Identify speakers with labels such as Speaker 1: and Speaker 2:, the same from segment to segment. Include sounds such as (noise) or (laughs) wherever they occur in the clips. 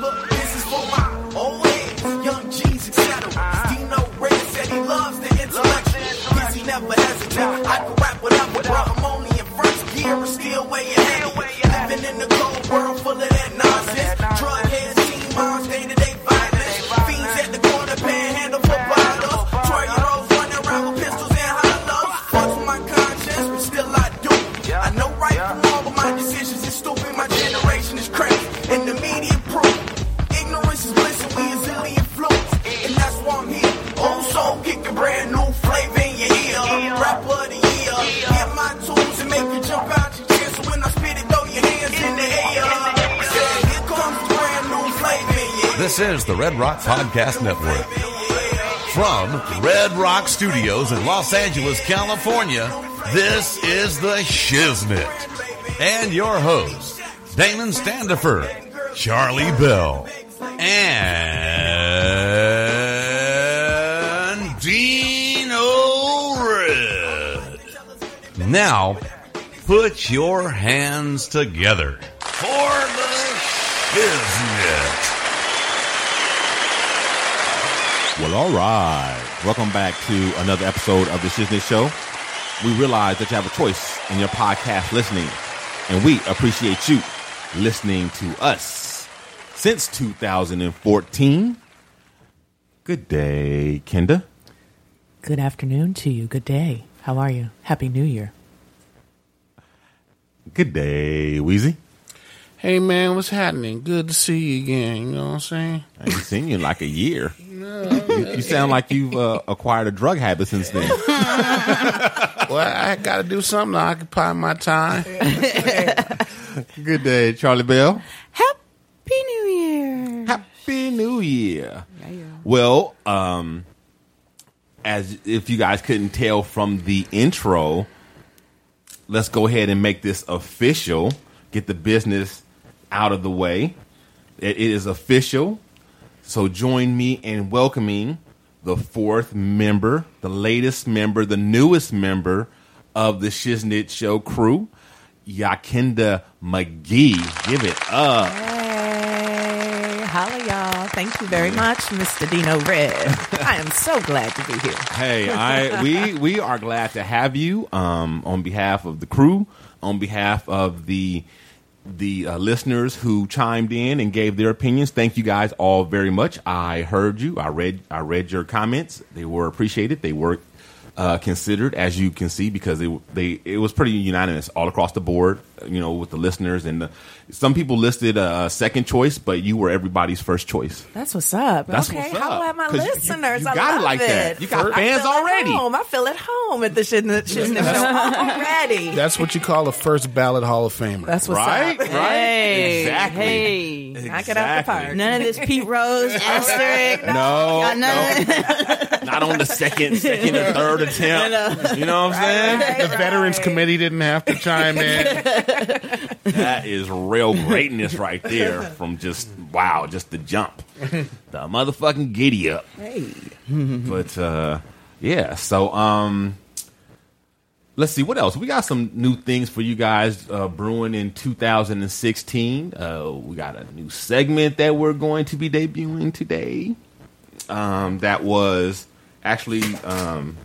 Speaker 1: Look, this is for my old head. Young G's etcetera. Dino Red said he Uh-huh. loves the intellectual. Cause he never hesitates. I can rap whatever, bro. I'm only in first gear and still way ahead. of you. Living in the cold world full of that nonsense. Drug heads, teen moms, day to day violence. Fiends at the corner, panhandle for bottles. Troy Rose running around with pistols and hollows. Fucks with my conscience, but still I do. I know right from wrong, but my decisions is stupid. My generation is crazy, and the media proof. Ignorance is bliss, and we is illy influenced. And that's why I'm here. Old soul, kick a brand new flavor in your ear. Rapper of the year. Get my tools and make you jump out your chair. So when I spit it, throw your hands in the air. Yeah, here comes the brand new flavor in your
Speaker 2: This is the Red Rock Podcast Network. From Red Rock Studios in Los Angeles, California, this is The Shiznit. And your hosts, Damon Standifer, Charlie Bell, and Dino Red. Now, put your hands together for The Shiznit.
Speaker 3: Well, all right. Welcome back to another episode of the Shiznit Show. We realize that you have a choice in your podcast listening, and we appreciate you listening to us since 2014. Good day, Kenda.
Speaker 4: Good afternoon to you. Good day. How are you? Happy New Year.
Speaker 3: Good day, Wheezy.
Speaker 5: Hey man, what's happening? Good to see you again. You know what I'm saying?
Speaker 3: I ain't seen you in like a year. You, you sound like you've uh, acquired a drug habit since then.
Speaker 5: Well, I got to do something to occupy my time.
Speaker 3: (laughs) Good day, Charlie Bell.
Speaker 6: Happy New Year.
Speaker 3: Happy New Year. Well, um, as if you guys couldn't tell from the intro, let's go ahead and make this official. Get the business out of the way. It- it is official. So join me in welcoming the fourth member, the latest member, the newest member of the Shiznit Show crew, Yakinda McGee. Give it up.
Speaker 4: Hey, holla y'all. Thank you very much, Mr. Dino (laughs) Red. I am so glad to be here.
Speaker 3: Hey, I we we are glad to have you um, on behalf of the crew, on behalf of the the uh, listeners who chimed in and gave their opinions. Thank you guys all very much. I heard you. I read I read your comments. They were appreciated. They were uh, considered, as you can see, because they they it was pretty unanimous all across the board. You know, with the listeners and the, some people listed uh, second choice, but you were everybody's first choice.
Speaker 4: That's what's up.
Speaker 3: That's
Speaker 4: okay,
Speaker 3: what's
Speaker 4: how
Speaker 3: up.
Speaker 4: about my
Speaker 3: 'Cause you- you-
Speaker 4: listeners?
Speaker 3: you
Speaker 4: I
Speaker 3: got it
Speaker 4: love
Speaker 3: like that. You got
Speaker 4: I
Speaker 3: fans
Speaker 4: feel at
Speaker 3: already.
Speaker 4: Home. I feel at home at the Shiznit Shiznit Show
Speaker 3: (laughs)
Speaker 4: already. (laughs)
Speaker 5: That's what you call a first ballot Hall of Famer.
Speaker 4: That's what's
Speaker 3: Right,
Speaker 4: up.
Speaker 3: right,
Speaker 6: Hey,
Speaker 3: exactly.
Speaker 6: Hey.
Speaker 4: Knock it out the
Speaker 3: Exactly.
Speaker 4: park.
Speaker 6: None of this
Speaker 4: (laughs)
Speaker 6: Pete Rose asterisk.
Speaker 3: No,
Speaker 6: Got none.
Speaker 3: not on (laughs) the second, second or third attempt. You know what I'm saying?
Speaker 5: the Veterans Committee didn't have to chime in.
Speaker 4: (laughs)
Speaker 3: That is real greatness right there. From just wow, just the jump, the motherfucking giddy up.
Speaker 7: Mm-hmm.
Speaker 3: But uh, yeah, so um, let's see what else. We got some new things for you guys uh, brewing in 2016. Uh, we got a new segment that we're going to be debuting today. Um, that was actually um,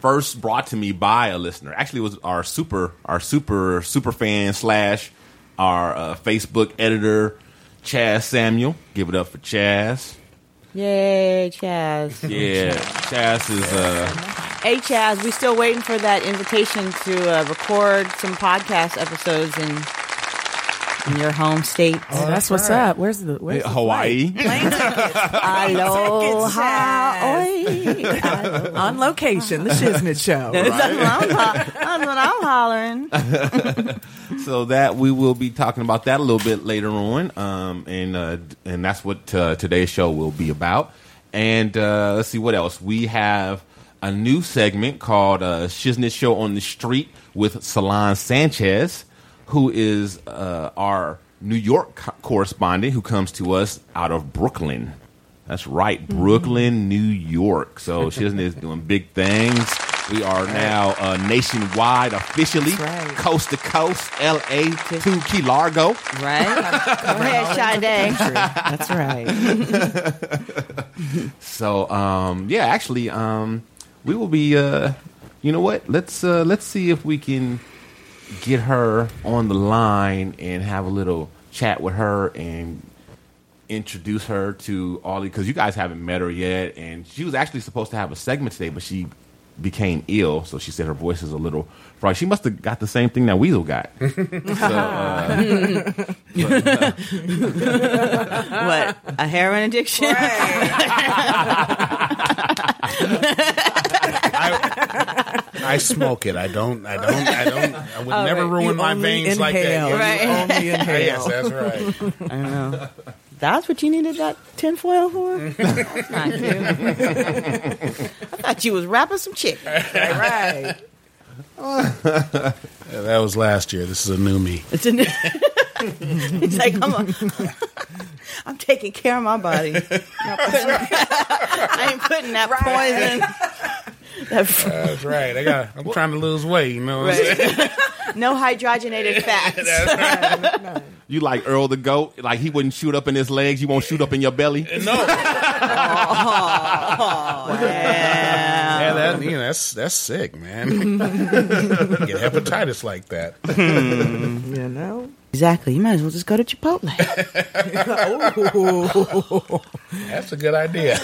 Speaker 3: first brought to me by a listener. Actually, it was our super, our super, super fan slash our uh, Facebook editor, Chaz Samuel. Give it up for Chaz.
Speaker 6: Yay, Chaz.
Speaker 3: Yeah, Chaz is uh,
Speaker 6: Hey, Chaz, we still waiting for that invitation to uh, record some podcast episodes
Speaker 3: (laughs)
Speaker 6: in in your home state.
Speaker 4: Yeah, that's what's up. Where's the where's the
Speaker 3: Hawaii.
Speaker 4: plane tickets?
Speaker 6: Aloha. Oi.
Speaker 4: on location? The Shiznit Show.
Speaker 6: That's what I'm ho- that's what I'm
Speaker 3: (laughs)
Speaker 6: hollering.
Speaker 3: so that we will be talking about that a little bit later on, um, and uh, d- and that's what uh, today's show will be about. And uh, let's see what else we have. a new segment called uh, Shiznit Show on the Street with Salon Sanchez, who is uh, our New York co- correspondent who comes to us out of Brooklyn. That's right,
Speaker 4: Mm-hmm.
Speaker 3: Brooklyn, New York. So Shiznit is doing big things. We
Speaker 4: (laughs)
Speaker 3: are now uh, nationwide officially,
Speaker 4: That's right.
Speaker 3: coast to coast, L.A. to Key Largo.
Speaker 6: Right? Go ahead, Sade.
Speaker 4: That's right.
Speaker 3: (laughs) So um, yeah, actually, um, we will be. Uh, you know what? Let's uh, let's see if we can get her on the line and have a little chat with her and introduce her to all because you guys haven't met her yet, and she was actually supposed to have a segment today, but she became ill, so she said her voice is a little froggy. She must have got the same thing that Weasel got. so, uh,
Speaker 6: What? A heroin addiction?
Speaker 3: (laughs)
Speaker 6: (laughs)
Speaker 5: I smoke it. I don't. I don't. I don't. I would never
Speaker 4: You
Speaker 5: ruin my
Speaker 4: only
Speaker 5: veins like
Speaker 4: inhale.
Speaker 5: that.
Speaker 4: You
Speaker 6: Right.
Speaker 4: only
Speaker 6: (laughs)
Speaker 4: inhale.
Speaker 5: Yes, that's right. (laughs)
Speaker 6: That's what you needed that
Speaker 5: (laughs)
Speaker 6: tinfoil for? That's not cute. I thought you was wrapping
Speaker 5: (laughs)
Speaker 6: some chicken.
Speaker 4: All right.
Speaker 5: Yeah, (laughs) that was last year. This is a new me.
Speaker 6: It's in there. (laughs) He's like, I'm, a, (laughs) I'm taking care of
Speaker 5: (laughs)
Speaker 6: my body. Not putting- (laughs) I ain't putting that poison. That fr-
Speaker 5: Uh, That's right. I got. I'm trying to lose weight. You know. What I'm saying? (laughs)
Speaker 6: right. No hydrogenated (laughs) fats.
Speaker 3: you like Earl the goat? Like he wouldn't shoot up in his legs, you won't shoot up in your belly.
Speaker 5: Yeah, that, you know, that's that's sick, man. Get hepatitis like that. (laughs)
Speaker 4: You know?
Speaker 6: Exactly. You might as well just go to Chipotle.
Speaker 5: That's a good idea.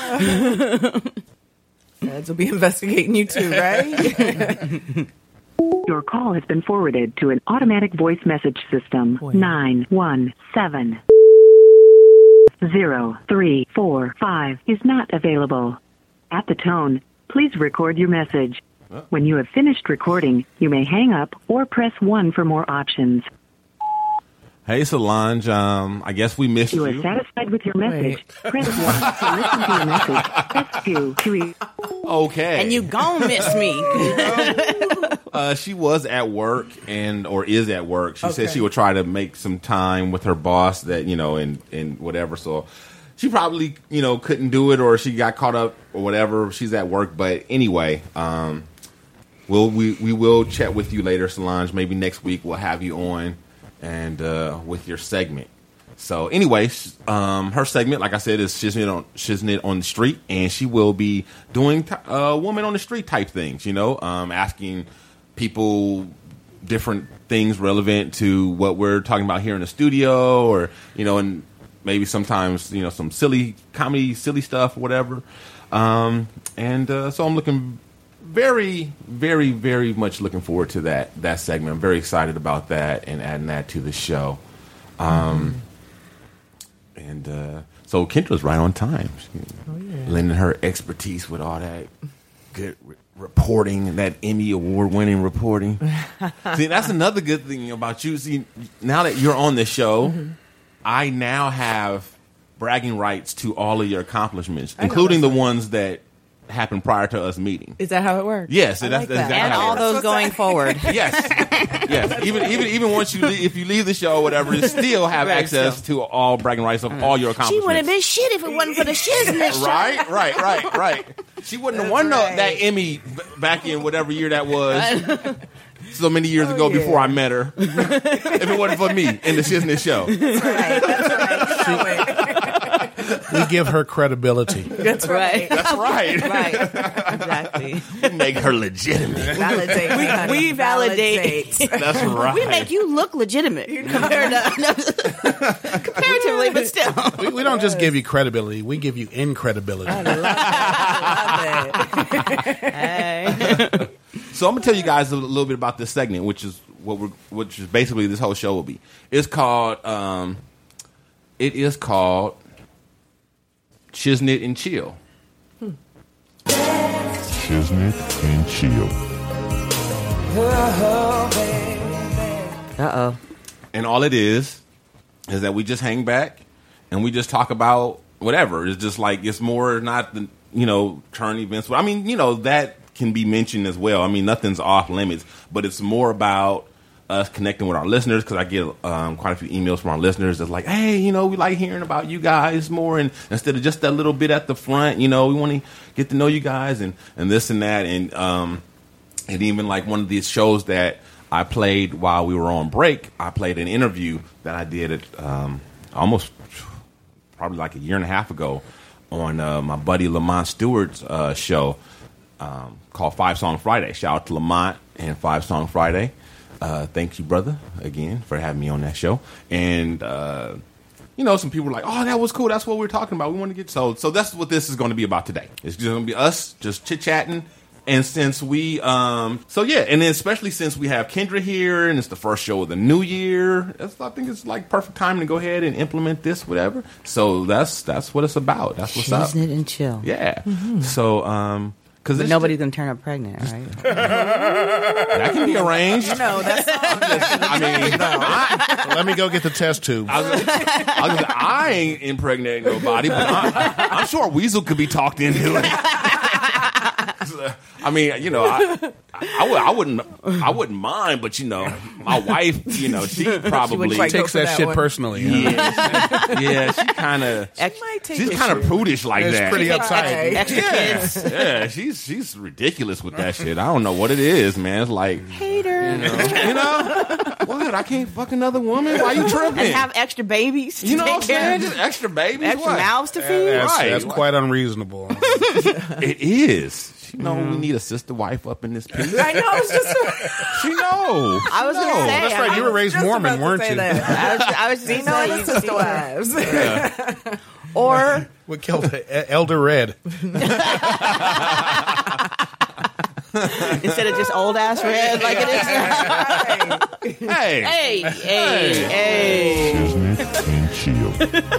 Speaker 4: Feds will be investigating you
Speaker 3: (laughs)
Speaker 4: too, right?
Speaker 8: Your call has been forwarded to an automatic voice message system. Nine one seven zero three four five is not available. At the tone, please record your message. When you have finished recording, you may hang up or press 1 for more options.
Speaker 3: Hey Solange, um, I guess we missed
Speaker 8: You
Speaker 3: you.
Speaker 8: are satisfied with your message. Press 1 to listen to your message. Press 2 to e-
Speaker 3: Okay,
Speaker 6: And you gon' miss me.
Speaker 3: uh, she was at work and or is at work. She said
Speaker 4: Okay.
Speaker 3: she would try to make some time with her boss that you know and and whatever. So she probably you know couldn't do it or she got caught up or whatever. She's at work, but anyway, um, we'll we we will chat with you later, Solange. Maybe next week we'll have you on and uh, with your segment. So anyway, sh- um, her segment, like I said, is shiznit on shiznit on the street, and she will be doing t- uh, woman on the street type things. You know, um, asking people different things relevant to what we're talking about here in the studio, or you know, and maybe sometimes you know some silly comedy, silly stuff, whatever. Um, and uh, so I'm looking very, very, very much looking forward to that that segment. I'm very excited about that and adding that to the show. Um, And uh, so Kendra's right on time, She- lending her expertise with all that good re- reporting and that Emmy award winning reporting. See, that's another good thing about you. See, now that you're on the show,
Speaker 4: Mm-hmm.
Speaker 3: I now have bragging rights to all of your accomplishments,
Speaker 4: know,
Speaker 3: including the
Speaker 4: that's
Speaker 3: ones that happened prior to us meeting.
Speaker 4: Is that how it works?
Speaker 3: Yes,
Speaker 4: I
Speaker 3: that's-
Speaker 4: like
Speaker 3: that's
Speaker 4: that.
Speaker 3: exactly
Speaker 6: and
Speaker 3: how it
Speaker 6: all
Speaker 3: works.
Speaker 6: those going forward.
Speaker 3: (laughs) Yes, (laughs) yes. Even even even once you leave, if you leave the show or whatever, you still have
Speaker 4: Right, Mm.
Speaker 3: access to all bragging rights of all your
Speaker 6: She
Speaker 3: accomplishments.
Speaker 6: wouldn't have been shit if it wasn't for the shiznit shot.
Speaker 3: right, right, right, right. She wouldn't have won no-
Speaker 4: right.
Speaker 3: that Emmy b- back in whatever year
Speaker 4: (laughs)
Speaker 3: that was. So many years ago,
Speaker 4: Oh, yeah.
Speaker 3: before I met her, (laughs) if it wasn't for me in the Shiznit show,
Speaker 5: We give her
Speaker 7: (laughs)
Speaker 5: credibility.
Speaker 4: That's right.
Speaker 6: (laughs)
Speaker 3: that's right.
Speaker 4: Right. Exactly.
Speaker 3: Make her legitimate.
Speaker 4: Validate. We,
Speaker 6: we validate.
Speaker 3: That's right.
Speaker 6: (laughs) We make you look legitimate (laughs) compared to, comparatively, but still.
Speaker 5: We, we don't just give you credibility. We give you incredibility.
Speaker 3: So I'm gonna tell you guys a little bit about this segment, which is what we're, which is basically this whole show will be. It's called, um, it is called Chisnit and Chill.
Speaker 9: Shiznit and Chill.
Speaker 6: Uh oh.
Speaker 3: And all it is is that we just hang back and we just talk about whatever. It's just like it's more not the you know current events. I mean, you know that can be mentioned as well. I mean, nothing's off limits, but it's more about us connecting with our listeners because I get um, quite a few emails from our listeners that's like, hey, you know, we like hearing about you guys more, and instead of just that little bit at the front, you know, we want to get to know you guys and and this and that, and um, and even like one of these shows that I played while we were on break, I played an interview that I did at um, almost probably like a year and a half ago on uh, my buddy Lamont Stewart's uh, show um, called Five Song Friday. Shout out to Lamont and Five Song Friday. Uh, thank you, brother, again for having me on that show. And uh, you know, some people were like, "Oh, that was cool. That's what we were talking about. We want to get so." So that's what this is going to be about today. It's going to be us just chit chatting. And since we, um, so yeah, and then especially since we have Kendra here, and it's the first show of the new year, that's, I think it's like perfect timing to go ahead and implement this, whatever. So that's that's what it's about. That's what's up.
Speaker 7: Shiznit and chill.
Speaker 3: Yeah. So, um, because
Speaker 7: But nobody's gonna turn up pregnant, right?
Speaker 3: (laughs) that can be arranged.
Speaker 4: No, that's
Speaker 3: I mean,
Speaker 5: (laughs) Let me go get the test tube.
Speaker 3: I, was, I, was, I ain't impregnating nobody, but I, I'm sure Weasel could be talked into it. (laughs) I mean, you know, I, I, would, I wouldn't, I wouldn't mind, but you know, my wife, you know, she probably,
Speaker 4: quite go
Speaker 5: Takes
Speaker 4: for
Speaker 5: that,
Speaker 4: that
Speaker 5: shit
Speaker 4: one.
Speaker 5: personally. huh?
Speaker 3: yeah, she, yeah, she kind of,
Speaker 4: might take
Speaker 3: she's
Speaker 4: issue.
Speaker 3: kind of prudish like
Speaker 5: It's
Speaker 3: that.
Speaker 5: pretty uptight.
Speaker 7: Extra
Speaker 3: yeah,
Speaker 7: kids.
Speaker 3: yeah, she's she's ridiculous with that shit. I don't know what it is, man. It's like,
Speaker 6: Hater.
Speaker 3: you know, what? I can't fuck another woman. Why you tripping?
Speaker 6: And have extra babies. to
Speaker 3: You know
Speaker 6: take
Speaker 3: what I'm
Speaker 6: care
Speaker 3: saying?
Speaker 6: of.
Speaker 3: Just extra babies.
Speaker 6: Extra
Speaker 3: what?
Speaker 6: mouths to feed.
Speaker 5: That's,
Speaker 3: Right.
Speaker 5: that's quite unreasonable.
Speaker 3: It is. She know we
Speaker 6: Mm-hmm.
Speaker 3: need a sister wife up
Speaker 6: (laughs)
Speaker 3: in this piece.
Speaker 4: I know. It's just.
Speaker 3: She know.
Speaker 6: I was
Speaker 3: No,
Speaker 6: gonna say.
Speaker 5: that's right.
Speaker 6: I
Speaker 5: You were
Speaker 6: was-
Speaker 5: raised Mormon, weren't you?
Speaker 6: I was, I was just
Speaker 4: No,
Speaker 6: saying,
Speaker 4: it's
Speaker 6: you
Speaker 4: just
Speaker 6: see her.
Speaker 4: wives.
Speaker 6: (laughs) Or
Speaker 5: We killed the E- Elder Red.
Speaker 6: (laughs) instead of just old ass red like it is now.
Speaker 3: Hey.
Speaker 6: hey, hey, hey.
Speaker 9: Shiznit and Chill.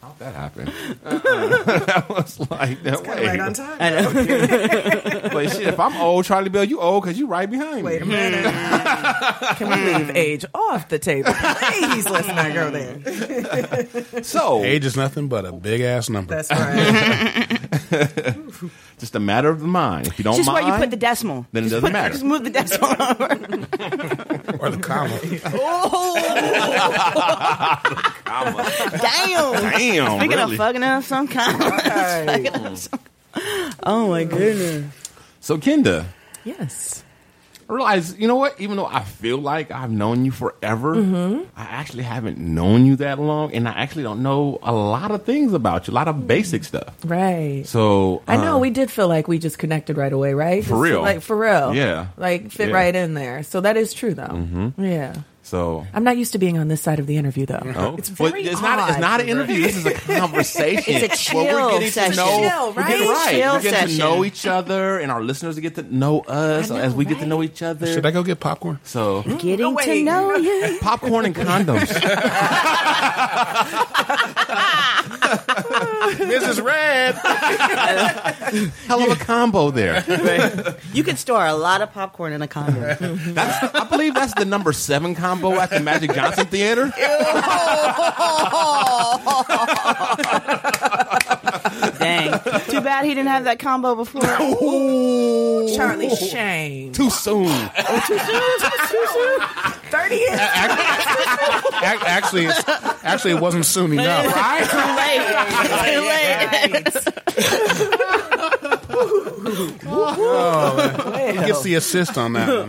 Speaker 3: How'd that happen? Uh-uh. (laughs) (laughs) that was like that way.
Speaker 4: Right on time.
Speaker 3: (laughs)
Speaker 6: (laughs)
Speaker 3: But shit, if I'm old, Charlie Bell, you old because you right behind
Speaker 4: (laughs) Wait a
Speaker 3: me.
Speaker 4: minute. Can
Speaker 3: (laughs)
Speaker 4: we leave age (laughs) off the table? Please, let's not go
Speaker 3: (laughs)
Speaker 4: there.
Speaker 3: So
Speaker 5: Age is nothing but a big ass number.
Speaker 4: That's right.
Speaker 3: just a matter of the mind. If (laughs) you don't
Speaker 6: Just
Speaker 3: mind,
Speaker 6: where you put the decimal.
Speaker 3: Then it
Speaker 6: just
Speaker 3: doesn't
Speaker 6: put-
Speaker 3: matter.
Speaker 6: Just move the decimal (laughs) over.
Speaker 5: or the comma.
Speaker 6: Oh, Damn.
Speaker 3: damn.
Speaker 6: Speaking
Speaker 3: really.
Speaker 6: of fucking up some kind. (laughs)
Speaker 7: oh my goodness.
Speaker 3: so Kenda,
Speaker 4: yes.
Speaker 3: I realize you know what? Even though I feel like I've known you forever,
Speaker 6: Mm-hmm.
Speaker 3: I actually haven't known you that long, and I actually don't know a lot of things about you, a lot of basic stuff.
Speaker 10: Right.
Speaker 3: So
Speaker 10: I know
Speaker 3: uh,
Speaker 10: we did feel like we just connected right away, right?
Speaker 3: For
Speaker 10: Just,
Speaker 3: real.
Speaker 10: like for real,
Speaker 3: Yeah.
Speaker 10: like
Speaker 3: Yeah.
Speaker 10: fit
Speaker 3: Mm-hmm.
Speaker 10: right in there. So that is true, though. Yeah,
Speaker 3: So
Speaker 10: I'm not used to being on this side of the interview, though.
Speaker 3: Oh.
Speaker 10: It's
Speaker 3: Well,
Speaker 10: very
Speaker 3: it's not. It's not an
Speaker 10: odd.
Speaker 3: interview. This
Speaker 10: (laughs)
Speaker 3: is a conversation.
Speaker 6: It's a
Speaker 3: where
Speaker 6: chill
Speaker 3: we're getting
Speaker 6: session.
Speaker 3: to know.
Speaker 10: Chill,
Speaker 3: We're getting,
Speaker 10: right?
Speaker 3: right.
Speaker 6: Chill
Speaker 3: we're getting to
Speaker 6: session.
Speaker 3: know each other, and our listeners get to know us
Speaker 10: I know,
Speaker 3: as we get to
Speaker 10: right?
Speaker 3: know each other.
Speaker 5: Should I go get popcorn?
Speaker 3: so
Speaker 6: (laughs) Getting to
Speaker 4: wait.
Speaker 6: know you.
Speaker 3: popcorn
Speaker 4: (laughs)
Speaker 3: and condoms.
Speaker 5: Mrs. Red.
Speaker 3: Hell of a combo
Speaker 10: (laughs)
Speaker 3: there.
Speaker 6: (laughs) You can store a lot of popcorn in a condom.
Speaker 3: That's, I believe that's the number seven combo at the Magic Johnson Theater.
Speaker 6: Dang. Too bad he didn't have that
Speaker 3: (laughs)
Speaker 6: combo before.
Speaker 10: Charlie Shane.
Speaker 3: Oh, Too soon.
Speaker 10: Thirty years.
Speaker 5: Ac- actually, it's, actually, it wasn't soon enough.
Speaker 6: Too late. Too late.
Speaker 3: (laughs)
Speaker 5: Oh, He gets the assist on that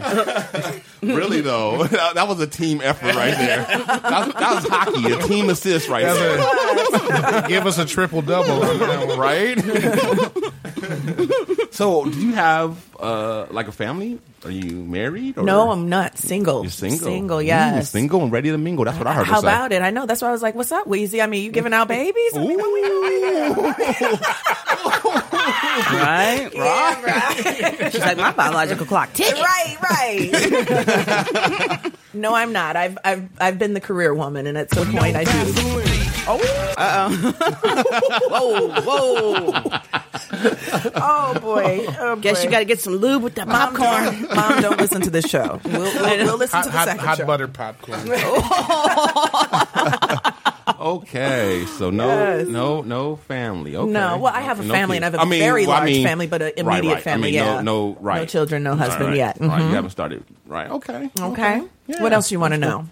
Speaker 5: one.
Speaker 3: (laughs) Really though, that, that was a team effort right there. (laughs) That was, that was hockey, a team assist right
Speaker 5: That's
Speaker 3: there.
Speaker 5: a- (laughs) give us a triple double on that one.
Speaker 3: right? (laughs) so, do you have uh, like a family? Are you married? Or
Speaker 10: No, I'm not single.
Speaker 3: You're single.
Speaker 10: Single,
Speaker 3: Ooh,
Speaker 10: yes.
Speaker 3: you're single and ready to mingle. That's what I heard.
Speaker 10: How about it? I know. That's why I was like, "What's up, Wheezy? I mean, you giving out babies? I mean, what we-
Speaker 6: Right? She's like, my biological clock tick.
Speaker 10: right, right." no, I'm not. I've I've I've been the career woman, and at some point, I do.
Speaker 3: (laughs)
Speaker 6: Whoa, whoa.
Speaker 10: (laughs) Oh boy! Oh,
Speaker 6: Guess you got to get some lube with that popcorn.
Speaker 10: Mom, Mom, don't listen to this show. We'll, we'll, we'll listen
Speaker 5: Hot,
Speaker 10: to the
Speaker 5: hot,
Speaker 10: second
Speaker 5: hot
Speaker 10: show.
Speaker 5: butter popcorn.
Speaker 3: Okay, so no,
Speaker 10: Yes.
Speaker 3: no, no family. Okay.
Speaker 10: No, well, I have a
Speaker 3: No
Speaker 10: family and I
Speaker 3: kids.
Speaker 10: have a very
Speaker 3: well,
Speaker 10: large family, but an
Speaker 3: right,
Speaker 10: immediate
Speaker 3: right. I
Speaker 10: family,
Speaker 3: mean, No,
Speaker 10: yeah.
Speaker 3: no,
Speaker 10: No
Speaker 3: right.
Speaker 10: children, no
Speaker 3: All
Speaker 10: husband
Speaker 3: right,
Speaker 10: yet.
Speaker 3: Right,
Speaker 10: Mhm.
Speaker 3: you haven't started. Right. Okay.
Speaker 10: Okay. What else do you want to know?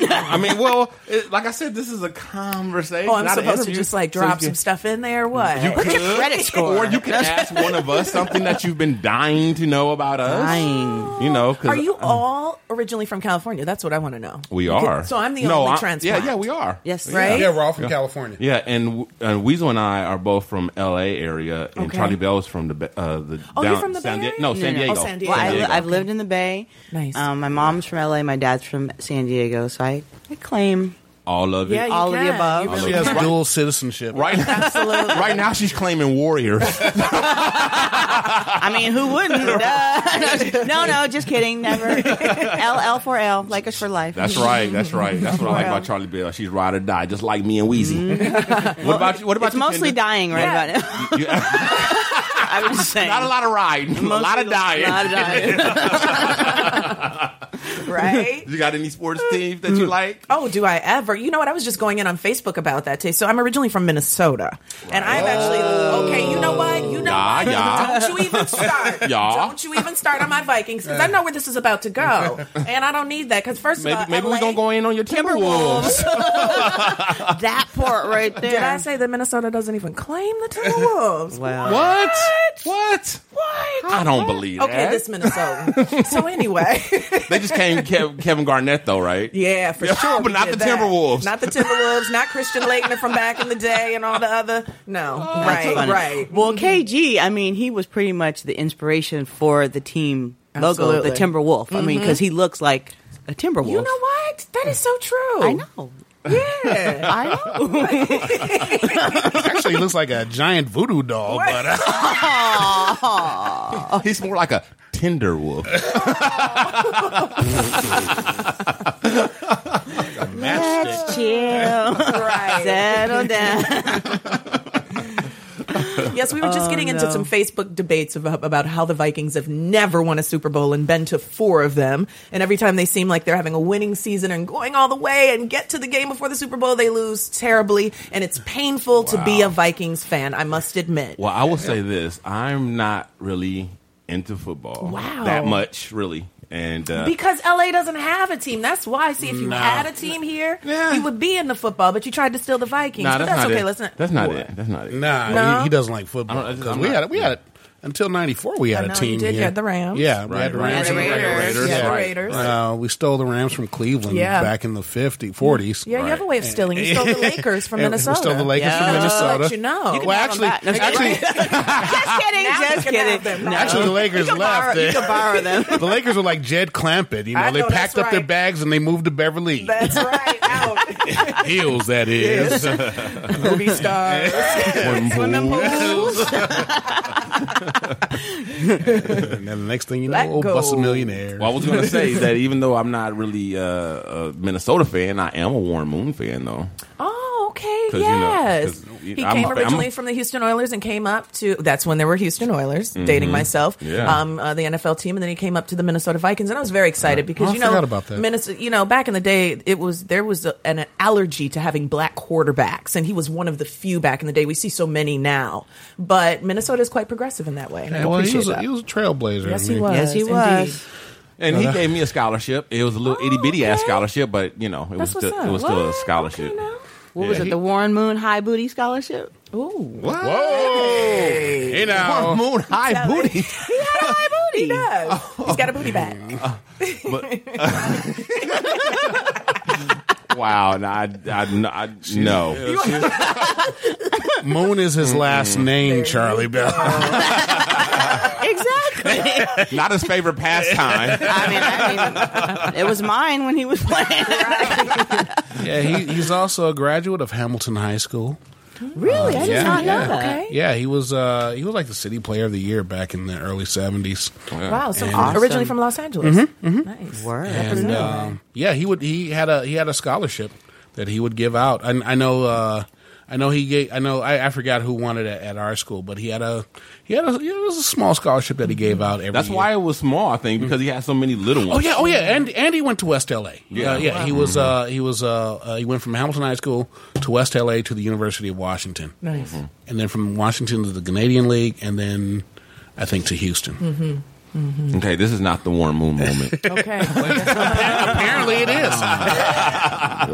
Speaker 3: I mean, well, it, like I said, this is a conversation.
Speaker 10: Oh, I'm
Speaker 3: not an
Speaker 10: supposed to
Speaker 3: interview.
Speaker 10: just like
Speaker 3: So
Speaker 10: drop
Speaker 3: you
Speaker 10: some
Speaker 3: can-
Speaker 10: stuff in there. or What?
Speaker 3: You
Speaker 10: What's your
Speaker 3: could,
Speaker 10: credit
Speaker 3: (laughs)
Speaker 10: score?
Speaker 3: or you can ask one of us something that you've been dying to know about us. Dying, you know? 'cause
Speaker 10: Are you all originally from California? That's what I want to know.
Speaker 3: We are.
Speaker 10: So I'm the
Speaker 3: No,
Speaker 10: only
Speaker 3: I-
Speaker 10: transplant.
Speaker 3: yeah, yeah, we are.
Speaker 10: Yes,
Speaker 3: Yeah.
Speaker 10: right.
Speaker 11: Yeah, we're all from California.
Speaker 3: Yeah, and and Weasel and I are both from L.A. area, and
Speaker 6: Okay.
Speaker 3: Charlie Bell is from the Ba- uh, the
Speaker 6: Oh, you're
Speaker 3: down-
Speaker 6: from the
Speaker 3: San
Speaker 6: Bay
Speaker 3: Di-
Speaker 6: Area?
Speaker 3: no,
Speaker 10: Oh,
Speaker 3: San Diego.
Speaker 6: Well, I
Speaker 3: San
Speaker 6: li-
Speaker 3: Diego.
Speaker 6: I've lived in the Bay. Nice. Um, my mom's from LA. My dad's from San Diego. So I, I claim
Speaker 3: all of it.
Speaker 6: all of the above.
Speaker 3: All
Speaker 12: She
Speaker 3: of
Speaker 12: has
Speaker 3: it.
Speaker 12: dual citizenship.
Speaker 3: Right, (laughs) absolutely. Right now, she's claiming warriors.
Speaker 6: I mean, who wouldn't?
Speaker 3: (laughs)
Speaker 6: Duh. no, no, just kidding. Never. L L for L, like us for life.
Speaker 3: That's right. That's right. That's what I like about Charlie Bell. She's ride or die, just like me and Wheezy. what about you? What about
Speaker 6: It's
Speaker 3: you,
Speaker 6: mostly
Speaker 3: Kendra?
Speaker 6: dying right
Speaker 3: Yeah.
Speaker 6: about now. I
Speaker 3: (laughs)
Speaker 6: was just saying.
Speaker 3: Not a lot of riding, a lot of dying.
Speaker 6: (laughs) A lot of dying.
Speaker 10: right?
Speaker 3: (laughs) You got any sports teams that you like?
Speaker 10: Oh, do I ever? You know what? I was just going in on Facebook about that today. So I'm originally from Minnesota, and I've actually okay. You know what? You know
Speaker 7: (laughs)
Speaker 3: Yeah,
Speaker 10: what?
Speaker 3: yeah.
Speaker 10: Don't you even (laughs) start.
Speaker 3: Yeah.
Speaker 10: Don't you even start on my Vikings because I know where this is about
Speaker 3: (laughs)
Speaker 10: to go, and I don't need that because first
Speaker 3: Maybe,
Speaker 10: of all,
Speaker 3: maybe we're gonna go in on your Timberwolves. (laughs)
Speaker 6: that part right there.
Speaker 10: Did I say that Minnesota doesn't even claim the (laughs) Timberwolves?
Speaker 6: Wow.
Speaker 3: What? What?
Speaker 10: What?
Speaker 3: I don't believe
Speaker 10: Okay,
Speaker 3: that.
Speaker 10: this Minnesota. so anyway,
Speaker 3: they just came Kev, Kevin Garnett though, right?
Speaker 10: (laughs) yeah, for sure,
Speaker 3: but
Speaker 10: we
Speaker 3: not the
Speaker 10: did that.
Speaker 3: Timberwolves.
Speaker 10: not the Timberwolves, not Christian Laettner from back in the day, and all the other. No,
Speaker 6: That's
Speaker 10: right,
Speaker 6: funny.
Speaker 10: right. Mm-hmm.
Speaker 6: Well, KG, I mean, he was pretty much the inspiration for the team logo,
Speaker 10: Absolutely.
Speaker 6: the Timberwolf. I mean,
Speaker 10: Mhm.
Speaker 6: because he looks like a Timberwolf.
Speaker 10: You know what? That is so true.
Speaker 6: I know.
Speaker 10: Yeah.
Speaker 6: (laughs) I know.
Speaker 12: Actually, looks like a giant voodoo doll, but
Speaker 5: uh,
Speaker 3: He's more like a Tinder wolf.
Speaker 6: Let's chill.
Speaker 10: Right.
Speaker 6: Settle down.
Speaker 10: Yes, we were just
Speaker 6: Oh,
Speaker 10: getting into
Speaker 6: no.
Speaker 10: some Facebook debates of, about how the Vikings have never won a Super Bowl and been to four of them. And every time they seem like they're having a winning season and going all the way and get to the game before the Super Bowl, they lose terribly. And it's painful to be
Speaker 3: Wow.
Speaker 10: a Vikings fan, I must admit.
Speaker 3: Well, I will say this: I'm not really into football
Speaker 10: Wow.
Speaker 3: that much, really, and uh,
Speaker 10: Because LA doesn't have a team. That's why. See, if you
Speaker 3: No.
Speaker 10: had a team here, you would be in the football, but you tried to steal the Vikings.
Speaker 3: Nah,
Speaker 10: but
Speaker 3: that's
Speaker 10: that's
Speaker 3: not
Speaker 10: okay.
Speaker 3: it.
Speaker 10: Let's not.
Speaker 3: That's not it. That's not it.
Speaker 12: Nah,
Speaker 10: No?
Speaker 12: he, he doesn't like
Speaker 3: I don't- I
Speaker 12: football
Speaker 3: just-
Speaker 12: because
Speaker 3: I'm
Speaker 12: we
Speaker 3: not-
Speaker 12: had a- we had it until '94. We had
Speaker 10: I
Speaker 12: a
Speaker 10: know,
Speaker 12: team
Speaker 10: you did.
Speaker 12: here.
Speaker 10: You had the Rams.
Speaker 12: Yeah, we
Speaker 3: Right,
Speaker 12: had the
Speaker 3: right.
Speaker 12: Rams.
Speaker 3: You had the Raiders. Raiders,
Speaker 12: Yeah.
Speaker 3: right.
Speaker 10: Raiders.
Speaker 12: Uh, we stole the Rams from Cleveland
Speaker 10: Yeah.
Speaker 12: back in the 50s, 40s.
Speaker 10: Yeah, you have a way of stealing. You stole
Speaker 12: (laughs)
Speaker 10: the Lakers from
Speaker 12: And we
Speaker 10: Minnesota.
Speaker 12: stole the Lakers from
Speaker 10: Just to
Speaker 12: Minnesota.
Speaker 10: Let you know.
Speaker 12: You can Well, have them actually- back. No, actually-
Speaker 10: (laughs) just kidding.
Speaker 6: just kidding. No.
Speaker 12: Actually, the Lakers
Speaker 6: You can
Speaker 12: left.
Speaker 6: borrow- you can borrow them.
Speaker 12: (laughs) the Lakers were like Jed Clampett. You know,
Speaker 10: I
Speaker 12: they
Speaker 10: know,
Speaker 12: packed
Speaker 10: that's
Speaker 12: up their
Speaker 10: right.
Speaker 12: bags and they moved to Beverly
Speaker 10: That's right. Out.
Speaker 12: (laughs) Hills. That is. (laughs)
Speaker 10: (laughs) Movie stars. Swimming
Speaker 6: (laughs)
Speaker 10: pools.
Speaker 12: and then the next thing you know,
Speaker 10: Let
Speaker 12: old
Speaker 10: go.
Speaker 12: bus a millionaire.
Speaker 3: Well, I was
Speaker 12: (laughs)
Speaker 3: going to say that even though I'm not really uh, a Minnesota fan, I am a Warren Moon fan, though.
Speaker 10: Oh, okay.
Speaker 3: 'Cause, you know,
Speaker 10: Yes.
Speaker 3: 'cause, you
Speaker 10: he
Speaker 3: know, I'm
Speaker 10: came
Speaker 3: a- I'm a-
Speaker 10: originally from the Houston Oilers and came up to. That's when there were Houston Oilers,
Speaker 12: Mm-hmm.
Speaker 10: dating
Speaker 3: Mhm.
Speaker 10: myself.
Speaker 3: Yeah.
Speaker 10: Um, uh, the NFL team, and then he came up to the Minnesota Vikings, and I was very excited because
Speaker 12: Oh, I
Speaker 10: you know,
Speaker 12: forgot about that.
Speaker 10: Minnesota. You know, back in the day, it was there was a, an allergy to having black quarterbacks, and he was one of the few back in the day. We see so many now, but Minnesota is quite progressive in that way. And I
Speaker 12: Yeah, well, he
Speaker 10: appreciate
Speaker 12: was, a,
Speaker 10: that.
Speaker 12: he was a trailblazer. I
Speaker 10: Yes, he
Speaker 12: mean.
Speaker 10: was.
Speaker 6: Yes, he
Speaker 10: Indeed.
Speaker 6: was.
Speaker 3: And
Speaker 12: Uh-huh.
Speaker 3: he gave me a scholarship. It was a little itty bitty
Speaker 10: Oh,
Speaker 3: ass scholarship, but you know, it was
Speaker 6: That's
Speaker 3: still,
Speaker 6: what's
Speaker 3: it was
Speaker 6: up.
Speaker 3: still a
Speaker 6: What?
Speaker 3: scholarship.
Speaker 6: What was
Speaker 3: Yeah.
Speaker 6: it? The Warren Moon High Booty Scholarship?
Speaker 10: Ooh.
Speaker 12: Whoa! Hey now,
Speaker 3: Warren Moon high booty.
Speaker 10: High booty.
Speaker 12: (laughs)
Speaker 10: He does. He's got a booty back. (laughs)
Speaker 3: wow, and I, I, I, I no.
Speaker 12: Moon is his last name, Charlie Bell.
Speaker 10: (laughs)
Speaker 3: (laughs)
Speaker 6: Exactly.
Speaker 3: Not his favorite pastime.
Speaker 6: I mean, I mean, it was mine when he was playing.
Speaker 12: (laughs) yeah, he, he's also a graduate of Hamilton High School.
Speaker 6: (laughs)
Speaker 10: Oh,
Speaker 6: Really? I did
Speaker 12: Yeah,
Speaker 6: not know
Speaker 12: yeah.
Speaker 6: that.
Speaker 12: Yeah, he was uh, he was like the city player of the year back in the early seventies.
Speaker 10: Wow.
Speaker 12: (laughs)
Speaker 10: So
Speaker 12: And- Mm-hmm.
Speaker 10: originally from Los Angeles. Nice.
Speaker 12: And um, yeah, he would he had a he had a scholarship that he would give out. I, I know uh, I know he gave. I know I, I forgot who won it at, at our school, but he had a he had a, he had a small scholarship that he gave out every.
Speaker 3: That's
Speaker 12: year.
Speaker 3: why it was small, I think, because he had so many little
Speaker 12: Oh
Speaker 3: ones.
Speaker 12: yeah, oh yeah, and and he went to West LA.
Speaker 3: Yeah.
Speaker 12: Yeah, yeah, he
Speaker 3: Wow.
Speaker 12: was uh, he was uh, uh, he went from Hamilton High School to West LA to the University of Washington. Mm-hmm.
Speaker 10: Nice. Mhm.
Speaker 12: And then from Washington to the Canadian League, and then I think to Houston.
Speaker 10: Mm-hmm. Mm-hmm.
Speaker 3: Okay, this is not the warm moon moment.
Speaker 10: (laughs) Okay.
Speaker 12: Apparently it
Speaker 10: (laughs)
Speaker 3: Uh,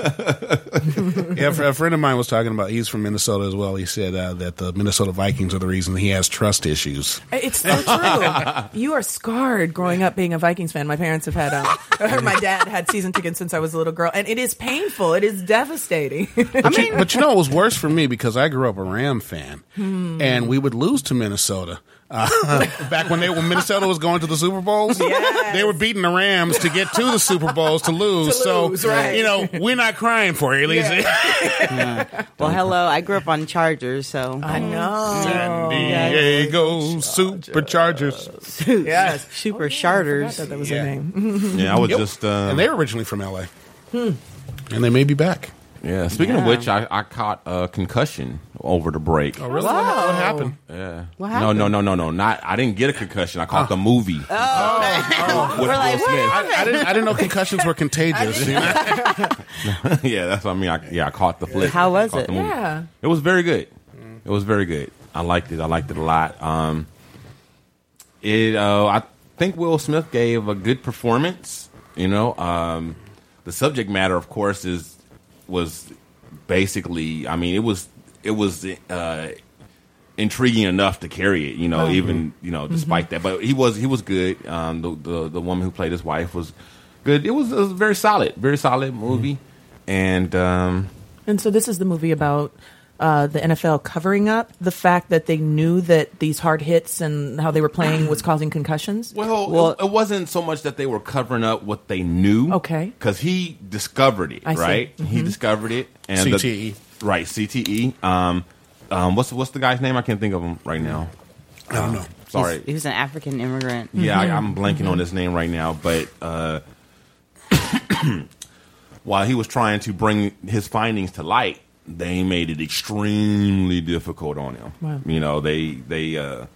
Speaker 10: is.
Speaker 12: yeah, a friend of mine was talking about. He's from Minnesota as well. He said uh, that the Minnesota Vikings are the reason he has trust issues.
Speaker 10: It's so true. You are scarred growing up being a Vikings fan. My parents have had, um, or my dad had season tickets since I was a little girl, and it is painful. It
Speaker 3: (laughs)
Speaker 10: is devastating.
Speaker 12: But, you, but you know, it was worse for me because I grew up a Ram fan,
Speaker 10: Hmm.
Speaker 12: and we would lose to Minnesota. Uh, (laughs) back when they when Minnesota was going to the Super Bowls, they were beating the Rams to get to the Super Bowls to lose.
Speaker 6: lose,
Speaker 12: so
Speaker 6: right.
Speaker 12: you know, we're not crying for you, at least.
Speaker 6: (laughs) Well, hello. I grew up on Chargers, so Mm-hmm. I
Speaker 10: know.
Speaker 6: Oh,
Speaker 12: San Diego Superchargers.
Speaker 6: Yes,
Speaker 10: Oh,
Speaker 6: super charters.
Speaker 10: that
Speaker 12: was
Speaker 10: their name.
Speaker 3: Yeah, I was just, uh,
Speaker 12: and they're originally from L.A. and they may be back.
Speaker 3: Yeah. Speaking of
Speaker 12: Yeah.
Speaker 3: which, I, I caught a concussion over the break.
Speaker 12: Oh, really? What- Wow. what happened?
Speaker 3: Yeah.
Speaker 12: What
Speaker 3: No,
Speaker 12: happened?
Speaker 3: no, no, no, no. Not. I didn't get a concussion. I caught
Speaker 12: Ah.
Speaker 3: the movie. (laughs)
Speaker 12: Oh,
Speaker 3: With We're like, Will what Smith.
Speaker 12: I, I didn't, I didn't know concussions were contagious. you know? (laughs)
Speaker 3: yeah, that's what I mean. I, yeah, I caught the flick.
Speaker 12: How was
Speaker 3: Caught
Speaker 12: it?
Speaker 3: the movie.
Speaker 12: Yeah.
Speaker 3: it was very good. It was very good. I liked it. I liked it a lot. Um, it. Uh, I think Will Smith gave a good performance. You know, um, the subject matter, of course, is was basically. I mean, it was it was uh, intriguing enough to carry it. You know,
Speaker 13: Mhm.
Speaker 3: even you know, despite that. But he was he was good. Um, the, the the woman who played his wife was good. It was, it was very solid, very solid movie. And um,
Speaker 10: And so this is the movie about uh, the NFL covering up the fact that they knew that these hard hits and how they were playing was causing concussions.
Speaker 3: Well, it, it wasn't so much that they were covering up what they knew. Okay. Because he discovered it,
Speaker 10: I see.
Speaker 3: right? He discovered it. And the-
Speaker 12: CTE.
Speaker 3: right, CTE. Um, um, what's what's the guy's name? I can't think of him right now. I
Speaker 10: Oh,
Speaker 3: don't know. Sorry.
Speaker 6: He's- he was an African immigrant.
Speaker 3: Yeah, I, I'm
Speaker 6: Mm-hmm.
Speaker 3: blanking on his name right now, but uh, (coughs) while he was trying to bring his findings to light, they made it extremely difficult on him.
Speaker 6: Wow.
Speaker 3: You know, they they uh,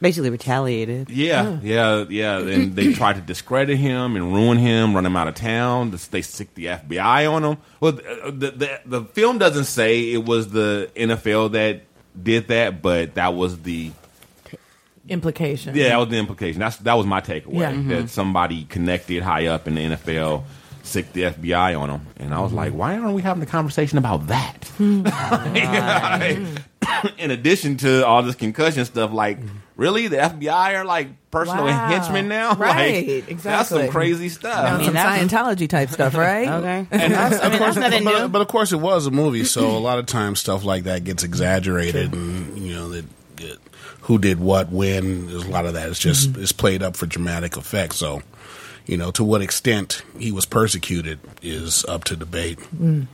Speaker 6: Basically retaliated.
Speaker 3: yeah, yeah, yeah. And they tried to discredit him and ruin him, run him out of town. They sick the FBI on him. Well, uh, the, the the film doesn't say it was the NFL that did that, but that was the
Speaker 10: Implication.
Speaker 3: yeah, that was the implication. That's that was my takeaway.
Speaker 10: Yeah. Mhm.
Speaker 3: That somebody connected high up in the NFL sick the FBI on him, and I
Speaker 10: Mm-hmm.
Speaker 3: was like, why aren't we having a conversation about
Speaker 10: (laughs)
Speaker 3: that? (laughs)
Speaker 10: Mm-hmm.
Speaker 3: in addition to all this concussion stuff, like really, the FBI are like personal
Speaker 10: Wow.
Speaker 3: henchmen now. (laughs)
Speaker 10: Right,
Speaker 3: Like,
Speaker 10: exactly.
Speaker 3: That's some crazy stuff.
Speaker 10: Now, some Scientology type stuff, right?
Speaker 6: okay.
Speaker 12: And that's,
Speaker 10: I mean,
Speaker 12: of course,
Speaker 10: that's nothing
Speaker 12: but,
Speaker 10: new.
Speaker 12: but of course, it was a movie,
Speaker 10: (laughs)
Speaker 12: so a lot of times stuff like that gets exaggerated, and you know that, that who did what when. There's a lot of that. It's just
Speaker 10: Mm-hmm.
Speaker 12: it's played up for dramatic effect. So, you know, to what extent he was persecuted is up to debate.
Speaker 10: Mm.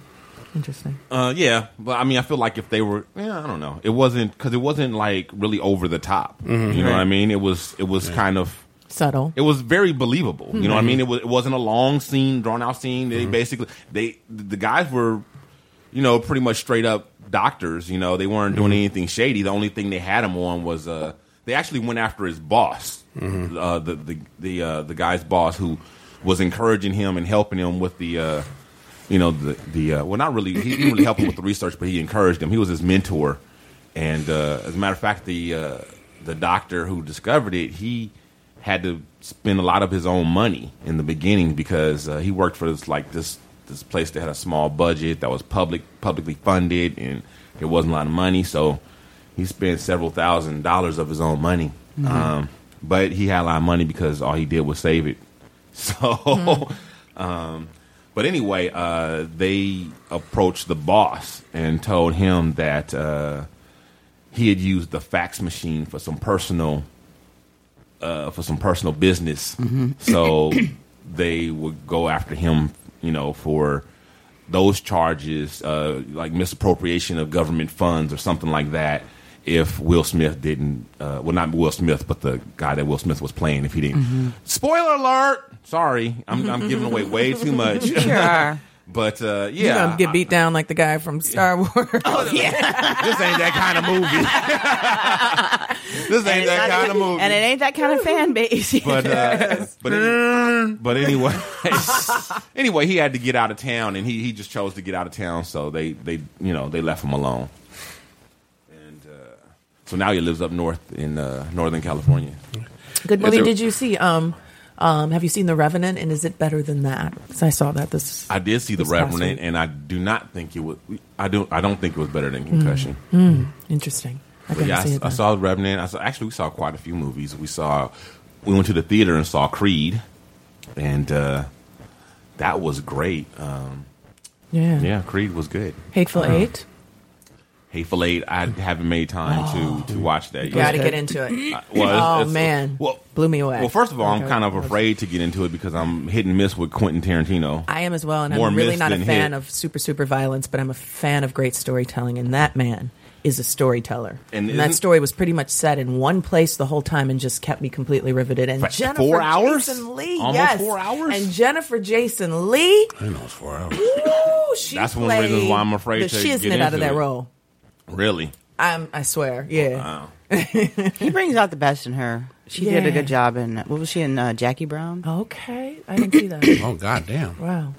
Speaker 10: Interesting.
Speaker 3: Uh, yeah, but I mean, I feel like if they were, yeah, I don't know, it wasn't because it wasn't like really over the top.
Speaker 10: Mhm.
Speaker 3: You know what I
Speaker 10: Right.
Speaker 3: mean? It was, it was kind of
Speaker 10: Subtle.
Speaker 3: It was very believable. You know what I
Speaker 10: Mhm.
Speaker 3: mean? It was. It wasn't a long scene, drawn out scene. They basically they the guys were, you know, pretty much straight up doctors. You know, they weren't doing anything shady. The only thing they had him on was uh, they actually went after his boss, uh, the the the uh, the guy's boss who was encouraging him and helping him with the. Uh, you know the the uh, well not really he didn't really help him with the research but he encouraged him he was his mentor and uh, as a matter of fact the uh, the doctor who discovered it he had to spend a lot of his own money in the beginning because uh, he worked for this like this this place that had a small budget that was public publicly funded and there wasn't a lot of money so he spent several thousand dollars of his own money
Speaker 13: Mhm.
Speaker 3: um, but he had a lot of money because all he did was save it (laughs) so um, but anyway, uh, they approached the boss and told him that uh, he had used the fax machine for some personal uh, for some personal business.
Speaker 13: Mhm.
Speaker 3: So (coughs) they would go after him, you know, for those charges, uh, like misappropriation of government funds or something like that. If Will Smith didn't, uh, well, not Will Smith, but the guy that Will Smith was playing, if
Speaker 10: Mm-hmm. (laughs)
Speaker 3: he didn't Spoiler alert! Sorry, I'm, I'm giving away way too much.
Speaker 13: Sure.
Speaker 3: (laughs) But uh,
Speaker 10: You're
Speaker 3: yeah,
Speaker 10: gonna get beat down like the guy from Star Wars. Oh
Speaker 3: yeah, this ain't that kind of movie. (laughs) this ain't
Speaker 6: it's
Speaker 3: that
Speaker 6: not-
Speaker 3: kind of movie.
Speaker 6: And it ain't that kind of fan base.
Speaker 3: but uh, but, any- but anyway, (laughs) anyway, he had to get out of town, and he he just chose to get out of town. So they they you know they left him alone, and uh, so now he lives up north in uh, Northern California.
Speaker 10: Good
Speaker 3: Yeah,
Speaker 10: movie.
Speaker 3: there-
Speaker 10: Did you see? Um, um, have you seen The Revenant? And is it better than that? Because I saw that this.
Speaker 3: I did see the
Speaker 10: This past
Speaker 3: Revenant,
Speaker 10: week.
Speaker 3: and I do not think it was. I do. I don't think it was better than Concussion.
Speaker 10: Mm, interesting. I
Speaker 3: But
Speaker 10: gotta
Speaker 3: yeah,
Speaker 10: see
Speaker 3: I,
Speaker 10: it.
Speaker 3: I
Speaker 10: then.
Speaker 3: saw The Revenant. I saw, actually, we saw quite a few movies. We saw, we went to the theater and saw Creed, and uh, that was great. Um,
Speaker 10: Yeah.
Speaker 3: yeah, Creed was good.
Speaker 10: Hateful
Speaker 3: Um,
Speaker 10: Eight.
Speaker 3: Hateful Eight. I haven't made time to to watch that.
Speaker 10: Oh. You
Speaker 3: yet.
Speaker 10: gotta get into it.
Speaker 3: Uh, well, it's-
Speaker 10: (laughs) oh
Speaker 3: it's-
Speaker 10: man, blew me away.
Speaker 3: Well, first of all, I'm
Speaker 10: Okay.
Speaker 3: kind of afraid to get into it because I'm hit and miss with Quentin Tarantino.
Speaker 10: I am as well, and
Speaker 3: More
Speaker 10: I'm really
Speaker 3: missed
Speaker 10: not a
Speaker 3: than
Speaker 10: fan
Speaker 3: hit.
Speaker 10: of super super violence, but I'm a fan of great storytelling, and that man is a storyteller.
Speaker 3: And
Speaker 10: And,
Speaker 3: isn't-
Speaker 10: that story was pretty much set in one place the whole time, and just kept me completely riveted. And
Speaker 3: For
Speaker 10: Jennifer
Speaker 3: four hours?
Speaker 10: Jason Lee,
Speaker 3: Almost
Speaker 10: yes,
Speaker 3: four
Speaker 10: hours, and Jennifer Jason Lee.
Speaker 12: I know it's four hours.
Speaker 10: Ooh, she
Speaker 3: That's one of the reasons
Speaker 10: played
Speaker 3: why I'm afraid
Speaker 10: the
Speaker 3: to
Speaker 10: shiznit
Speaker 3: get
Speaker 10: out
Speaker 3: into
Speaker 10: of
Speaker 3: it.
Speaker 10: that
Speaker 3: Oh,
Speaker 10: role.
Speaker 3: Really?
Speaker 10: I'm, I swear, yeah.
Speaker 3: uh,
Speaker 6: he brings out the best in her. She did a
Speaker 10: Yeah.
Speaker 6: good job in what was she in uh, Jackie Brown?
Speaker 3: (clears throat)
Speaker 10: Okay, I didn't see
Speaker 3: (coughs)
Speaker 10: that.
Speaker 12: Oh goddamn!
Speaker 10: Wow.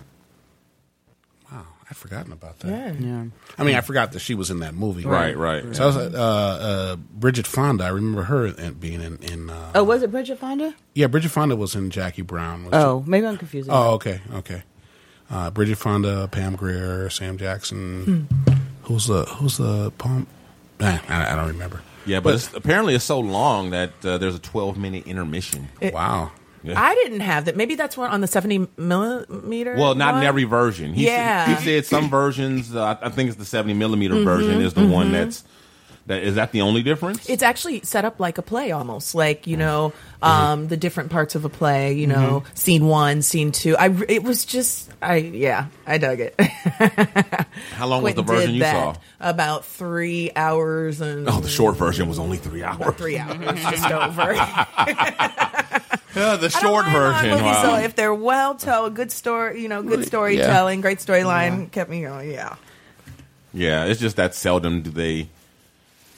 Speaker 12: I'd forgotten about that.
Speaker 10: Yeah.
Speaker 12: I mean, I forgot that she was in that movie.
Speaker 3: Mm. Right, right.
Speaker 12: So I was, uh, uh, Bridget Fonda. I remember her in- being in. in uh,
Speaker 6: Oh, was it Bridget Fonda?
Speaker 12: yeah, Bridget Fonda was in Jackie Brown. was
Speaker 6: Oh, maybe I'm confusing.
Speaker 12: Oh, okay, okay. Uh, Bridget Fonda, Pam Grier, Sam
Speaker 6: Hmm. Mm.
Speaker 12: Jackson. Who's the Who's the Palm? Nah, I, I don't remember.
Speaker 3: Yeah, but, it's, apparently it's so long that uh, there's a 12 minute intermission.
Speaker 10: It-
Speaker 12: wow.
Speaker 10: I didn't have that. Maybe that's one on the 70 millimeter.
Speaker 3: well, not in
Speaker 10: one?
Speaker 3: every version. He,
Speaker 10: Yeah.
Speaker 3: said, he said some versions. Uh, I I think it's the 70 millimeter version
Speaker 10: Mhm,
Speaker 3: is the one
Speaker 10: mhm.
Speaker 3: that's that is that the only difference?
Speaker 10: It's actually set up like a play almost, like you know,
Speaker 3: Mm-hmm.
Speaker 10: um, the different parts of a play. You know, scene one, scene two. I r- it was just I yeah I dug it.
Speaker 3: How long was the
Speaker 10: Quentin
Speaker 3: version
Speaker 10: did
Speaker 3: you
Speaker 10: that.
Speaker 3: saw?
Speaker 10: About three hours and
Speaker 3: Oh, the short version was only three hours.
Speaker 10: about
Speaker 3: (laughs)
Speaker 10: three
Speaker 7: (laughs)
Speaker 10: hours just over.
Speaker 12: (laughs)
Speaker 3: Yeah, the short version.
Speaker 10: Movies,
Speaker 3: wow.
Speaker 10: So if they're well told, good story, you know, good storytelling, great storyline, kept me going. Yeah,
Speaker 3: Yeah, it's just that seldom do they.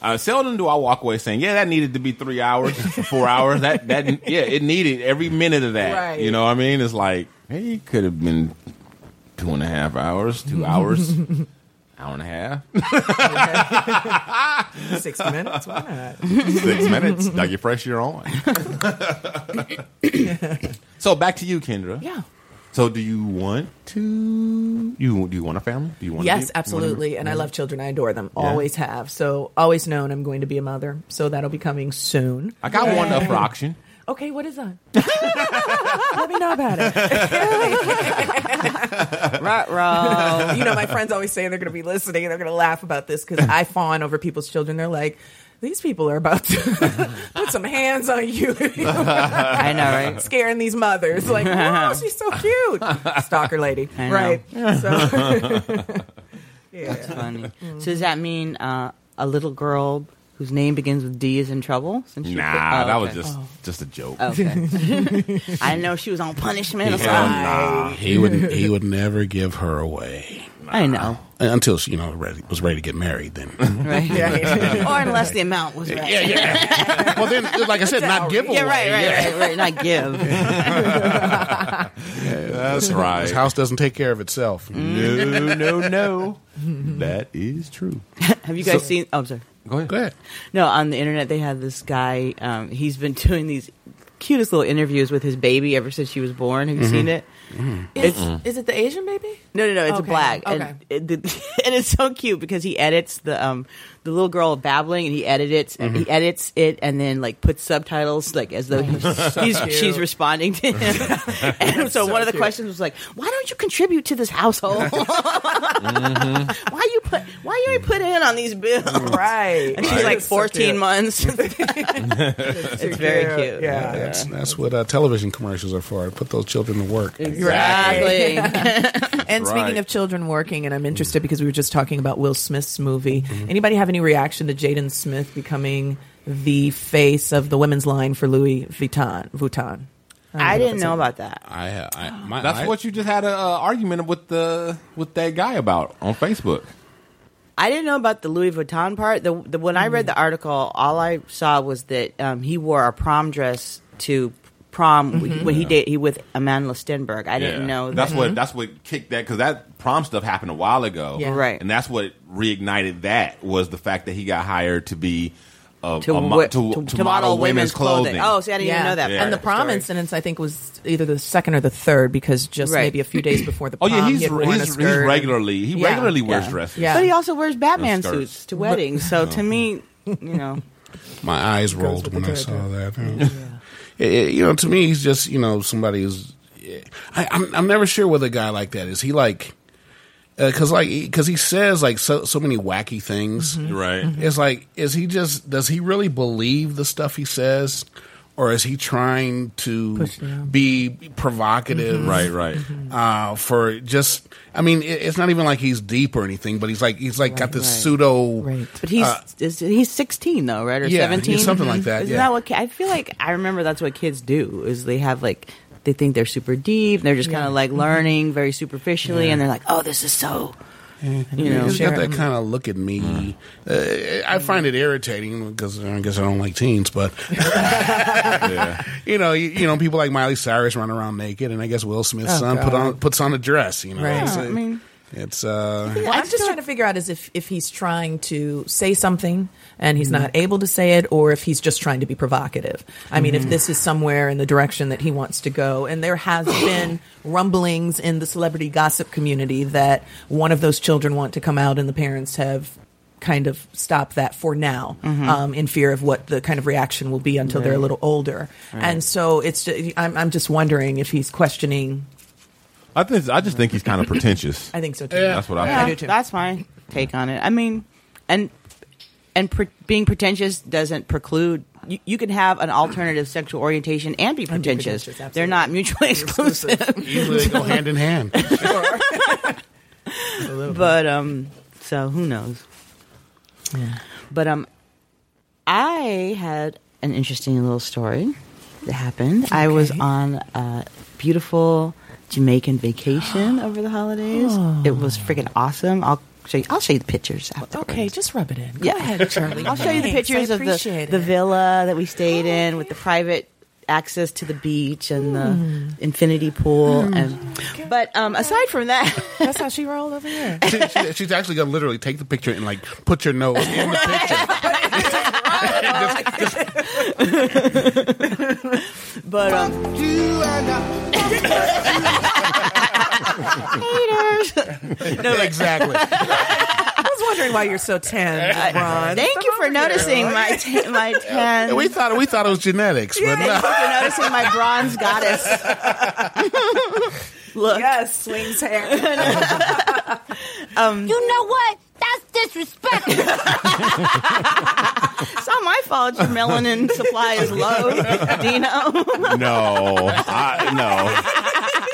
Speaker 3: Uh, seldom do I walk away saying, "Yeah, that needed to be three hours, four hours." That that yeah, it needed every minute of that.
Speaker 10: Right.
Speaker 3: You know what I mean? It's like hey, it could have been two and a half hours,
Speaker 10: (laughs)
Speaker 3: two hours, hour and a half, (laughs)
Speaker 10: sixty minutes. Why
Speaker 3: six minutes. Like
Speaker 7: (laughs)
Speaker 3: you're fresh, you're
Speaker 10: (coughs)
Speaker 3: on. so back to you, Kendra.
Speaker 10: Yeah.
Speaker 3: So do you want to you do you want a family? Do you
Speaker 10: not?
Speaker 3: want?
Speaker 10: Yes,
Speaker 3: to be-
Speaker 10: absolutely.
Speaker 3: want to-
Speaker 10: And I love children. I adore them.
Speaker 3: Yeah.
Speaker 10: Always have. So always known I'm going to be a mother. So that'll be coming soon.
Speaker 3: I got one up for
Speaker 10: (laughs)
Speaker 3: auction.
Speaker 10: Okay, what is
Speaker 6: (laughs)
Speaker 10: that? Let me know about it.
Speaker 6: right, wrong.
Speaker 10: You know, my friends always say they're going to be listening and they're going to laugh about this because I fawn over people's children. They're like, these people are about to (laughs) put some hands on
Speaker 3: (laughs)
Speaker 10: you.
Speaker 6: I know, right?
Speaker 10: Scaring these mothers. Like, wow, she's so cute.
Speaker 6: (laughs)
Speaker 10: Stalker lady.
Speaker 6: I know. (laughs)
Speaker 10: Right.
Speaker 3: (laughs)
Speaker 10: So,
Speaker 6: That's funny. So does that mean uh, a little girl whose name begins with D is in trouble? Since she-
Speaker 3: Nah,
Speaker 6: Oh,
Speaker 3: that was
Speaker 6: okay.
Speaker 3: just just a joke. (laughs)
Speaker 6: Okay. I know she was on punishment or something.
Speaker 12: He would he would never give her away. Uh,
Speaker 6: I know.
Speaker 12: Until she, you know, ready, was ready to get married. Then,
Speaker 6: (laughs) Right. or unless the amount was right. Yeah,
Speaker 12: yeah. well, then, like I
Speaker 7: (laughs)
Speaker 12: said, not give away.
Speaker 6: Yeah, right, right,
Speaker 12: Yeah.
Speaker 6: right, right. Not give.
Speaker 3: (laughs) That's right.
Speaker 12: This house doesn't take care of itself.
Speaker 3: No, no, no.
Speaker 6: Mm.
Speaker 3: That is true.
Speaker 6: (laughs) Have you guys
Speaker 12: So-
Speaker 6: seen? Oh, I'm sorry.
Speaker 3: Go ahead.
Speaker 12: Go ahead.
Speaker 6: No, on the internet they have this guy. Um, he's been (laughs) doing these cutest little interviews with his baby ever since she was born. Have you
Speaker 3: Mm-hmm.
Speaker 6: seen it?
Speaker 10: is,
Speaker 6: It's-
Speaker 10: is it the Asian baby?
Speaker 6: No, no, no. It's
Speaker 10: Okay.
Speaker 6: a black,
Speaker 10: Okay.
Speaker 6: and, it, the- (laughs) and it's so cute because he edits the um the little girl babbling, and he edits
Speaker 3: Mm-hmm.
Speaker 6: it, he edits it, and then like puts subtitles like as though he's,
Speaker 10: (laughs) so
Speaker 6: he's
Speaker 10: cute.
Speaker 6: she's responding
Speaker 3: (laughs)
Speaker 6: to him. (laughs) and so, one of the questions was like, "Why don't you contribute to this
Speaker 10: (laughs)
Speaker 6: household?
Speaker 10: Mm-hmm.
Speaker 6: why you put why you ain't put in on these (laughs) bills?"
Speaker 10: Right.
Speaker 6: And she's like
Speaker 10: It's so
Speaker 6: fourteen (laughs)
Speaker 10: cute.
Speaker 6: months. it's very cute.
Speaker 10: Yeah.
Speaker 12: That's that's what uh, television commercials are for. Put those children to work.
Speaker 6: Exactly.
Speaker 10: (laughs) and
Speaker 12: Right.
Speaker 10: speaking of children working, and I'm interested because we were just talking about Will Smith's movie.
Speaker 3: Mm-hmm.
Speaker 10: Anybody have any reaction to Jaden Smith becoming the face of the women's line for Louis Vuitton? Vuitton.
Speaker 6: I didn't know about that.
Speaker 12: I,
Speaker 3: (gasps)
Speaker 12: I my,
Speaker 3: That's
Speaker 12: I-
Speaker 3: what you just had an uh, argument with the with that guy about on Facebook.
Speaker 6: I didn't know about the Louis Vuitton part. The, the when I read the article, all I saw was that um, he wore a prom dress to prom
Speaker 3: Mhm.
Speaker 6: when he
Speaker 3: Yeah.
Speaker 6: date he with Amanda Stenberg. I didn't know that. Mm-hmm.
Speaker 3: That's what that's what kicked that because that prom stuff happened a while ago,
Speaker 6: Yeah. Right.
Speaker 3: And that's what reignited that was the fact that he got hired to be a,
Speaker 6: To
Speaker 3: a mo-
Speaker 6: wi-
Speaker 3: to,
Speaker 6: to-
Speaker 3: to
Speaker 6: to
Speaker 3: model, women's
Speaker 6: clothing.
Speaker 3: clothing.
Speaker 6: Oh, see, I didn't even
Speaker 10: Yeah.
Speaker 6: know that.
Speaker 3: Yeah.
Speaker 6: part
Speaker 10: And the
Speaker 6: of
Speaker 10: prom
Speaker 6: story.
Speaker 10: incident, I think, was either the second or the third because just
Speaker 6: Right.
Speaker 10: maybe a few days before the
Speaker 3: (laughs) Oh
Speaker 10: prom,
Speaker 3: yeah, he's
Speaker 10: he had worn a
Speaker 3: he's, he's
Speaker 10: skirt.
Speaker 3: regularly he
Speaker 10: Yeah.
Speaker 3: regularly wears
Speaker 10: Yeah.
Speaker 3: dresses.
Speaker 10: Yeah.
Speaker 6: But he also wears Batman
Speaker 3: skirts.
Speaker 6: suits to weddings. So
Speaker 3: (laughs)
Speaker 6: to me, you know,
Speaker 12: My eyes rolled when I saw that. (laughs) It- it- you know, to me, he's just you know somebody who's. I, I'm I'm never sure with a guy like that is he like, because like because he says like so so many wacky things.
Speaker 3: Mm-hmm. Right.
Speaker 6: Mm-hmm.
Speaker 12: It's like is he just does he really believe the stuff he says, or is he trying to
Speaker 3: Push it down.
Speaker 12: be provocative?
Speaker 6: Mm-hmm.
Speaker 3: Mhm. Right, right.
Speaker 12: Uh, for just I mean it, it's not even like he's deep or anything, but he's like he's like got this
Speaker 6: Right, right.
Speaker 12: pseudo.
Speaker 6: But he's
Speaker 12: uh,
Speaker 6: is, he's sixteen though, right? Or
Speaker 12: Yeah,
Speaker 6: seventeen?
Speaker 12: he's something like that,
Speaker 6: Isn't
Speaker 12: yeah.
Speaker 6: that what ki- I feel like? I remember that's what kids do is they have like they think they're super deep. and They're just kind
Speaker 10: Yeah.
Speaker 6: of like learning very superficially,
Speaker 12: Yeah.
Speaker 6: and they're like, oh, this is so.
Speaker 12: You
Speaker 6: know,
Speaker 12: he's
Speaker 6: Sure.
Speaker 12: got that kind of look at me. Uh, I find it irritating because I guess I don't like teens, (laughs) but you know, you, you know, people like Miley Cyrus run around naked, and I guess Will Smith's
Speaker 10: Oh,
Speaker 12: son put
Speaker 10: God.
Speaker 12: on puts on a dress. You know,
Speaker 10: Right.
Speaker 12: it's, uh,
Speaker 10: Yeah, I mean-
Speaker 12: it's uh,
Speaker 10: Well, I'm just trying to figure out is if, if he's trying to say something and he's not able to say it, or if he's just trying to be provocative. I mean, if
Speaker 4: Mhm.
Speaker 10: this is somewhere in the direction that he wants to go, and there (gasps) has been rumblings in the celebrity gossip community that one of those children want to come out, and the parents have kind of stopped that for now,
Speaker 4: Mhm.
Speaker 10: um, in fear of what the kind of reaction will be until they're a
Speaker 4: Right.
Speaker 10: little older.
Speaker 4: Right.
Speaker 10: And so it's ju- I'm, I'm just wondering if he's questioning.
Speaker 3: I think I just think he's kind of pretentious.
Speaker 10: I think so too.
Speaker 3: That's what I
Speaker 6: Yeah,
Speaker 3: think.
Speaker 6: That's my take on it. I mean, and and pre- being pretentious doesn't preclude. You, you can have an alternative sexual orientation and be pretentious.
Speaker 10: pretentious,
Speaker 6: They're not mutually exclusive.
Speaker 12: (laughs) usually they go hand in
Speaker 6: (laughs)
Speaker 12: hand.
Speaker 6: but um so who knows but um i had an interesting little story that happened i was on a beautiful jamaican
Speaker 10: (gasps)
Speaker 6: vacation over the holidays it was freaking awesome i'll show you i'll show you the pictures after
Speaker 10: Okay, just rub it in. Go
Speaker 6: Yeah.
Speaker 10: ahead, Charlie.
Speaker 6: I'll show you the
Speaker 10: Thanks, I
Speaker 6: pictures of the,
Speaker 10: appreciate
Speaker 6: the
Speaker 10: it.
Speaker 6: villa that we stayed in with the private access to the beach and
Speaker 10: Hmm.
Speaker 6: the infinity pool. And but um, aside from that,
Speaker 10: (laughs) that's how she rolled
Speaker 6: (laughs)
Speaker 10: over here.
Speaker 12: she, she- she's actually gonna literally take the picture and like put your nose in (laughs) the
Speaker 10: (laughs)
Speaker 6: but um,
Speaker 10: uh,
Speaker 3: (laughs)
Speaker 6: haters.
Speaker 12: no, exactly.
Speaker 10: I was wondering why you're so tan, Ron.
Speaker 6: (laughs) Thank you for noticing
Speaker 10: (laughs)
Speaker 6: my (laughs) t- my tan.
Speaker 12: And we thought we thought it was genetics, but no.
Speaker 6: Thank you
Speaker 12: (laughs)
Speaker 6: for noticing my bronze
Speaker 10: (laughs)
Speaker 6: goddess. Look.
Speaker 10: Yes,
Speaker 6: (laughs)
Speaker 10: swings hair.
Speaker 6: Um,
Speaker 14: You know what? That's
Speaker 6: (laughs)
Speaker 14: disrespectful.
Speaker 6: it's not my fault your melanin supply is low, Dino.
Speaker 3: No, I, no.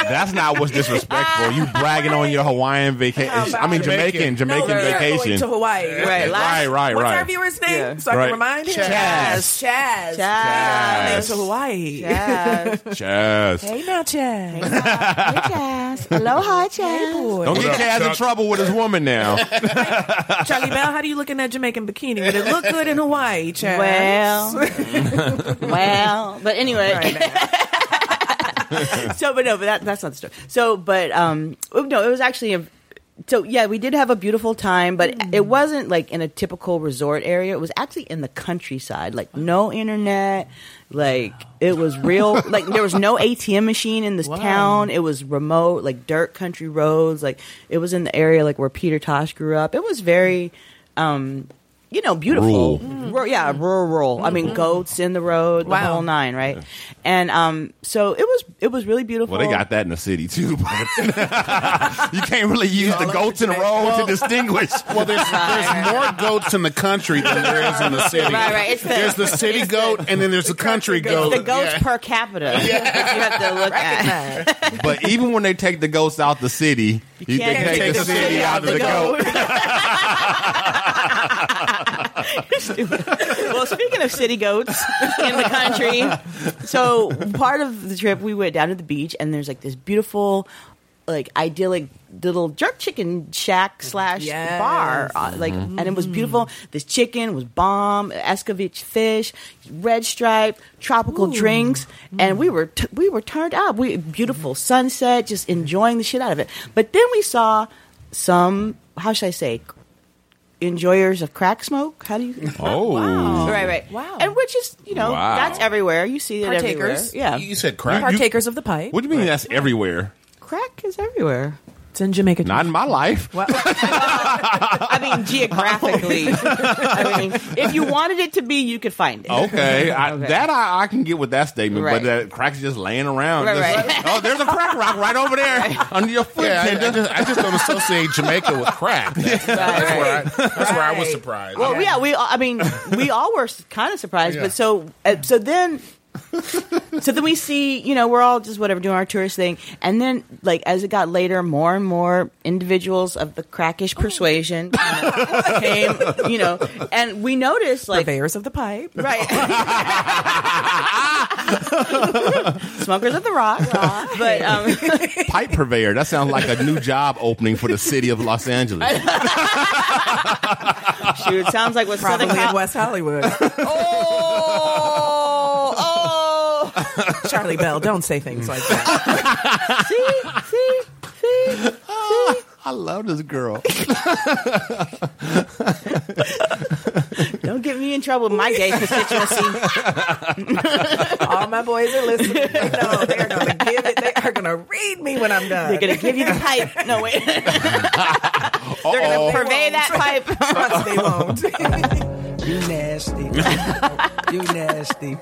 Speaker 3: That's not what's disrespectful. You bragging on your Hawaiian vacation. I mean, Jamaican, Jamaican
Speaker 10: no, they're
Speaker 3: vacation.
Speaker 10: Going to Hawaii.
Speaker 3: Right, right, right,
Speaker 10: What's
Speaker 3: right.
Speaker 10: our viewer's name?
Speaker 3: Yeah.
Speaker 10: So I
Speaker 3: Right.
Speaker 10: can remind him.
Speaker 3: Chaz.
Speaker 10: Chaz. Chaz.
Speaker 3: Chaz.
Speaker 10: To Hawaii.
Speaker 3: Chaz.
Speaker 10: Hey
Speaker 6: (laughs)
Speaker 10: now, Chaz.
Speaker 6: Chaz. Aloha, Chaz.
Speaker 3: Don't get Chaz in trouble with his woman now.
Speaker 10: (laughs) Charlie Bell, how do you look in that Jamaican bikini? Would it look good in Hawaii, Chaz? (laughs)
Speaker 6: Well,
Speaker 7: (laughs)
Speaker 6: well, but anyway. (laughs) so, but no, but that, that's not the story. So, but um, oh, no, it was actually a. So yeah, we did have a beautiful time, but it wasn't like in a typical resort area. It was actually in the countryside, like no internet, like it was real. like there was no ATM machine in this town. It was remote, like dirt country roads. Like it was in the area like where Peter Tosh grew up. It was very, um, you know, beautiful.
Speaker 3: Rural.
Speaker 6: Ru- Mm-hmm. yeah, rural. I mean, goats in the road, the
Speaker 3: Wow.
Speaker 6: whole nine, right? And um, so it was it was really beautiful.
Speaker 3: Well, they got that (laughs) in the city too. But you can't really use the goats in a row to distinguish.
Speaker 12: (laughs) Well, there's, there's more goats in the country than there is in the city.
Speaker 6: Right, right. It's the-
Speaker 12: there's the city goat, and then there's the country goat.
Speaker 6: the goats
Speaker 12: Yeah.
Speaker 3: (laughs)
Speaker 6: per capita that you have to look at.
Speaker 3: But even when they take the goats out the city, you they
Speaker 6: can't
Speaker 3: take, the city out of the goat.
Speaker 6: well, speaking of (laughs) city goats in the
Speaker 7: (laughs)
Speaker 6: country, so part of the trip we went down to the beach, and there's like this beautiful, like idyllic little jerk chicken shack slash
Speaker 7: Yes.
Speaker 6: bar, uh, like,
Speaker 7: Mhm.
Speaker 6: and it was beautiful. This chicken was bomb, Escovitch fish, red stripe, tropical
Speaker 7: Ooh.
Speaker 6: drinks, and we were t- we were turned up. We beautiful sunset, just enjoying the shit out of it. But then we saw some. How should I say? enjoyers of crack smoke. How do you?
Speaker 12: Oh. Wow.
Speaker 6: right, right. Wow. And which is, you know,
Speaker 3: Wow.
Speaker 6: that's everywhere. You see it
Speaker 10: Partakers.
Speaker 6: everywhere. Yeah.
Speaker 10: You
Speaker 12: said
Speaker 3: crack?
Speaker 10: Partakers of the pipe.
Speaker 3: What do you mean that's everywhere?
Speaker 6: Crack is everywhere.
Speaker 10: It's in Jamaica.
Speaker 3: Not in my life.
Speaker 6: (laughs) I mean, geographically. I mean, if you wanted it to be, you could find it. (laughs)
Speaker 3: Okay, I,
Speaker 6: Okay.
Speaker 3: that I, I can get with that statement,
Speaker 6: Right.
Speaker 3: but that crack's just laying around.
Speaker 6: Right,
Speaker 3: just-
Speaker 6: right.
Speaker 3: oh, there's a crack rock right over there
Speaker 6: (laughs)
Speaker 3: under your foot.
Speaker 12: Yeah, I- I
Speaker 3: Tinder.
Speaker 12: just- I just don't associate Jamaica with crack. That's, that's where I, that's where I was surprised. (laughs)
Speaker 6: Well, yeah, we. All, I mean, we all were kind of surprised,
Speaker 12: Yeah.
Speaker 6: but so uh, so then. so then we see, you know, we're all just whatever doing our tourist thing, and then like as it got later, more and more individuals of the crackish
Speaker 3: Oh.
Speaker 6: persuasion you know, came, (laughs) you know, and we noticed like
Speaker 10: purveyors of the pipe,
Speaker 6: right? Smokers of the rock, but um,
Speaker 3: Pipe purveyor. That sounds like a new job opening for the city of Los Angeles.
Speaker 6: shoot, sounds like what
Speaker 10: probably
Speaker 6: Southern Cal-
Speaker 10: in
Speaker 6: (laughs)
Speaker 10: West Hollywood.
Speaker 6: Oh, oh.
Speaker 10: Charlie Bell, don't say things like that.
Speaker 6: (laughs) see, see, see.
Speaker 3: I love this girl.
Speaker 6: Don't get me in trouble with my gay constituency.
Speaker 10: All my boys
Speaker 6: (laughs)
Speaker 10: are listening. They know they're gonna give it. They are gonna read me when I'm done.
Speaker 6: They're gonna give you the pipe. No wait. They're
Speaker 3: Uh-oh.
Speaker 12: Oh.
Speaker 6: gonna purvey that pipe. (laughs)
Speaker 10: Trust they won't.
Speaker 15: You nasty. you nasty.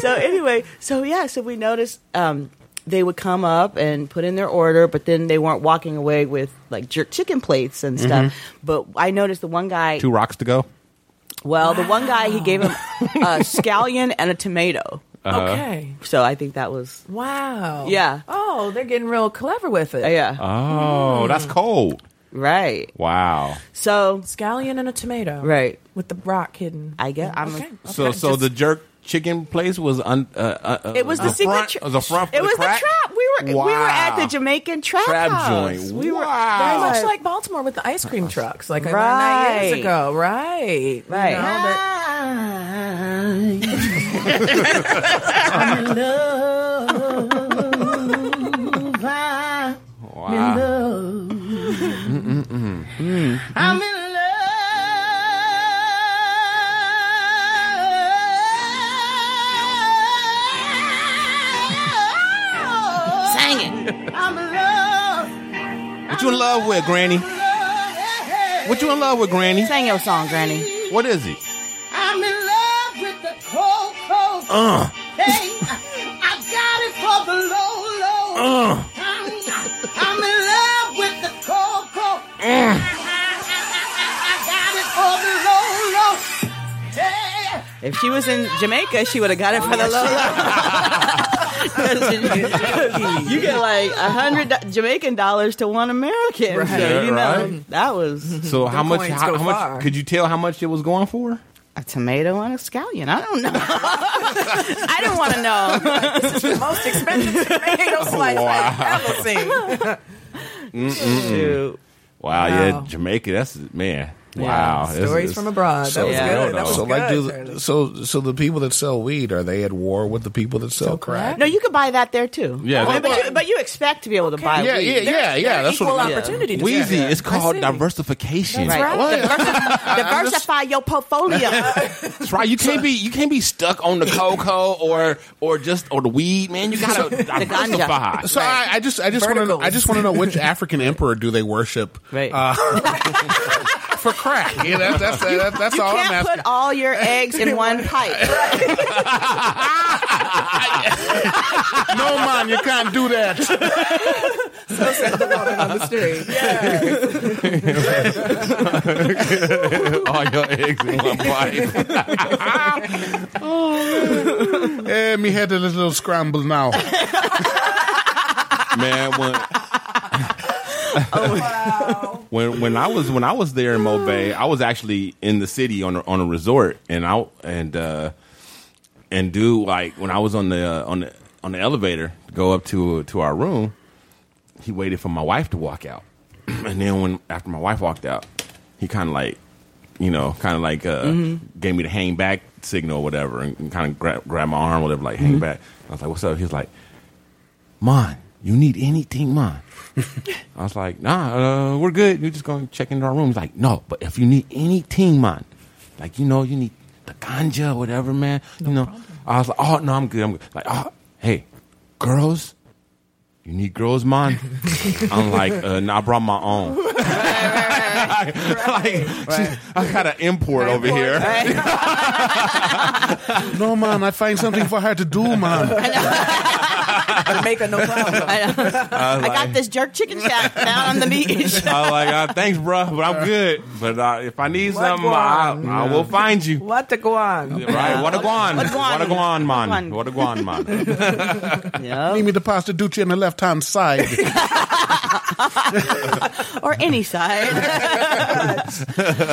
Speaker 6: So anyway, so yeah, so we noticed um, they would come up and put in their order, but then they weren't walking away with like jerk chicken plates and stuff. But I noticed the one guy.
Speaker 3: Two rocks to go.
Speaker 6: Well, the one guy he gave him a scallion and a tomato.
Speaker 3: Uh-huh.
Speaker 10: Okay.
Speaker 6: So I think that was
Speaker 10: Wow.
Speaker 6: Yeah.
Speaker 10: Oh, they're getting real clever with it.
Speaker 6: uh, yeah Mm.
Speaker 3: Oh, that's cold.
Speaker 6: right.
Speaker 3: Wow.
Speaker 6: So
Speaker 10: Scallion and a tomato.
Speaker 6: right.
Speaker 10: With the rock hidden.
Speaker 6: I guess I'm
Speaker 10: Okay.
Speaker 3: So, so the jerk chicken place was un, uh, uh, uh,
Speaker 6: It was the
Speaker 3: front,
Speaker 6: signature-
Speaker 3: was the front. For
Speaker 6: It was the
Speaker 3: crack?
Speaker 6: trap. Ah, We were we were at the Jamaican trap,
Speaker 3: Trap
Speaker 6: house.
Speaker 3: joint.
Speaker 6: We
Speaker 3: Wow.
Speaker 6: were
Speaker 10: Very much
Speaker 6: Right.
Speaker 10: like Baltimore with the ice cream trucks, like I learned that years
Speaker 6: Right.
Speaker 10: ago. Right.
Speaker 6: Right.
Speaker 10: You know,
Speaker 6: (laughs)
Speaker 10: they're-
Speaker 3: Wow.
Speaker 10: Mm.
Speaker 12: Mm.
Speaker 7: I'm in love.
Speaker 6: Sang it.
Speaker 7: I'm in love.
Speaker 3: What you in love with, Granny? What you in love with, Granny?
Speaker 6: Sang your song, Granny.
Speaker 3: What is it?
Speaker 7: I'm in love with the cold, cold.
Speaker 3: Uh.
Speaker 7: Hey, I got it for the low, low.
Speaker 3: Uh.
Speaker 7: I'm in love with the cold, cold. I got it for the low, low. Hey,
Speaker 6: If she was in Jamaica, she would have got it for the low (laughs) low. you get like a hundred do- Jamaican dollars to one American.
Speaker 10: Right.
Speaker 6: So,
Speaker 3: Yeah,
Speaker 6: you know,
Speaker 3: right.
Speaker 6: that was
Speaker 3: So how much?
Speaker 10: Mm-hmm. coins
Speaker 3: How,
Speaker 10: go
Speaker 3: how much?
Speaker 10: far.
Speaker 3: Could you tell how much it was going for?
Speaker 6: a tomato and a scallion. I don't know. (laughs) I don't want to know.
Speaker 10: (laughs)
Speaker 6: (laughs)
Speaker 10: the most expensive
Speaker 3: (laughs)
Speaker 10: tomato slice I've ever seen.
Speaker 6: Shoot.
Speaker 3: Wow, yeah,
Speaker 10: Wow.
Speaker 3: Jamaica. That's man. Wow, It's-
Speaker 10: Stories
Speaker 3: it's-
Speaker 10: from
Speaker 3: (laughs)
Speaker 10: abroad.
Speaker 12: So,
Speaker 10: Uh, that was
Speaker 3: yeah. no,
Speaker 10: good. That was
Speaker 12: so
Speaker 10: good.
Speaker 12: like, do the,
Speaker 10: Charlie.
Speaker 12: so so the people that sell weed are they at war with the people that sell crack?
Speaker 6: No, you could buy that there too.
Speaker 3: Yeah,
Speaker 6: Oh,
Speaker 3: they-
Speaker 6: but, you, but you expect to be able to buy.
Speaker 12: Yeah,
Speaker 6: weed.
Speaker 12: yeah, yeah, yeah. That's
Speaker 10: equal
Speaker 12: what.
Speaker 6: Yeah.
Speaker 10: opportunity. to
Speaker 3: Wheezy,
Speaker 10: sell.
Speaker 3: it's called
Speaker 10: I see.
Speaker 3: diversification.
Speaker 6: Right.
Speaker 12: (laughs)
Speaker 6: Diversify your portfolio.
Speaker 3: That's right. You can't be you can't be stuck on the cocoa or or just or the weed, man. You
Speaker 10: (laughs)
Speaker 3: gotta diversify.
Speaker 12: So I, I just I just want to know I just want to know which African emperor do they worship
Speaker 6: Right.
Speaker 12: uh, (laughs) for crack? (laughs) Yeah, that, that's that, that's
Speaker 6: you
Speaker 12: all I'm
Speaker 6: can't
Speaker 12: asking.
Speaker 6: put
Speaker 12: (laughs)
Speaker 6: all your eggs in one pipe.
Speaker 12: no man, you can't do that.
Speaker 10: (laughs) So said the woman on the street.
Speaker 3: (laughs) (laughs) All your eggs
Speaker 10: (laughs)
Speaker 3: in one bite. Oh.
Speaker 12: Eh, me head
Speaker 3: (laughs)
Speaker 12: a little scramble now.
Speaker 3: man, when when when I was when I was there in Mo Bay, I was actually in the city on a, on a resort, and I and uh, and dude, like when I was on the uh, on the on the elevator to go up to to our room, he waited for my wife to walk out, (clears throat) and then when after my wife walked out, he kind of like, you know, kind of like uh,
Speaker 16: Mhm.
Speaker 3: gave me the hang back signal or whatever, and, kind of grab grab my arm, whatever, like hang
Speaker 16: Mhm.
Speaker 3: back. I was like, "What's up?" He was like, "Mon, you need anything, Mon?" I was like, nah, uh, we're good. You're just going to check into our room. He's like, no, but if you need any team, man, like, you know, you need the ganja, whatever, man. you know, I was like, oh, no, I'm good. I'm good. Like, oh, hey, girls, you need girls,
Speaker 6: (laughs)
Speaker 3: man? I'm like, uh, nah, I brought my own. like, I got an import over
Speaker 6: (laughs)
Speaker 3: here.
Speaker 12: no, man, I find something for her to do, man.
Speaker 10: Jamaica, no problem.
Speaker 6: I,
Speaker 3: I was
Speaker 6: I got
Speaker 3: like-
Speaker 6: this jerk chicken shack
Speaker 3: (laughs)
Speaker 6: down on the beach.
Speaker 3: I was like, uh, thanks, bruh, but I'm good. But uh, if I need
Speaker 10: What
Speaker 3: something,
Speaker 10: go
Speaker 3: I,
Speaker 10: on?
Speaker 3: I will find you.
Speaker 10: What to go on?
Speaker 3: Right, what a guan,
Speaker 10: What a guan.
Speaker 3: what a guan, man,
Speaker 10: Guan.
Speaker 3: what a guan, man.
Speaker 12: Leave me the pasta ducci on the left hand side. (laughs)
Speaker 6: or any side.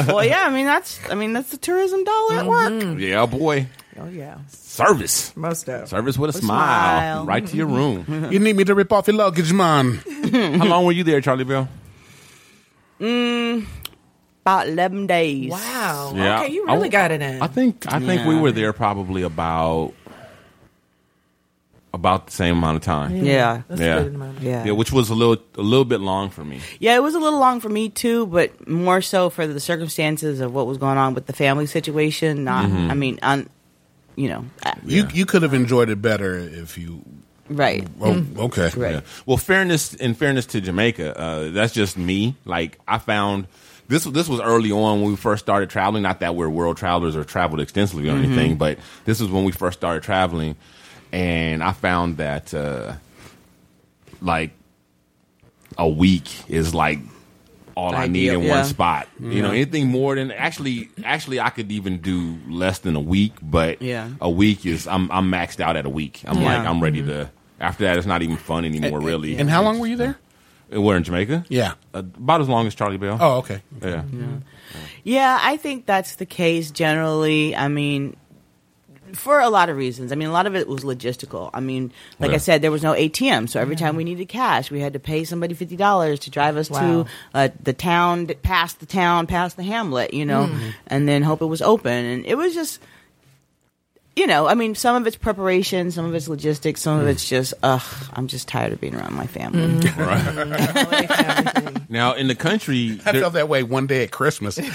Speaker 6: well, yeah, I mean that's I mean that's the tourism dollar at work.
Speaker 12: Mm-hmm.
Speaker 3: Yeah, boy.
Speaker 10: Oh yeah.
Speaker 3: Service.
Speaker 10: Most of.
Speaker 3: Service with a,
Speaker 10: With a
Speaker 3: smile.
Speaker 10: smile.
Speaker 3: Right
Speaker 12: (laughs)
Speaker 3: to your room.
Speaker 12: you need me to rip off your luggage, man.
Speaker 3: (laughs) How long were you there, Charlie Bell?
Speaker 6: Mm, about eleven days.
Speaker 10: Wow.
Speaker 3: Yeah.
Speaker 10: Okay, you
Speaker 3: I
Speaker 10: really
Speaker 3: w-
Speaker 10: got it in.
Speaker 3: I think I think we
Speaker 10: Yeah.
Speaker 3: were there probably about about the same amount of time.
Speaker 6: Yeah. Yeah. That's a
Speaker 3: yeah.
Speaker 6: good amount. Yeah.
Speaker 3: Yeah, which was a little a little bit long for me.
Speaker 6: Yeah, it was a little long for me too, but more so for the circumstances of what was going on with the family situation. Not,
Speaker 12: Mhm.
Speaker 6: I mean, on, you know, I-
Speaker 12: You you could have enjoyed it better if you.
Speaker 6: right?
Speaker 12: Oh,
Speaker 16: Mm-hmm.
Speaker 12: okay.
Speaker 3: Yeah. Well, fairness in fairness to Jamaica, uh, that's just me. Like I found this this was early on when we first started traveling. Not that we're world travelers or traveled extensively or
Speaker 16: Mhm.
Speaker 3: anything, but this is when we first started traveling, and I found that uh, like a week is like all I need
Speaker 16: Ideal,
Speaker 3: in
Speaker 16: yeah.
Speaker 3: one spot. You know,
Speaker 16: Mhm.
Speaker 3: anything more than actually actually I could even do less than a week, but
Speaker 16: Yeah.
Speaker 3: a week is I'm I'm maxed out at a week. I'm
Speaker 12: Yeah.
Speaker 3: like I'm ready to after that it's not even fun anymore really.
Speaker 12: And how long were you there?
Speaker 3: We're in Jamaica? Uh,
Speaker 12: Yeah.
Speaker 3: about as long as Charlie Bell.
Speaker 12: Oh, okay.
Speaker 3: Yeah.
Speaker 6: Yeah, I think that's the case generally. I mean, for a lot of reasons. I mean, a lot of it was logistical. I mean, like
Speaker 7: Yeah.
Speaker 6: I said, there was no ATM, so every time we needed cash, we had to pay somebody fifty dollars to drive us
Speaker 7: Wow.
Speaker 6: to uh, the town, past the town, past the hamlet, you know,
Speaker 7: Mm.
Speaker 6: and then hope it was open. And it was just. You know, I mean, some of it's preparation, some of it's logistics, some of it's just, ugh, I'm just tired of being around my family.
Speaker 10: (laughs)
Speaker 6: (laughs)
Speaker 7: Mm-hmm.
Speaker 3: Now in the country
Speaker 12: I felt that way one day at
Speaker 6: (laughs)
Speaker 12: Christmas. I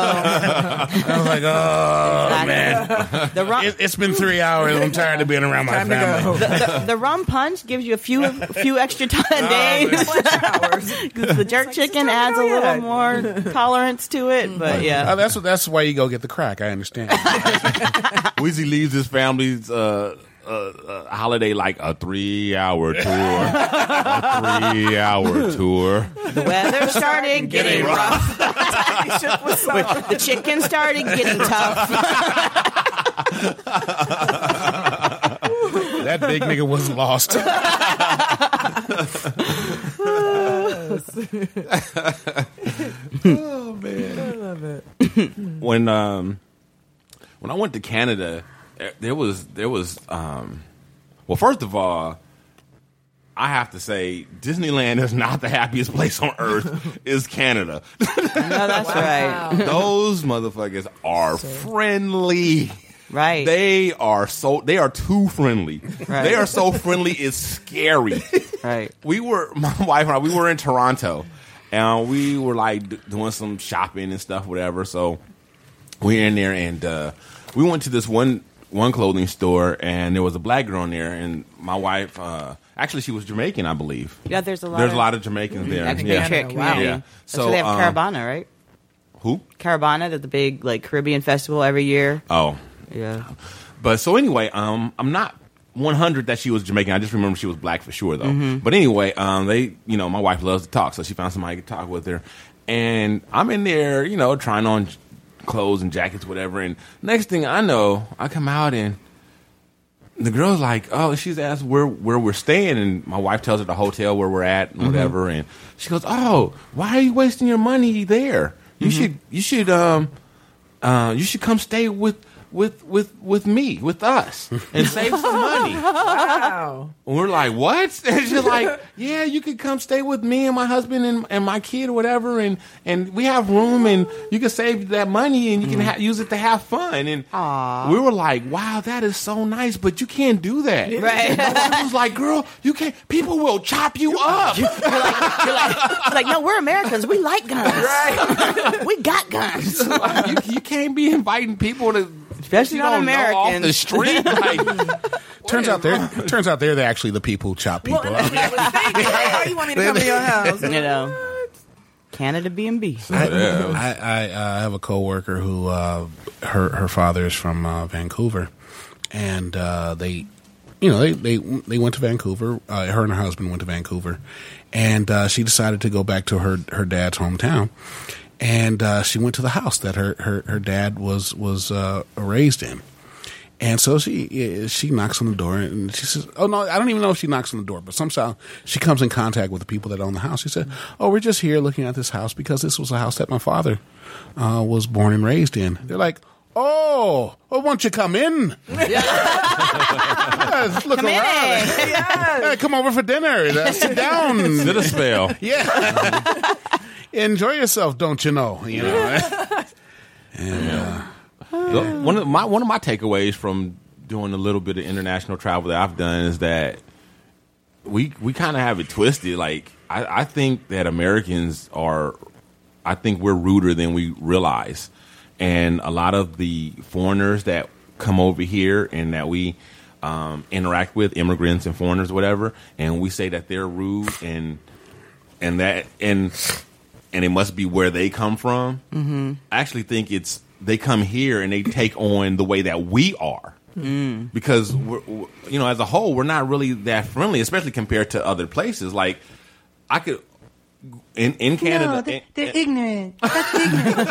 Speaker 12: was like, oh man,
Speaker 6: The rum-
Speaker 12: it, it's been three hours. I'm tired of being around my family.
Speaker 6: the, the rum punch gives you a few
Speaker 3: (laughs)
Speaker 6: few extra time
Speaker 3: Ah,
Speaker 6: (laughs) days. the jerk chicken adds a little more tolerance to
Speaker 10: Mm-hmm.
Speaker 6: it, (laughs) but yeah.
Speaker 12: Uh, that's what. That's why you go get the crack. I
Speaker 6: (laughs)
Speaker 3: (laughs)
Speaker 12: understand.
Speaker 3: Weezy leaves his family's uh, uh, uh, holiday like a three hour tour. (laughs) a three hour tour.
Speaker 6: The
Speaker 3: (laughs)
Speaker 6: weather started getting
Speaker 3: (laughs)
Speaker 6: rough.
Speaker 10: Wait,
Speaker 6: (laughs) the chicken started getting tough.
Speaker 12: that big nigga was lost.
Speaker 10: oh
Speaker 3: man.
Speaker 10: I love it.
Speaker 3: (laughs) when um when I went to Canada, eh, there was there was um well first of all, I have to say Disneyland is not the happiest (laughs) place on earth. is Canada?
Speaker 6: No, that's right. (laughs)
Speaker 3: Those motherfuckers are friendly.
Speaker 6: Right.
Speaker 3: They are so they are too friendly.
Speaker 16: Right.
Speaker 3: They are so friendly it's scary.
Speaker 6: Right.
Speaker 3: We were (laughs) my wife and I we were in Toronto and we were like d- doing some shopping and stuff whatever. So we are in there and uh we went to this one one clothing store and there was a black girl in there and my wife uh actually she was Jamaican I believe.
Speaker 6: Yeah, there's a lot
Speaker 3: There's
Speaker 6: of-
Speaker 3: a lot of Jamaicans there.
Speaker 6: That's a big
Speaker 3: yeah.
Speaker 6: Caribbean community.
Speaker 3: Yeah.
Speaker 6: That's where they have
Speaker 3: um,
Speaker 6: Carabana, right?
Speaker 3: Who?
Speaker 6: Carabana, the, the big like Caribbean festival every year.
Speaker 3: Oh,
Speaker 6: yeah.
Speaker 3: But so anyway, um, I'm not 100 that she was Jamaican. I just remember she was black for sure, though.
Speaker 16: Mhm.
Speaker 3: But anyway, um, they, you know, my wife loves to talk, so she found somebody to talk with her, and I'm in there, you know, trying on clothes and jackets, whatever. And next thing I know, I come out and the girl's like, oh, she's asked where where we're staying, and my wife tells her the hotel where we're at and
Speaker 16: Mhm.
Speaker 3: whatever, and she goes, oh, why are you wasting your money there? You should you should um uh you should come stay with with with with me with us and save some money.
Speaker 7: (laughs)
Speaker 10: Wow.
Speaker 3: And we're like, what? (laughs) And she's like, yeah, you could come stay with me and my husband and, and my kid or whatever, and, and we have room, and you can save that money and you can ha- use it to have fun. And we were like, wow, that is so nice, but you can't do that.
Speaker 1: Right.
Speaker 3: My wife was like, girl, you can't. People will chop you
Speaker 6: (laughs)
Speaker 3: up.
Speaker 6: It's like, no, we're Americans. We like guns. we got guns.
Speaker 3: (laughs) you, you can't be inviting (laughs) people to,
Speaker 6: especially
Speaker 3: you
Speaker 6: not
Speaker 3: don't know, off
Speaker 6: Americans.
Speaker 3: the
Speaker 10: (laughs)
Speaker 3: street. Like,
Speaker 12: Turns out they're turns out they're the- actually the people who chop people up.
Speaker 10: How Oh, you want me to come to
Speaker 3: (laughs)
Speaker 10: your house?
Speaker 6: (laughs) You know, Canada B and B.
Speaker 12: I, I, I uh, have a coworker who uh, her her father is from uh, Vancouver, and uh, they, you know, they they they went to Vancouver. Uh, her and her husband went to Vancouver, and uh, she decided to go back to her her dad's hometown, and uh, she went to the house that her her, her dad was was uh, raised in. And so she eh, she knocks on the door and she says, "Oh no, I don't even know if she knocks on the door, but somehow she comes in contact with the people that own the house." She said, "Oh, we're just here looking at this house because this was a house that my father uh, was born and raised in." They're like, "Oh, well, won't you come in? Yeah, look
Speaker 1: Come in.
Speaker 12: around. Hey, come over for dinner. Uh, sit down.
Speaker 3: (laughs) Sit a spell.
Speaker 12: Yeah, enjoy yourself, don't you know? You know."
Speaker 1: (laughs)
Speaker 3: The- One of my one of my takeaways from doing a little bit of international travel that I've done is that we we kind of have it twisted. Like I, I think that Americans are, I think we're ruder than we realize, and a lot of the foreigners that come over here and that we um, interact with, immigrants and foreigners, whatever, and we say that they're rude and and that and and it must be where they come from.
Speaker 1: Mm-hmm.
Speaker 3: I actually think it's they come here and they take on the way that we are
Speaker 1: Mm.
Speaker 3: because we're, we're- you know as a whole we're not really that friendly, especially compared to other places. Like I could in in Canada,
Speaker 10: Oh,
Speaker 14: No,
Speaker 3: in-
Speaker 14: they're, they're ignorant. That's ignorant.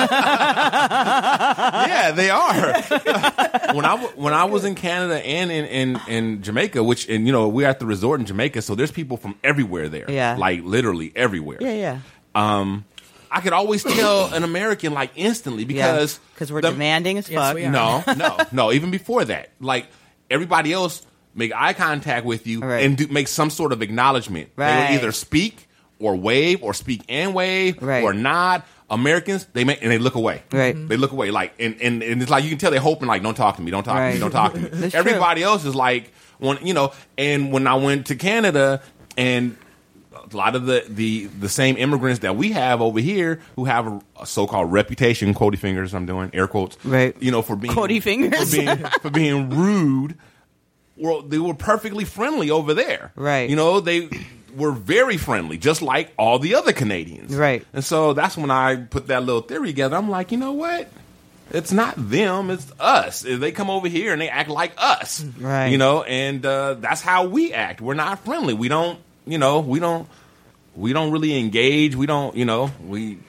Speaker 3: yeah, they are.
Speaker 6: (laughs)
Speaker 3: when I w- when I was in Canada and in, in in Jamaica, which and you know we're at the resort in Jamaica, so there's people from everywhere there.
Speaker 6: Yeah.
Speaker 3: like literally everywhere.
Speaker 6: Yeah, yeah.
Speaker 3: Um, I could always tell an American like instantly because
Speaker 6: because we're
Speaker 3: the-
Speaker 6: demanding as fuck.
Speaker 3: No,
Speaker 6: (laughs)
Speaker 3: no, no. Even before that, like everybody else, make eye contact with you and do, make some sort of acknowledgement. They
Speaker 6: Right.
Speaker 3: will either speak or wave or speak and wave or nod. Americans, they may, and they look away. Right, they look away. Like and, and and it's like you can tell they're hoping. Like, don't talk to me. Don't talk to me.
Speaker 16: Right.
Speaker 3: Don't talk
Speaker 6: (laughs)
Speaker 3: to me.
Speaker 16: That's true.
Speaker 3: everybody else is like, when, you know. And when I went to Canada and a lot of the, the, the same immigrants that we have over here who have a, a so-called reputation, Cody fingers, I'm doing air quotes, right? You know, for being
Speaker 6: Cody fingers.
Speaker 3: for being, for being rude. Well, they were perfectly friendly over there, right? You know, they were very friendly, just like all the other Canadians, right? And so that's when I put that little theory together. I'm like, you know what? It's not them; it's us. They come over here and they act like us,
Speaker 6: Right.
Speaker 3: You know, and uh, that's how we act. We're not friendly. We don't, you know, we don't, we don't really engage. We don't, you know, we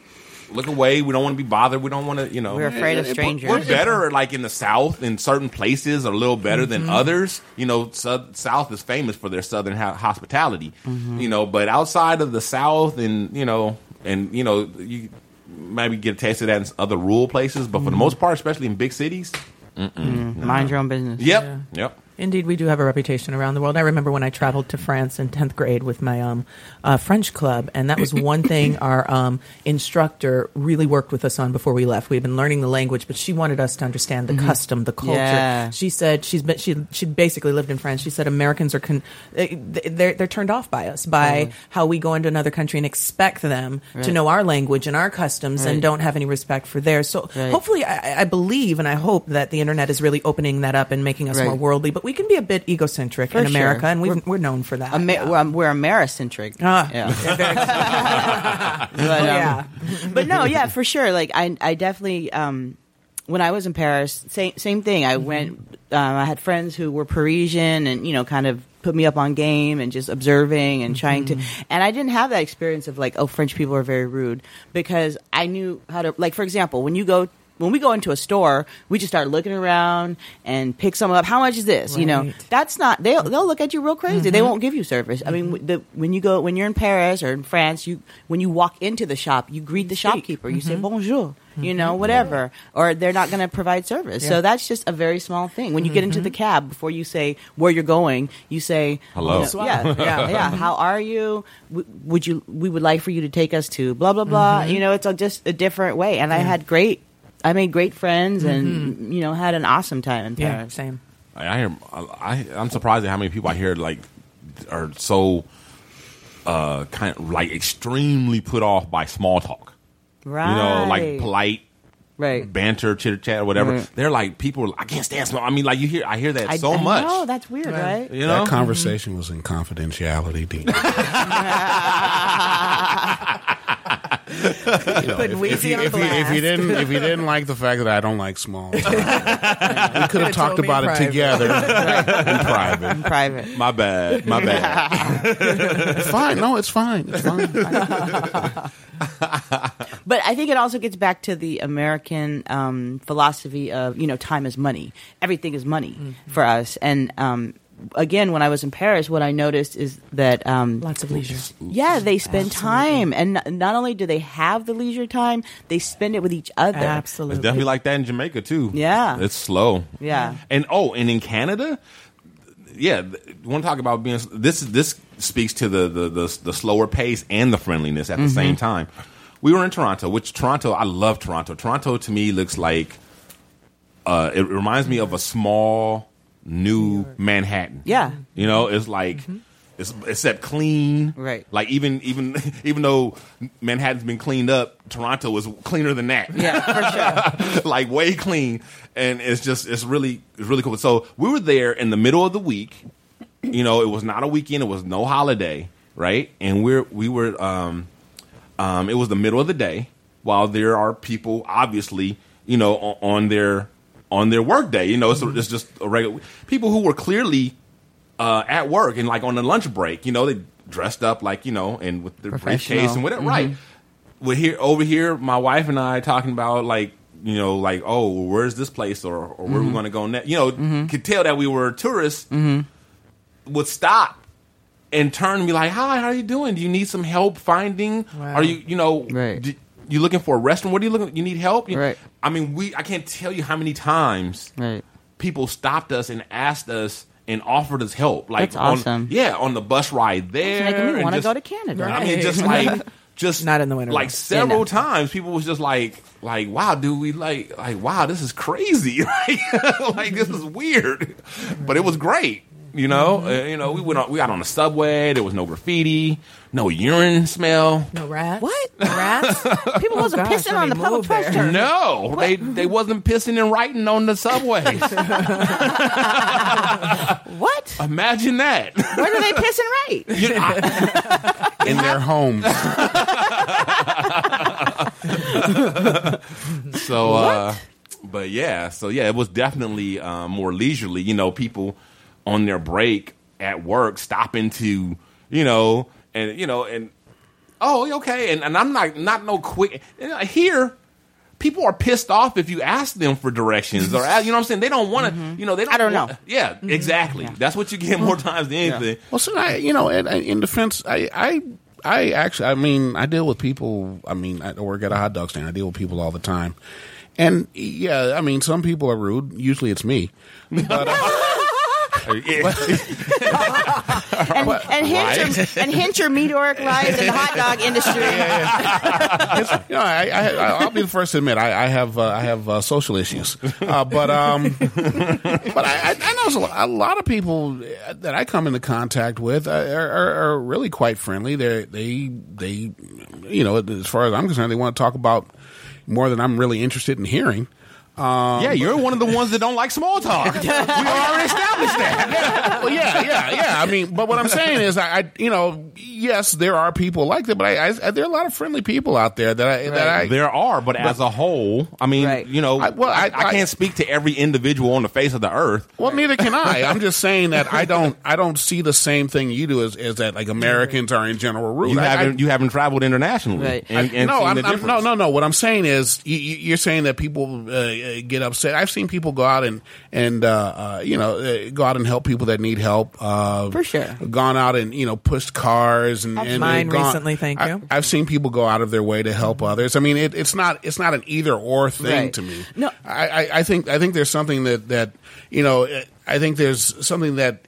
Speaker 3: look away. We don't want to be bothered. We don't want to, you know,
Speaker 6: We're afraid of
Speaker 3: We're-
Speaker 6: strangers.
Speaker 3: We're better, like in the South, in certain places, are a little better than
Speaker 6: Mhm.
Speaker 3: others. You know, sou- South is famous for their Southern ho- hospitality.
Speaker 6: Mm-hmm.
Speaker 3: You know, but outside of the South, and you know, and you know, you maybe get a taste of that in other rural places. But for the
Speaker 6: Mhm.
Speaker 3: most part, especially in big cities, mm-mm,
Speaker 6: Mm,
Speaker 3: no.
Speaker 6: mind your own business.
Speaker 3: Yep, yep.
Speaker 10: Indeed, we do have a reputation around the world. I remember when I traveled to France in 10th grade with my um, uh, French club, and that was
Speaker 6: (laughs)
Speaker 10: one thing our um, instructor really worked with us on before we left. We had been learning the language, but she wanted us to understand the
Speaker 6: Mhm.
Speaker 10: custom, the culture.
Speaker 6: Yeah.
Speaker 10: She said she's been, she she basically lived in France. She said Americans are con- they- they're they're turned off by us by
Speaker 6: Totally.
Speaker 10: how we go into another country and expect them
Speaker 6: Right.
Speaker 10: to know our language and our customs and
Speaker 6: Right.
Speaker 10: don't have any respect for theirs. So
Speaker 6: Right.
Speaker 10: hopefully, I, I believe and I hope that the internet is really opening that up and making us
Speaker 6: Right.
Speaker 10: more worldly. But we can be a bit egocentric
Speaker 6: For
Speaker 10: in America,
Speaker 6: sure.
Speaker 10: and we've, we're, known for that.
Speaker 6: Ama- we're, we're Americentric.
Speaker 10: Ah.
Speaker 6: (laughs) but, um,
Speaker 10: (laughs) Yeah.
Speaker 6: but no, yeah, for sure. Like I, I definitely. Um, when I was in Paris, same same thing. I went. Um, I had friends who were Parisian, and you know, kind of put me up on game and just observing and trying to. And I didn't have that experience of like, oh, French people are very rude because I knew how to. Like for example, when you go when we go into a store, we just start looking around and pick some up. How much is this? You know, that's not they'll they'll look at you real crazy. They
Speaker 7: Mhm.
Speaker 6: won't give you service. I mean, w- the, when you go when you're in Paris or in France, you when you walk into the shop, you greet the shopkeeper. You say bonjour. You know, whatever, or they're not going to provide service.
Speaker 7: Yeah.
Speaker 6: So that's just a very small thing. When you get into the cab, before you say where you're going, you say
Speaker 7: Hello.
Speaker 6: you know, yeah, yeah, yeah. How are you? W- Would you? We would like for you to take us to blah blah blah.
Speaker 7: Mhm.
Speaker 6: You know, it's a, just a different way. And I had great, I made great friends, and you know, had an awesome time in
Speaker 10: Yeah,
Speaker 6: Paris. same.
Speaker 3: I, I hear. I I'm surprised at how many people I hear like are so uh kind of like extremely put off by small talk.
Speaker 6: Right.
Speaker 3: You know, like polite.
Speaker 6: Right.
Speaker 3: Banter, chitter chat, whatever.
Speaker 6: Right.
Speaker 3: They're like people. I can't stand small. I mean, like you hear. I hear that so
Speaker 6: I
Speaker 3: much.
Speaker 6: know, that's weird, right?
Speaker 3: You know?
Speaker 12: that conversation was in confidentiality. Dean. You know,
Speaker 10: Put
Speaker 12: if,
Speaker 10: Wheezy
Speaker 12: if you,
Speaker 10: on
Speaker 12: if you- if you
Speaker 10: blast.
Speaker 12: didn't if you didn't like the fact that I don't like
Speaker 10: (laughs)
Speaker 12: small, talk, we could
Speaker 10: Could've
Speaker 12: have talked
Speaker 10: told me
Speaker 12: about
Speaker 10: in
Speaker 12: it
Speaker 6: (laughs)
Speaker 10: private.
Speaker 12: together
Speaker 10: (laughs)
Speaker 12: in private.
Speaker 6: In private.
Speaker 3: My bad. My bad.
Speaker 12: It's (laughs) fine. No, it's fine. It's fine.
Speaker 6: (laughs) But I think it also gets back to the American um, philosophy of you know time is money. Everything is money
Speaker 10: Mm-hmm.
Speaker 6: for us. And um, again, when I was in Paris, what I noticed is that um,
Speaker 10: Lots of leisure.
Speaker 6: Yeah, they spend time, and n- not only do they have the leisure time, they spend it with each other.
Speaker 3: It's definitely like that in Jamaica too.
Speaker 6: Yeah.
Speaker 3: it's slow.
Speaker 6: Yeah.
Speaker 3: and oh, and in Canada, yeah, want to talk about being this. This speaks to the the the, the slower pace and the friendliness at the
Speaker 16: Mhm.
Speaker 3: same time. We were in Toronto, which Toronto, I love Toronto. Toronto to me looks like uh, it reminds me of a small new Manhattan.
Speaker 6: (laughs) Yeah.
Speaker 3: You know, it's like it's except clean. Right. Like even even (laughs) even though Manhattan's been cleaned up, Toronto was cleaner than that. (laughs) Yeah, for sure. (laughs) like way clean. And it's just it's really it's really cool. So we were there in the middle of the week. You know, it was not a weekend, it was no holiday, right? And we're we were um um, it was the middle of the day, while there are people obviously, you know, on, on their on their work day. You know, so it's just a regular people who were clearly uh, at work and like on the lunch break. You know, they dressed up like you know, and with their briefcase and whatever.
Speaker 16: Professional.
Speaker 3: Right.
Speaker 16: Mhm.
Speaker 3: We're here over here. My wife and I talking about like you know, like oh, where's this place or, or where we
Speaker 6: Mm-hmm.
Speaker 16: Mhm.
Speaker 3: going to go next? You know, could tell that we were tourists.
Speaker 6: Mm-hmm.
Speaker 3: Would stop and turn and be like, "Hi, how are you doing? Do you need some help finding?
Speaker 16: Wow.
Speaker 3: Are you, you know, d- you looking for a restaurant? What are you looking? You need help? You-
Speaker 16: Right.
Speaker 3: I mean, we. I can't tell you how many times people stopped us and asked us and offered us help. Like,
Speaker 6: That's
Speaker 3: On,
Speaker 6: awesome.
Speaker 3: yeah, on the bus ride there,
Speaker 6: making me
Speaker 3: and
Speaker 6: wanna
Speaker 3: just-
Speaker 6: go to Canada.
Speaker 3: I mean,
Speaker 6: Right.
Speaker 3: just like just
Speaker 10: not in the winter.
Speaker 3: like several times people was just like like wow dude we like like wow this is crazy (laughs) like, like this is weird but it was great you know Uh, you know we went on we got on the subway there was no graffiti no urine smell
Speaker 10: No rats.
Speaker 6: What?
Speaker 10: Rats?
Speaker 6: (laughs)
Speaker 10: Oh,
Speaker 6: People wasn't
Speaker 10: gosh,
Speaker 6: pissing
Speaker 10: let
Speaker 6: on
Speaker 10: me
Speaker 6: the public
Speaker 10: move there.
Speaker 6: restroom.
Speaker 3: no they they wasn't pissing and writing on the (laughs) subways
Speaker 6: what
Speaker 3: imagine that
Speaker 6: Where do they piss and write?
Speaker 3: You-
Speaker 6: (laughs)
Speaker 3: I- (laughs)
Speaker 12: in their homes.
Speaker 3: so uh but yeah so yeah it was definitely uh, more leisurely you know people on their break at work stopping to you know and you know and oh okay and, and i'm not not no quick and, uh, here people are pissed off if you ask them for directions or ask- you know what i'm saying they don't want to you know they don't Mm-hmm. i don't know Mm-hmm. yeah exactly that's what you get more times than anything
Speaker 12: Well, so I, you know, in, in defense, I, I, I actually, I mean, I deal with people. I mean, I work at a hot dog stand. I deal with people all the time, and yeah, I mean, some people are rude. Usually, it's me. But,
Speaker 10: (laughs)
Speaker 6: and, and hint
Speaker 12: Right.
Speaker 6: your, and hint your meteoric rise in the hot dog industry.
Speaker 12: you know, I, I, I'll be the first to admit I, I have uh, I have uh, social issues, uh,
Speaker 3: (laughs)
Speaker 12: but um, but I, I- I know a lot, a lot of people that I come into contact with are, are, are really quite friendly. They they they, you know, as far as I'm concerned, they want to talk about more than I'm really interested in hearing. Um,
Speaker 3: yeah, you're one of the ones that don't like small talk. we already established that.
Speaker 12: well, (laughs) yeah, yeah, yeah. I mean, but what I'm saying is, I, I you know, yes, there are people like that, but I, I there are a lot of friendly people out there that I that I
Speaker 3: there are, but, as a whole, I mean, you know,
Speaker 12: I- well,
Speaker 3: well, I,
Speaker 12: I- I-
Speaker 3: can't speak to every individual on the face of the earth.
Speaker 12: Well, neither can
Speaker 3: (laughs)
Speaker 12: I. I'm just saying that I don't I don't see the same thing you do as, as that like Americans are in general rule.
Speaker 3: You
Speaker 12: I- I-
Speaker 3: haven't you haven't traveled internationally. And, and
Speaker 12: no,
Speaker 3: seen
Speaker 12: I'm,
Speaker 3: the
Speaker 12: I'm,
Speaker 3: difference.
Speaker 12: no, no, no. What I'm saying is, you, you- you're saying that people uh, uh, get upset. I've seen people go out and and uh, uh, you know uh, go out and help people that need help. Uh,
Speaker 10: For sure.
Speaker 12: gone out and you know pushed cars and,
Speaker 10: That's
Speaker 12: and
Speaker 10: mine
Speaker 12: gone-
Speaker 10: recently, thank
Speaker 12: I-
Speaker 10: you.
Speaker 12: I've seen people go out of their way to help others. I mean, it, it's not it's not an either or thing
Speaker 10: Right.
Speaker 12: to me.
Speaker 6: No.
Speaker 12: I, I, I think I think there's something that that you know I think there's something that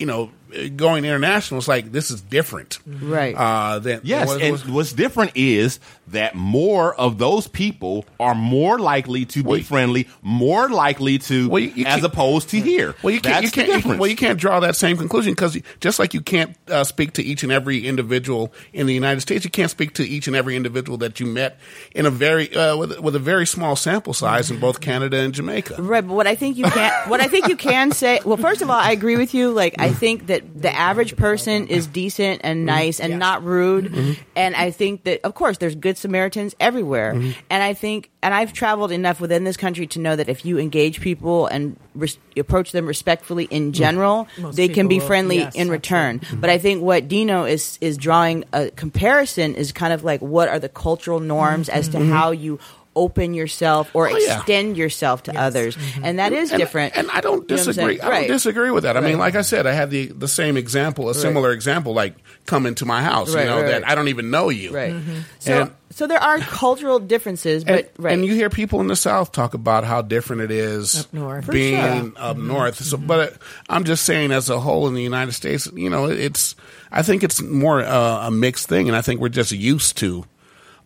Speaker 12: you know going international is like this is different,
Speaker 6: Right.
Speaker 12: Uh, than
Speaker 3: Yes,
Speaker 12: what-
Speaker 3: and
Speaker 12: what-
Speaker 3: what's different is that more of those people are more likely to be friendly, more likely to, as opposed to here.
Speaker 12: Well, you can't.
Speaker 3: That's
Speaker 12: you can't
Speaker 3: the
Speaker 12: you-
Speaker 3: difference.
Speaker 12: well, you can't draw that same conclusion because just like you can't uh, speak to each and every individual in the United States, you can't speak to each and every individual that you met in a very uh, with, with a very small sample size in both Canada and Jamaica.
Speaker 6: Right, but what I think you can what I think you can say well first of all I agree with you like I think that the average person is decent and nice and not rude and I think that of course there's good Samaritans everywhere
Speaker 12: Mm-hmm.
Speaker 7: Mhm.
Speaker 6: and I think and I've traveled enough within this country to know that if you engage people and res- approach them respectfully
Speaker 12: Mm-hmm.
Speaker 6: in general
Speaker 7: Most
Speaker 6: they can be
Speaker 7: people will-
Speaker 6: friendly
Speaker 7: yes,
Speaker 6: in return but I think what Dino is is drawing a comparison is kind of like what are the cultural norms as to
Speaker 7: Mhm.
Speaker 6: how you open yourself or
Speaker 12: Mm-hmm. Oh, yeah. Mm-hmm.
Speaker 6: extend yourself to others, and that is
Speaker 12: And-
Speaker 6: different.
Speaker 12: And I don't
Speaker 6: You know what I'm
Speaker 12: disagree.
Speaker 6: saying?
Speaker 12: I
Speaker 6: Right.
Speaker 12: don't disagree with that. I mean,
Speaker 6: Right.
Speaker 12: like I said, I had the the same example, a similar example, like come into my house.
Speaker 6: Right,
Speaker 12: you know
Speaker 6: right,
Speaker 12: that
Speaker 6: right.
Speaker 12: I don't even know you. Mm-hmm.
Speaker 6: Right. So,
Speaker 12: And-
Speaker 6: so there are cultural differences, but
Speaker 12: and,
Speaker 6: right.
Speaker 12: and you hear people in the South talk about how different it is
Speaker 6: Up north. For
Speaker 12: being
Speaker 6: sure. Mm-hmm.
Speaker 12: up north. So, but uh, I'm just saying, as a whole in the United States, you know, it's I think it's more uh, a mixed thing, and I think we're just used to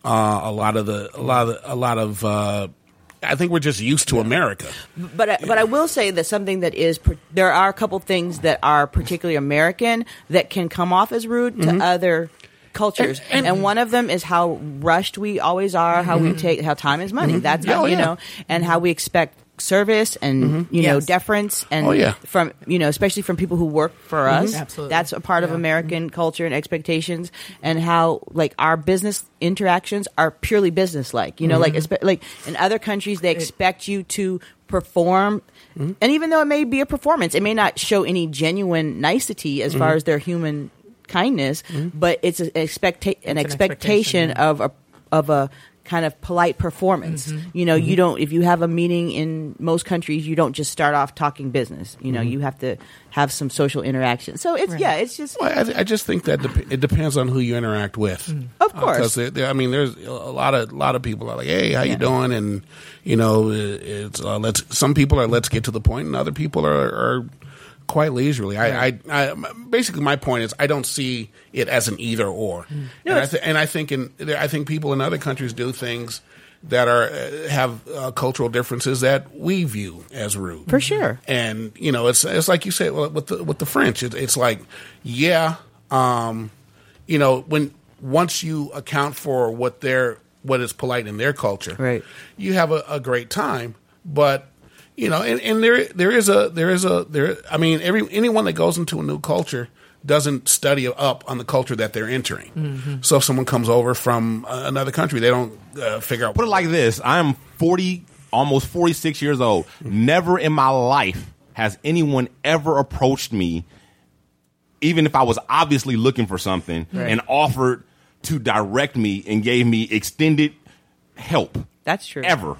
Speaker 12: uh, a lot of the a lot of the, a lot of. Uh, I think we're just used to America.
Speaker 6: but I, but I will say that something that is par- there are a couple things that are particularly American that can come off as rude
Speaker 7: Mhm.
Speaker 6: to other cultures, and,
Speaker 7: And- and-
Speaker 6: one of them is how rushed we always are, how we
Speaker 7: Mhm.
Speaker 6: take how time is money.
Speaker 7: Mhm.
Speaker 6: That's
Speaker 7: Oh,
Speaker 6: you
Speaker 7: yeah.
Speaker 6: know, and how we expect service and
Speaker 7: Mhm.
Speaker 6: you know
Speaker 7: Yes.
Speaker 6: deference and
Speaker 7: Oh, yeah.
Speaker 6: from you know especially from people who work for
Speaker 7: Mhm.
Speaker 6: us
Speaker 7: Absolutely. Mm-hmm.
Speaker 6: that's a part of american culture and expectations and how like our business interactions are purely business like you know like
Speaker 7: Mhm.
Speaker 6: espe- like in other countries they expect you to perform and even though it may be a performance it may not show any genuine nicety as far
Speaker 7: Mhm.
Speaker 6: as their human kindness but Mm-hmm. it's an, expect- an, expectation,
Speaker 7: expectation,
Speaker 6: of a of a kind of polite performance you know you
Speaker 7: Mhm.
Speaker 6: don't if you have a meeting in most countries you don't just start off talking business you know
Speaker 12: Mhm.
Speaker 6: you have to have some social interaction so it's yeah it's just
Speaker 12: Well, I, th- I just think that dep- it depends on who you interact with.
Speaker 6: Mm.
Speaker 12: Uh,
Speaker 6: Of course.
Speaker 12: because I mean, there's a lot of lot of people are like, "Hey, how
Speaker 6: Yeah.
Speaker 12: you doing?" And you know, i- it's uh, let's. Some people are let's get to the point, and other people are, are quite leisurely. I, I, I, m- basically my point is I don't see it as an either or,
Speaker 6: Hmm.
Speaker 12: and,
Speaker 6: No,
Speaker 12: I
Speaker 6: it's-
Speaker 12: th- and I think in I think people in other countries do things that are uh, have uh, cultural differences that we view as rude
Speaker 6: for sure
Speaker 12: and you know it's it's like you said well, with the with the French it, it's like yeah um you know when once you account for what their what is polite in their culture
Speaker 6: right
Speaker 12: you have a, a great time but you know and, and there there is a there is a there I mean every anyone that goes into a new culture doesn't study up on the culture that they're entering
Speaker 6: Mm-hmm.
Speaker 3: Mhm.
Speaker 12: so if someone comes over from uh, another country they don't uh, figure out
Speaker 3: Put it like this: I am forty, almost forty-six years old. Never in my life has anyone ever approached me, even if I was obviously looking for something,
Speaker 6: Right.
Speaker 3: and offered to direct me and gave me extended help.
Speaker 6: That's true.
Speaker 3: Ever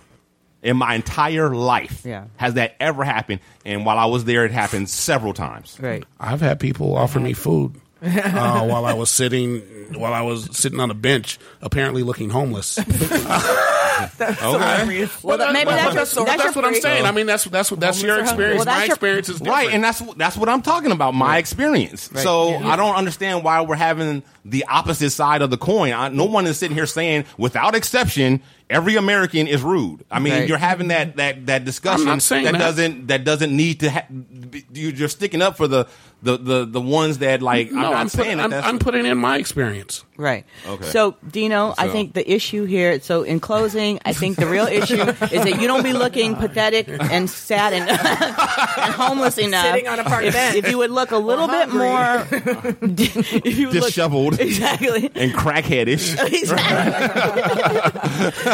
Speaker 3: in my entire life,
Speaker 6: Yeah.
Speaker 3: has that ever happened? And while I was there, it happened several times.
Speaker 6: Right.
Speaker 12: I've had people offer me food
Speaker 3: (laughs)
Speaker 12: uh, while I was sitting while I was sitting on a bench, apparently looking
Speaker 3: (laughs)
Speaker 12: homeless.
Speaker 6: Well, that- maybe that's your-
Speaker 12: what- that's
Speaker 6: that's your
Speaker 12: what I'm
Speaker 6: pre-
Speaker 12: saying. I mean, that's that's what that's your
Speaker 6: Homeless or hungry.
Speaker 12: experience.
Speaker 6: Well, that's
Speaker 12: My
Speaker 6: your-
Speaker 12: experience is
Speaker 3: right, and that's that's what I'm talking about. My experience.
Speaker 12: Right.
Speaker 3: So
Speaker 12: Yeah.
Speaker 3: I don't understand why we're having the opposite side of the coin. I, no one is sitting here saying, without exception, Every American is rude. I mean,
Speaker 12: Right.
Speaker 3: you're having that that that discussion
Speaker 12: I'm not saying
Speaker 3: that,
Speaker 12: that.
Speaker 3: doesn't that doesn't need to. Ha- be- you- you're sticking up for the the the, the ones that like. I'm
Speaker 12: No,
Speaker 3: not
Speaker 12: I'm put-
Speaker 3: saying that.
Speaker 12: I'm-
Speaker 3: that's
Speaker 12: I'm putting in my experience.
Speaker 6: Right.
Speaker 3: Okay.
Speaker 12: (laughs)
Speaker 6: So, Dino, I
Speaker 3: So-
Speaker 6: think the issue here. So, in closing, I think the real issue is that you don't be looking pathetic and sad and, (laughs) and homeless enough.
Speaker 10: Sitting on a park
Speaker 6: (laughs) if,
Speaker 10: bench.
Speaker 6: if you would look a little bit more, (laughs) if you would look-
Speaker 12: (laughs)
Speaker 3: disheveled
Speaker 6: exactly
Speaker 3: and crackheadish.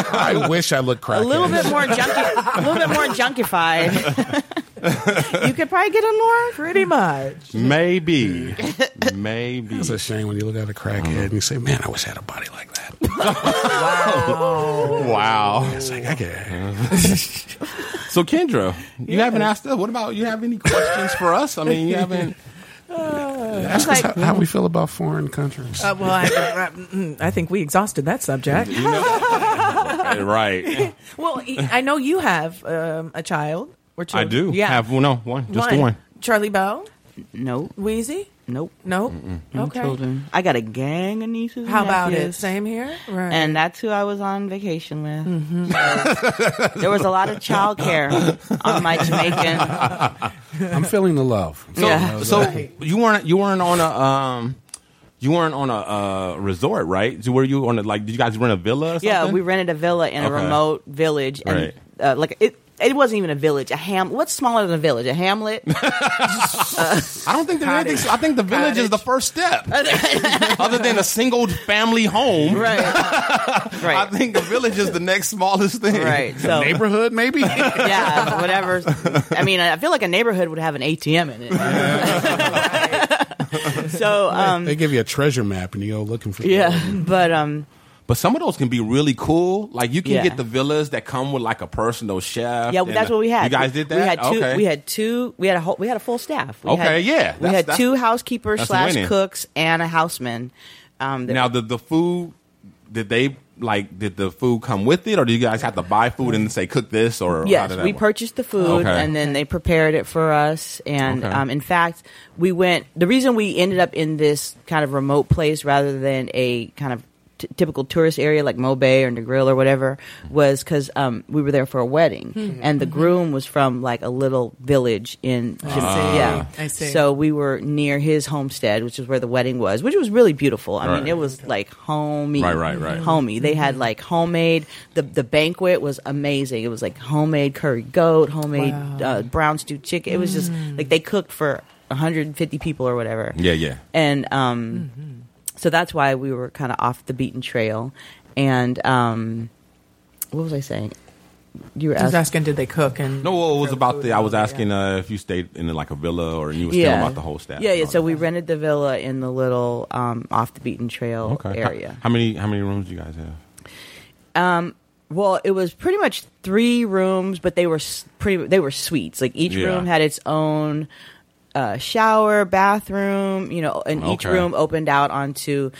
Speaker 12: I wish I looked
Speaker 6: a
Speaker 12: crackhead.
Speaker 6: little bit more junky, a little bit more
Speaker 10: (laughs)
Speaker 6: junkified, you could probably get a more
Speaker 10: pretty much.
Speaker 3: Maybe.
Speaker 10: (laughs)
Speaker 3: Maybe.
Speaker 12: It's a shame when you look at a crackhead and you say, man, I wish I had a body like that.
Speaker 3: wow.
Speaker 12: It's like, I get
Speaker 3: (laughs) So Kendra, you haven't asked us. What about you? Have any questions for us? I mean, you haven't.
Speaker 12: Ask us how, how we feel about foreign countries.
Speaker 10: Uh, well, I, I- mm, I think we exhausted that subject. (laughs)
Speaker 3: right.
Speaker 10: well, e- I know you have um, a child or two.
Speaker 3: I do.
Speaker 10: Yeah.
Speaker 3: Have no one. Just the one.
Speaker 10: Charlie Bell.
Speaker 6: Nope.
Speaker 10: Wheezy.
Speaker 6: Nope.
Speaker 10: Nope.
Speaker 6: No
Speaker 10: Okay.
Speaker 6: children. I got a gang of nieces. and
Speaker 10: How about it?
Speaker 6: nephews.
Speaker 10: Same here. Right. Mm-hmm.
Speaker 6: And that's who I was on vacation with. So, there was a lot
Speaker 3: (laughs)
Speaker 6: of childcare on my Jamaican.
Speaker 12: (laughs) I'm feeling the love.
Speaker 3: So,
Speaker 6: Yeah.
Speaker 3: so you weren't you weren't on a um you weren't on a uh, resort, right? Were you on a like? Did you guys rent a villa? Or something?
Speaker 6: Yeah, we rented a villa in a
Speaker 3: Okay.
Speaker 6: remote village, and
Speaker 3: Right.
Speaker 6: uh, like it. It wasn't even a village. A ham. What's smaller than a village?
Speaker 3: (laughs)
Speaker 6: A hamlet. Uh,
Speaker 3: I don't think there's anything. I think the village is the first step, other than a single family home. (laughs)
Speaker 6: Right.
Speaker 3: I think the village is the next smallest thing.
Speaker 6: Right. So
Speaker 12: neighborhood, maybe?
Speaker 6: (laughs) yeah, whatever. I mean, I feel like a neighborhood would have an ATM in it. (laughs) so um,
Speaker 12: they give you a treasure map and you go looking for
Speaker 6: yeah, (laughs) but um,
Speaker 3: But some of those can be really cool. Like you can
Speaker 6: Yeah.
Speaker 3: get the villas that come with like a personal chef.
Speaker 6: yeah,
Speaker 3: and-
Speaker 6: that's what we had.
Speaker 3: You guys did that.
Speaker 6: We had two.
Speaker 3: Okay.
Speaker 6: We had two. We had a whole. We had a full staff. We
Speaker 3: Okay,
Speaker 6: had,
Speaker 3: yeah,
Speaker 6: We
Speaker 3: that's-
Speaker 6: had
Speaker 3: that's-
Speaker 6: two housekeepers
Speaker 3: that's
Speaker 6: slash
Speaker 3: winning.
Speaker 6: cooks and a houseman. Um, that-
Speaker 3: now the the food did they like did the food come with it or do you guys have to buy food and say cook this or how
Speaker 6: Yes,
Speaker 3: did that
Speaker 6: we
Speaker 3: work?
Speaker 6: purchased the food
Speaker 3: Okay.
Speaker 6: and then they prepared it for us. And
Speaker 3: Okay.
Speaker 6: um, in fact, we went. The reason we ended up in this kind of remote place rather than a kind of t- typical tourist area like Mo Bay or Negril or whatever was because um, we were there for a wedding,
Speaker 10: Hmm.
Speaker 6: and the groom was from like a little village in.
Speaker 10: Mm-hmm. Ah, I
Speaker 6: Jama-
Speaker 10: see.
Speaker 6: Yeah,
Speaker 10: I see.
Speaker 6: So we were near his homestead, which is where the wedding was, which was really beautiful. I mean,
Speaker 3: Right.
Speaker 6: it was like homey,
Speaker 3: Right, right, right.
Speaker 6: homey. They had like homemade. The the banquet was amazing. It was like homemade curry goat, homemade uh, brown stew chicken. It was just
Speaker 10: Mm.
Speaker 6: like they cooked for 150 people or whatever.
Speaker 3: Yeah, yeah.
Speaker 6: And um,
Speaker 10: Mm-hmm.
Speaker 6: so that's why we were kind of off the beaten trail. And um, what was I saying? You were
Speaker 10: I was
Speaker 6: asking.
Speaker 10: asking, did they cook? And
Speaker 3: no well, it was about the I was asking uh, if you stayed in like a villa or and you were telling about the whole staff.
Speaker 6: Yeah,
Speaker 3: and
Speaker 6: yeah.
Speaker 3: all
Speaker 6: So
Speaker 3: that.
Speaker 6: we rented the villa in the little um, off the beaten trail
Speaker 3: Okay. How-
Speaker 6: area.
Speaker 3: How, many how many rooms do you guys have?
Speaker 6: Um, well, it was pretty much three rooms, but they were s- pretty. They were suites. Like each
Speaker 3: Yeah.
Speaker 6: room had its own uh, shower, bathroom. You know, and each
Speaker 3: Okay.
Speaker 6: room opened out onto.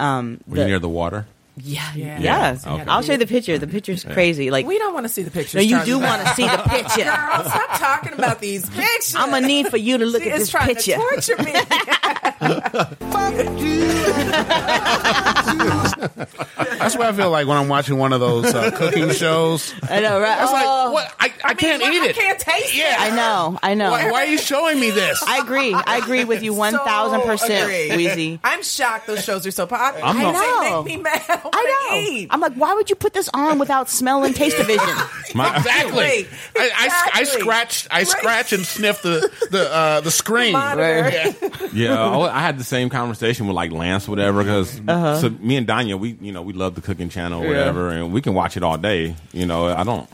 Speaker 6: Um,
Speaker 3: Were you near the water?
Speaker 6: yeah,
Speaker 10: Yeah.
Speaker 6: yeah.
Speaker 3: Yeah, okay.
Speaker 6: I'll show you the picture. The picture's crazy. Like
Speaker 10: We don't want to see the pictures.
Speaker 6: no, you
Speaker 10: Charlie
Speaker 6: do
Speaker 10: Bell.
Speaker 6: want to see
Speaker 10: (laughs)
Speaker 6: the picture.
Speaker 10: Girl, stop talking
Speaker 6: (laughs)
Speaker 10: about these pictures.
Speaker 6: I'm gonna need for you to look
Speaker 10: She
Speaker 6: at
Speaker 10: is
Speaker 6: this
Speaker 10: trying
Speaker 6: picture.
Speaker 10: to
Speaker 6: (laughs)
Speaker 10: torture me.
Speaker 12: That's what I feel like when I'm watching one of those uh, (laughs) cooking shows.
Speaker 6: I know, right?
Speaker 12: It's like,
Speaker 6: Oh,
Speaker 12: what? I, I can't
Speaker 10: I
Speaker 12: eat it.
Speaker 10: can't taste it.
Speaker 6: I know, I know.
Speaker 12: Why, why are you showing me this?
Speaker 6: I agree. I agree
Speaker 12: (laughs)
Speaker 6: with you one
Speaker 10: So
Speaker 6: thousand percent,
Speaker 10: agree.
Speaker 6: Wheezy.
Speaker 10: I'm shocked those shows are so popular.
Speaker 3: I'm not-
Speaker 10: They
Speaker 6: know.
Speaker 10: make
Speaker 6: (laughs)
Speaker 10: me mad. I,
Speaker 6: I
Speaker 10: wanna
Speaker 6: know.
Speaker 10: eat.
Speaker 6: I'm like, why would you put this on without smell and (laughs) taste division?
Speaker 3: My,
Speaker 12: Exactly.
Speaker 10: (laughs)
Speaker 12: I,
Speaker 10: Exactly.
Speaker 12: I, I
Speaker 10: Exactly.
Speaker 12: scratched. I scratch and sniff the the uh, the screen.
Speaker 10: Monitor.
Speaker 12: (laughs)
Speaker 3: yeah, oh, I I had the same conversation with like Lance, whatever. Because so me and Danya, we you know we love the cooking channel, or
Speaker 6: Uh-huh. Yeah.
Speaker 3: whatever, and we can watch it all day. You know, I don't,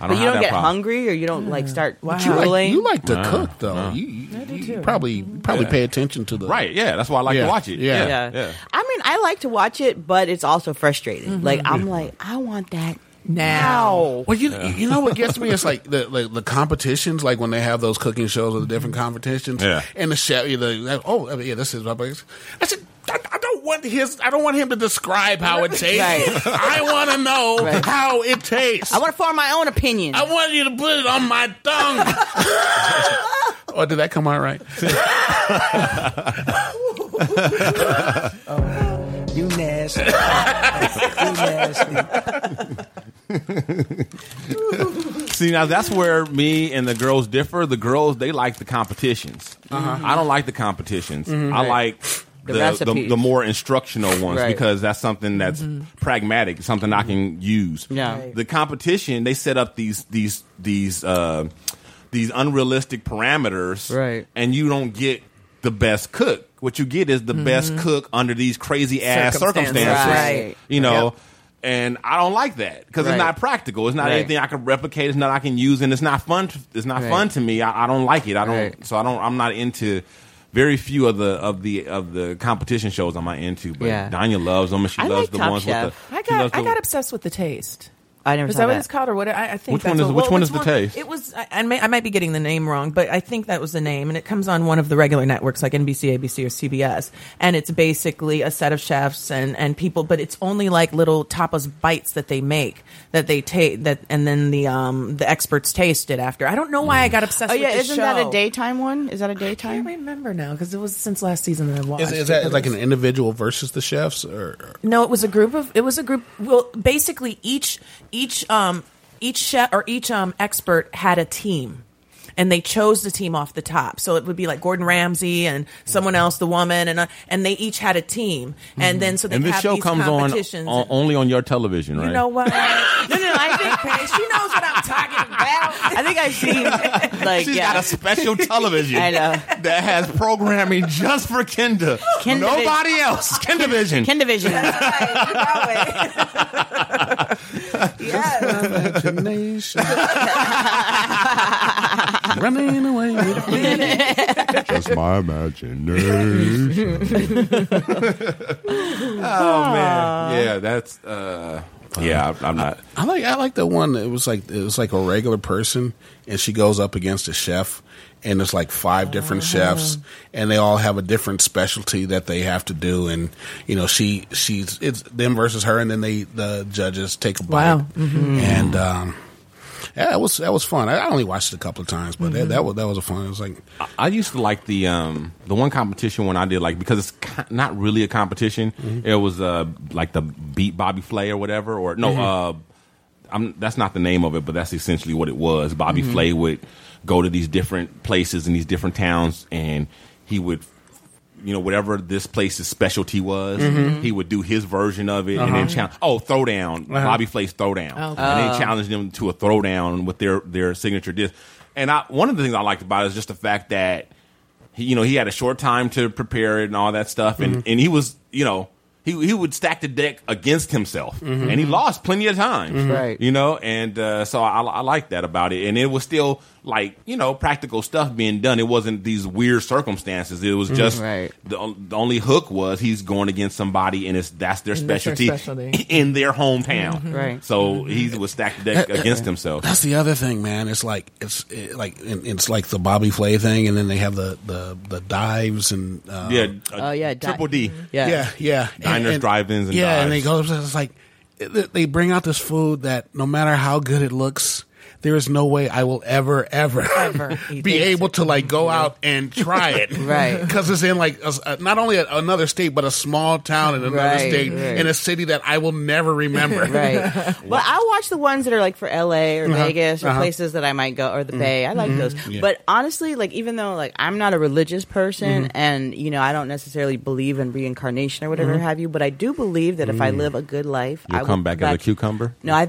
Speaker 3: I don't.
Speaker 6: But you
Speaker 3: have
Speaker 6: don't
Speaker 3: that
Speaker 6: get
Speaker 3: problem.
Speaker 6: hungry or you don't like start
Speaker 10: Wow.
Speaker 12: You like,
Speaker 6: drooling.
Speaker 12: you like to
Speaker 3: Nah,
Speaker 12: cook though.
Speaker 3: nah.
Speaker 12: You, you, you probably you probably
Speaker 3: Yeah.
Speaker 12: pay attention to the
Speaker 3: right? Yeah, that's why I like
Speaker 12: Yeah,
Speaker 3: to watch it. Yeah,
Speaker 12: yeah.
Speaker 6: yeah.
Speaker 3: yeah.
Speaker 6: I mean, I like to watch it, but it's also frustrating. Like I'm like, I want that
Speaker 10: Now.
Speaker 6: Mm-hmm. now.
Speaker 12: Well, you you know what gets me? It's like the like the competitions, like when they have those cooking shows or the different competitions.
Speaker 3: Yeah.
Speaker 12: And the chef, you know, like, oh I mean, yeah, this is my place. I said. I I don't want his. I don't want him to describe how it tastes.
Speaker 6: Right.
Speaker 12: I want to know
Speaker 6: Right.
Speaker 12: how it tastes.
Speaker 6: I want to form my own opinion.
Speaker 12: I want you to put it on my
Speaker 3: (laughs)
Speaker 12: tongue. or did that come out right? (laughs)
Speaker 15: You nasty. you nasty.
Speaker 3: See now that's where me and the girls differ. The girls they like the competitions.
Speaker 2: Uh-huh.
Speaker 3: I don't like the competitions.
Speaker 2: Mhm.
Speaker 3: I
Speaker 2: Right.
Speaker 3: like
Speaker 2: The
Speaker 3: the the, the,
Speaker 2: recipes.
Speaker 3: more instructional ones
Speaker 2: Right. Mm-hmm.
Speaker 3: because that's something that's pragmatic, something I can use.
Speaker 2: Yeah. Right.
Speaker 3: The competition they set up these these these uh, these unrealistic parameters, right? And you don't get the best cook. What you get is the best
Speaker 2: Mhm.
Speaker 3: cook under these crazy ass
Speaker 2: Circumstances.
Speaker 3: circumstances,
Speaker 2: Right.
Speaker 3: you know.
Speaker 2: Yep.
Speaker 3: And I don't like that because
Speaker 2: Right.
Speaker 3: it's not practical. It's not
Speaker 2: Right.
Speaker 3: anything I can replicate. It's not I can use, and it's not fun. t- It's not
Speaker 2: Right.
Speaker 3: fun to me. I, I don't like it. I don't. So I don't. I'm not into. Very few of the of the of the competition shows I'm not into, but
Speaker 6: Yeah.
Speaker 3: Danya loves them, and she
Speaker 6: I
Speaker 3: loves
Speaker 6: like
Speaker 3: the
Speaker 6: Top
Speaker 3: ones
Speaker 6: Chef.
Speaker 3: with the.
Speaker 10: I
Speaker 3: she loves
Speaker 10: got I
Speaker 3: the-
Speaker 10: got obsessed with the taste.
Speaker 6: I never
Speaker 10: Is
Speaker 6: saw
Speaker 10: that what
Speaker 6: that.
Speaker 10: it's called, or what? I, I think
Speaker 3: Which
Speaker 10: that's
Speaker 3: one is-
Speaker 10: what-
Speaker 3: which
Speaker 10: well,
Speaker 3: one is the taste?
Speaker 10: It was. I, I, may, I might be getting the name wrong, but I think that was the name, and it comes on one of the regular networks like NBC, ABC, or CBS, and it's basically a set of chefs and and people, but it's only like little tapas bites that they make that they take that, and then the um the experts taste it after. I don't know why I
Speaker 3: Mm.
Speaker 10: got obsessed.
Speaker 6: Oh
Speaker 10: with
Speaker 6: yeah,
Speaker 10: the
Speaker 6: isn't that
Speaker 10: show.
Speaker 6: a daytime one? Is that a daytime? I can't
Speaker 10: remember now because it was since last season that I watched.
Speaker 12: Is, is that like an individual versus the chefs, or
Speaker 10: No, it was a group of. It was a group. Well, basically, each each um each chef or each um expert had a team. And they chose the team off the top, so it would be like Gordon Ramsay and someone else, the woman, and uh, and they each had a team, and then so they
Speaker 3: and this
Speaker 10: have
Speaker 3: show
Speaker 10: these
Speaker 3: comes on,
Speaker 10: competitions.
Speaker 3: on- only on your television, right? (laughs)
Speaker 10: you know what? no, no, I think she knows what I'm talking about.
Speaker 6: I think I've seen like
Speaker 3: She's
Speaker 6: yeah.
Speaker 3: got a
Speaker 10: (laughs)
Speaker 3: special television
Speaker 6: I know.
Speaker 3: that has programming just for Kinder.
Speaker 6: Kindervi-
Speaker 3: Nobody
Speaker 10: (laughs)
Speaker 3: else. Kindervision.
Speaker 6: Kindervision. (laughs)
Speaker 12: Imagination. Running away with
Speaker 9: Just my imagination.
Speaker 3: (laughs) Oh man, yeah, that's uh, yeah. I'm not.
Speaker 12: I like I like the one that was like it was like a regular person and she goes up against a chef and it's like five different chefs and they all have a different specialty that they have to do and you know she she's it's them versus her and then they the judges take a bite
Speaker 10: Wow.
Speaker 3: Mm-hmm.
Speaker 10: Mhm.
Speaker 12: and um yeah that was that was fun I I only watched it a couple of times but that, that was that was a fun it was like
Speaker 3: I- I used to like the um the one competition when I did like because it's ki- not really a competition.
Speaker 2: Mm-hmm.
Speaker 3: It was uh like the beat Bobby Flay or whatever or no uh
Speaker 2: Mhm.
Speaker 3: I'm that's not the name of it but that's essentially what it was. Bobby
Speaker 2: Mhm.
Speaker 3: Flay would go to these different places in these different towns and he would you know whatever this place's specialty was
Speaker 2: Mhm.
Speaker 3: he would do his version of it and
Speaker 2: Uh-huh.
Speaker 3: then challenge oh throwdown
Speaker 2: Uh-huh.
Speaker 3: Bobby Flay's throwdown
Speaker 2: Okay.
Speaker 3: and
Speaker 2: Oh.
Speaker 3: then challenge them to a throwdown with their their signature dish. And I, one of the things I liked about it is just the fact that he, you know he had a short time to prepare it and all that stuff, and
Speaker 2: Mhm.
Speaker 3: and he was you know he he would stack the deck against himself,
Speaker 2: Mhm.
Speaker 3: and he lost plenty of times,
Speaker 2: Mhm. Right.
Speaker 3: You know, and uh, so I I like that about it, and it was still like you know practical stuff being done. It wasn't these weird circumstances. It was
Speaker 2: Mhm.
Speaker 3: just
Speaker 2: Right.
Speaker 3: the on- the only hook was he's going against somebody, and it's that's their
Speaker 2: And that's their
Speaker 3: specialty,
Speaker 2: specialty.
Speaker 3: (laughs) in their hometown,
Speaker 2: Mm-hmm.
Speaker 12: Mhm. Right.
Speaker 3: So he was stacked the deck against himself.
Speaker 12: That's the other thing, man. It's like it's it, like and it's like the Bobby Flay thing, and then they have the the, the dives and uh,
Speaker 3: Yeah, uh, Oh, yeah, di- Triple D.
Speaker 12: yeah,
Speaker 3: Yeah.
Speaker 12: yeah,
Speaker 3: Diners, drive-ins, and
Speaker 12: yeah, and they go.
Speaker 3: dives.
Speaker 12: It's like it- they bring out this food that no matter how good it looks. There is no way I will ever, ever, (laughs)
Speaker 10: Ever eat
Speaker 12: be
Speaker 10: it.
Speaker 12: able to like go out and try it,
Speaker 2: Right.
Speaker 12: Because it's in like a s- a, not only a, another state, but a small town in another
Speaker 6: Right,
Speaker 12: state
Speaker 6: right.
Speaker 12: in a city that I will never remember.
Speaker 6: right. (laughs) Well, I'll watch the ones that are like for LA or
Speaker 12: Uh-huh,
Speaker 6: Vegas or
Speaker 12: uh-huh.
Speaker 6: places that I might go or the
Speaker 3: Mm-hmm.
Speaker 12: Mhm,
Speaker 6: Bay. I like
Speaker 12: mhm.
Speaker 6: those.
Speaker 12: Yeah.
Speaker 6: But honestly, like even though like I'm not a religious person
Speaker 12: Mhm.
Speaker 3: Mm-hmm.
Speaker 6: and you know I don't necessarily believe in reincarnation or whatever
Speaker 3: Mhm.
Speaker 6: have you, but I do believe that if I
Speaker 3: Mm.
Speaker 6: live a good life, I
Speaker 3: You'll
Speaker 6: will
Speaker 3: come back, as a cucumber.
Speaker 6: No, I.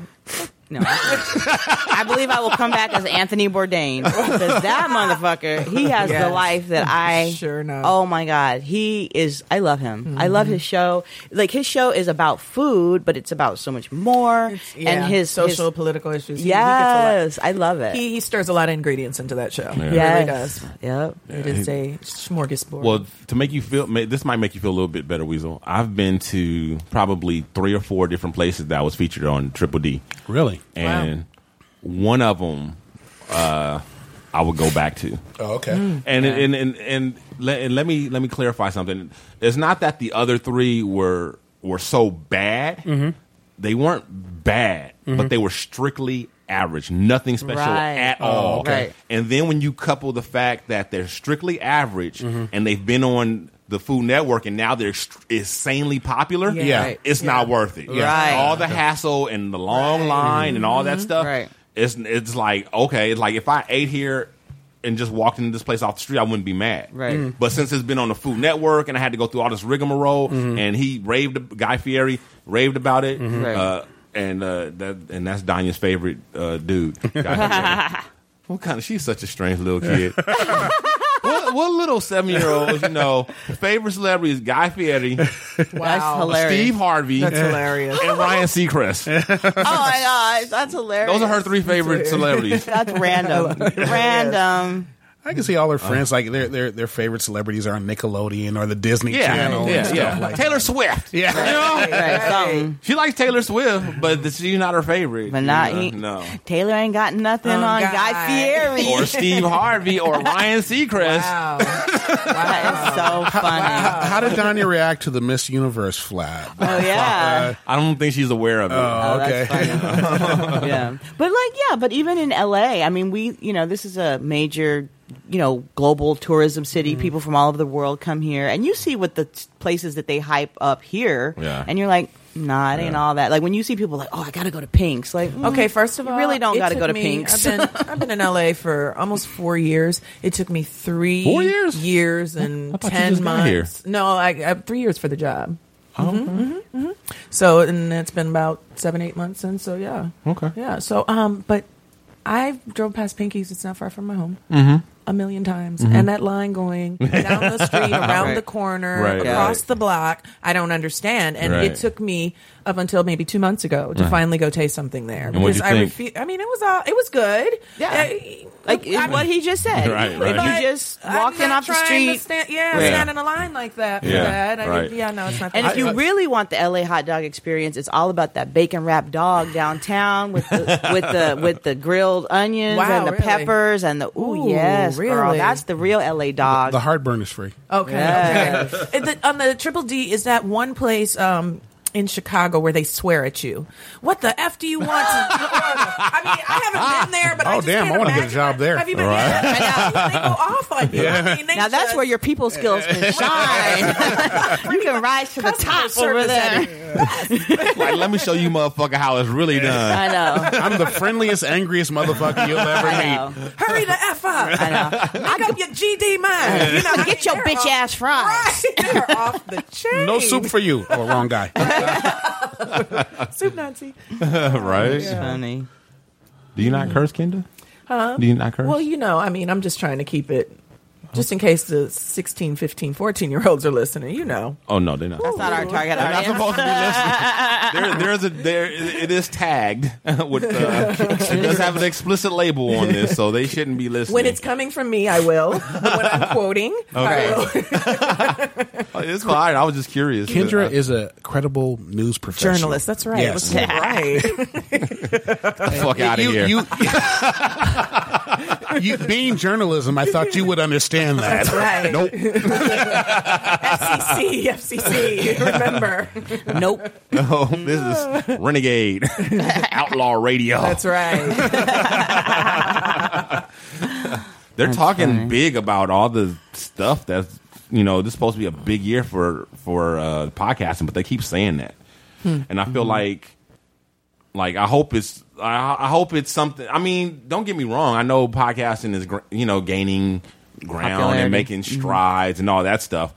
Speaker 6: No, I (laughs) believe I will come back as Anthony Bourdain
Speaker 17: (laughs)
Speaker 6: because that
Speaker 3: (laughs)
Speaker 6: motherfucker, he has the
Speaker 10: Yes.
Speaker 6: life that I
Speaker 10: (laughs) Sure enough. Mm-hmm.
Speaker 6: Oh my god, he is. I love him. I love his show. Like his show is about food, but it's about so much more. (laughs) and
Speaker 10: yeah,
Speaker 6: his
Speaker 10: social,
Speaker 6: his,
Speaker 10: political issues. He- he gets a lot-
Speaker 6: Yes, I love it.
Speaker 10: He, he stirs a lot of ingredients into that show.
Speaker 3: Yeah.
Speaker 10: He really
Speaker 3: Yes.
Speaker 10: does.
Speaker 6: Yep.
Speaker 10: It is a smorgasbord.
Speaker 3: Well, to make you feel, ma- this might make you feel a little bit better, Weasel. I've been to probably three or four different places that was featured on Triple D.
Speaker 12: Really?
Speaker 3: And one of them, uh, I would go back to.
Speaker 12: (laughs) Oh, okay.
Speaker 3: Mm. And, and and and let, and let me let me clarify something. It's not that the other three were were so bad.
Speaker 12: Mm-hmm.
Speaker 3: They weren't bad,
Speaker 2: Mhm.
Speaker 3: but they were strictly average. Nothing special
Speaker 2: Right.
Speaker 3: at
Speaker 2: Oh,
Speaker 3: all.
Speaker 2: okay. Right.
Speaker 3: And then when you couple the fact that they're strictly average and they've been on the Food Network, and now they're ext- insanely popular.
Speaker 12: Yeah. Yeah. Right.
Speaker 3: it's not worth it.
Speaker 12: Yeah. Right.
Speaker 3: all the hassle and the long line and all that stuff. Right. It's it's like okay, it's like if I ate here and just walked into this place off the street, I wouldn't be mad.
Speaker 16: Right. Mm.
Speaker 3: But since it's been on the Food Network, and I had to go through all this rigmarole, and he raved, Guy Fieri raved about it,
Speaker 16: Right.
Speaker 3: uh, and uh, that and that's Danya's favorite uh, dude. Guy Fieri. what kind of? She's such a strange little kid. what, what little seven year olds, you know, favorite celebrity is Guy Fieri.
Speaker 6: That's hilarious.
Speaker 3: Steve Harvey.
Speaker 6: That's hilarious.
Speaker 3: And Ryan Seacrest.
Speaker 10: (laughs)
Speaker 6: Oh my gosh, that's hilarious.
Speaker 3: Those are her three favorite
Speaker 12: (laughs)
Speaker 3: celebrities.
Speaker 6: (laughs) That's
Speaker 10: (laughs)
Speaker 6: random. random.
Speaker 12: I can see all
Speaker 3: Uh.
Speaker 12: her friends like their their their favorite celebrities are on Nickelodeon or the Disney
Speaker 3: Yeah,
Speaker 12: Channel.
Speaker 3: yeah,
Speaker 12: and stuff
Speaker 3: yeah.
Speaker 12: Like
Speaker 3: Taylor Swift.
Speaker 12: Yeah.
Speaker 3: You know?
Speaker 12: Right, right, something.
Speaker 3: She likes Taylor Swift, but she's not her favorite. But
Speaker 6: not-
Speaker 3: no.
Speaker 6: Taylor ain't got nothing
Speaker 7: Oh,
Speaker 6: on
Speaker 7: God.
Speaker 6: Guy Fieri
Speaker 3: Or
Speaker 6: (laughs)
Speaker 3: Steve Harvey or Ryan Seacrest. (laughs)
Speaker 6: That is so funny.
Speaker 12: How, how did Danya react to the Miss Universe flag?
Speaker 6: Oh yeah.
Speaker 3: I don't think she's aware of it.
Speaker 12: Oh, okay.
Speaker 6: yeah. But like, yeah, but even in LA, I mean, we, you know, this is a major, you know, global tourism city. People from all over the world come here, and you see what the t- places that they hype up here,
Speaker 7: Yeah.
Speaker 6: and you're like. Nah, it ain't all that. Like when you see people like, oh, I gotta go to Pink's. Like, mm,
Speaker 10: Okay, first of
Speaker 6: you
Speaker 10: all,
Speaker 6: really don't
Speaker 10: it
Speaker 6: gotta
Speaker 10: took
Speaker 6: go to
Speaker 10: me-
Speaker 6: Pink's.
Speaker 10: I've
Speaker 6: (laughs)
Speaker 10: been, (laughs) I've been in LA for almost four years. It took me three
Speaker 6: Four years?
Speaker 10: years and
Speaker 6: thought you
Speaker 10: ten
Speaker 6: just got
Speaker 10: months.
Speaker 6: here. Oh,
Speaker 10: No, I, I three years for the job. Mhm, mhm, mhm. So, and it's been about seven, eight months since. So, yeah.
Speaker 3: Okay.
Speaker 10: Yeah. So, um, but I drove past Pinky's. It's not far from my home.
Speaker 3: Mhm.
Speaker 6: Mm-hmm.
Speaker 10: A million times,
Speaker 3: Mhm.
Speaker 10: and that line
Speaker 6: (laughs)
Speaker 10: going down the street, around
Speaker 7: Right.
Speaker 10: the corner,
Speaker 7: Right,
Speaker 10: across
Speaker 7: right.
Speaker 10: the block. I don't understand, and
Speaker 7: Right.
Speaker 10: it took me up until maybe two months ago to
Speaker 7: Right.
Speaker 10: finally go taste something there
Speaker 7: And what'd
Speaker 10: because
Speaker 7: you
Speaker 10: I
Speaker 7: think?
Speaker 10: refuse. I mean, it was all it was good. Yeah,
Speaker 6: like is what he just said.
Speaker 10: Right,
Speaker 6: If
Speaker 10: right.
Speaker 6: you just
Speaker 10: I'm
Speaker 6: walked in
Speaker 10: not
Speaker 6: off the
Speaker 10: trying to
Speaker 6: street,
Speaker 10: stand- yeah, Yeah. stand in a line like that for Yeah, that. I- right. yeah, no, it's not
Speaker 6: And
Speaker 10: that
Speaker 6: if you
Speaker 10: good.
Speaker 6: really want the LA hot dog experience, it's all about that bacon wrapped dog downtown with
Speaker 10: (laughs)
Speaker 6: the with the with the grilled onions
Speaker 10: Wow,
Speaker 6: and the
Speaker 10: really?
Speaker 6: peppers and the ooh,
Speaker 10: Ooh,
Speaker 6: yes, girl,
Speaker 10: really?
Speaker 6: that's the real LA dog.
Speaker 12: The heartburn is free. Oh,
Speaker 10: Okay.
Speaker 6: Yes.
Speaker 10: okay. And the, on the Triple D is that one place um, in Chicago where they swear at you. What the f do you want? To,
Speaker 7: (laughs)
Speaker 10: I mean, I haven't been there, but I
Speaker 12: oh
Speaker 10: just
Speaker 12: damn!
Speaker 10: can't
Speaker 12: I want to get a
Speaker 10: imagine.
Speaker 12: job there.
Speaker 10: Have you been there? off on you.
Speaker 12: (laughs) Yeah.
Speaker 3: (laughs)
Speaker 10: I mean, they
Speaker 6: now that's
Speaker 10: just-
Speaker 6: where your people skills
Speaker 10: (laughs)
Speaker 6: can shine. (laughs) you can rise to the top over there.
Speaker 3: Like, let me show you, motherfucker, how it's really done.
Speaker 6: I know.
Speaker 12: I'm the friendliest, angriest motherfucker you'll ever meet.
Speaker 10: Hurry the f up!
Speaker 6: (laughs)
Speaker 10: I know. Make up your GD mind. You know, I
Speaker 6: Get your bitch ass (laughs) fries.
Speaker 10: They're off the chain.
Speaker 12: No soup for you. Oh, wrong guy.
Speaker 10: soup Nazi.
Speaker 7: (laughs)
Speaker 3: (laughs) right?
Speaker 10: Yeah.
Speaker 6: Funny.
Speaker 3: Do you not curse, Kendra?
Speaker 10: Huh?
Speaker 3: Do you not curse?
Speaker 10: Well, you know, I mean, I'm just trying to keep it, just in case the 16, 15, 14 year olds are listening, you know.
Speaker 3: Oh no, they're not. (laughs)
Speaker 6: That's not our target
Speaker 3: They're not
Speaker 6: audience.
Speaker 3: supposed to be listening. There, there's a there. It is tagged (laughs) with. Uh, it does have an explicit label on this, so they shouldn't be listening.
Speaker 10: When it's coming from me, I will.
Speaker 3: (laughs)
Speaker 10: But when I'm quoting,
Speaker 3: Okay.
Speaker 10: I will.
Speaker 3: (laughs) Oh, it's fine. I was just curious.
Speaker 12: Kendra is a credible news professional.
Speaker 10: Journalist, that's right.
Speaker 12: Yes.
Speaker 10: What's right.
Speaker 3: the fuck out of
Speaker 12: You-
Speaker 3: here.
Speaker 12: You, you, being journalism, I thought you would understand that.
Speaker 10: That's
Speaker 6: (laughs)
Speaker 10: right.
Speaker 12: Nope.
Speaker 6: E
Speaker 10: FCC,
Speaker 6: (laughs)
Speaker 10: FCC, remember.
Speaker 6: Nope.
Speaker 3: (laughs) oh, this is
Speaker 16: (laughs)
Speaker 3: renegade outlaw radio.
Speaker 10: That's right.
Speaker 3: (laughs) They're talking big about all the stuff that's you know this is supposed to be a big year for for uh, podcasting, but they keep saying that,
Speaker 16: Hmm.
Speaker 3: and I feel
Speaker 16: Mhm.
Speaker 3: like like I hope it's I, I hope it's something. I mean, don't get me wrong. I know podcasting is gr- you know gaining ground
Speaker 16: Popularity.
Speaker 3: and making
Speaker 16: Mhm.
Speaker 3: strides and all that stuff,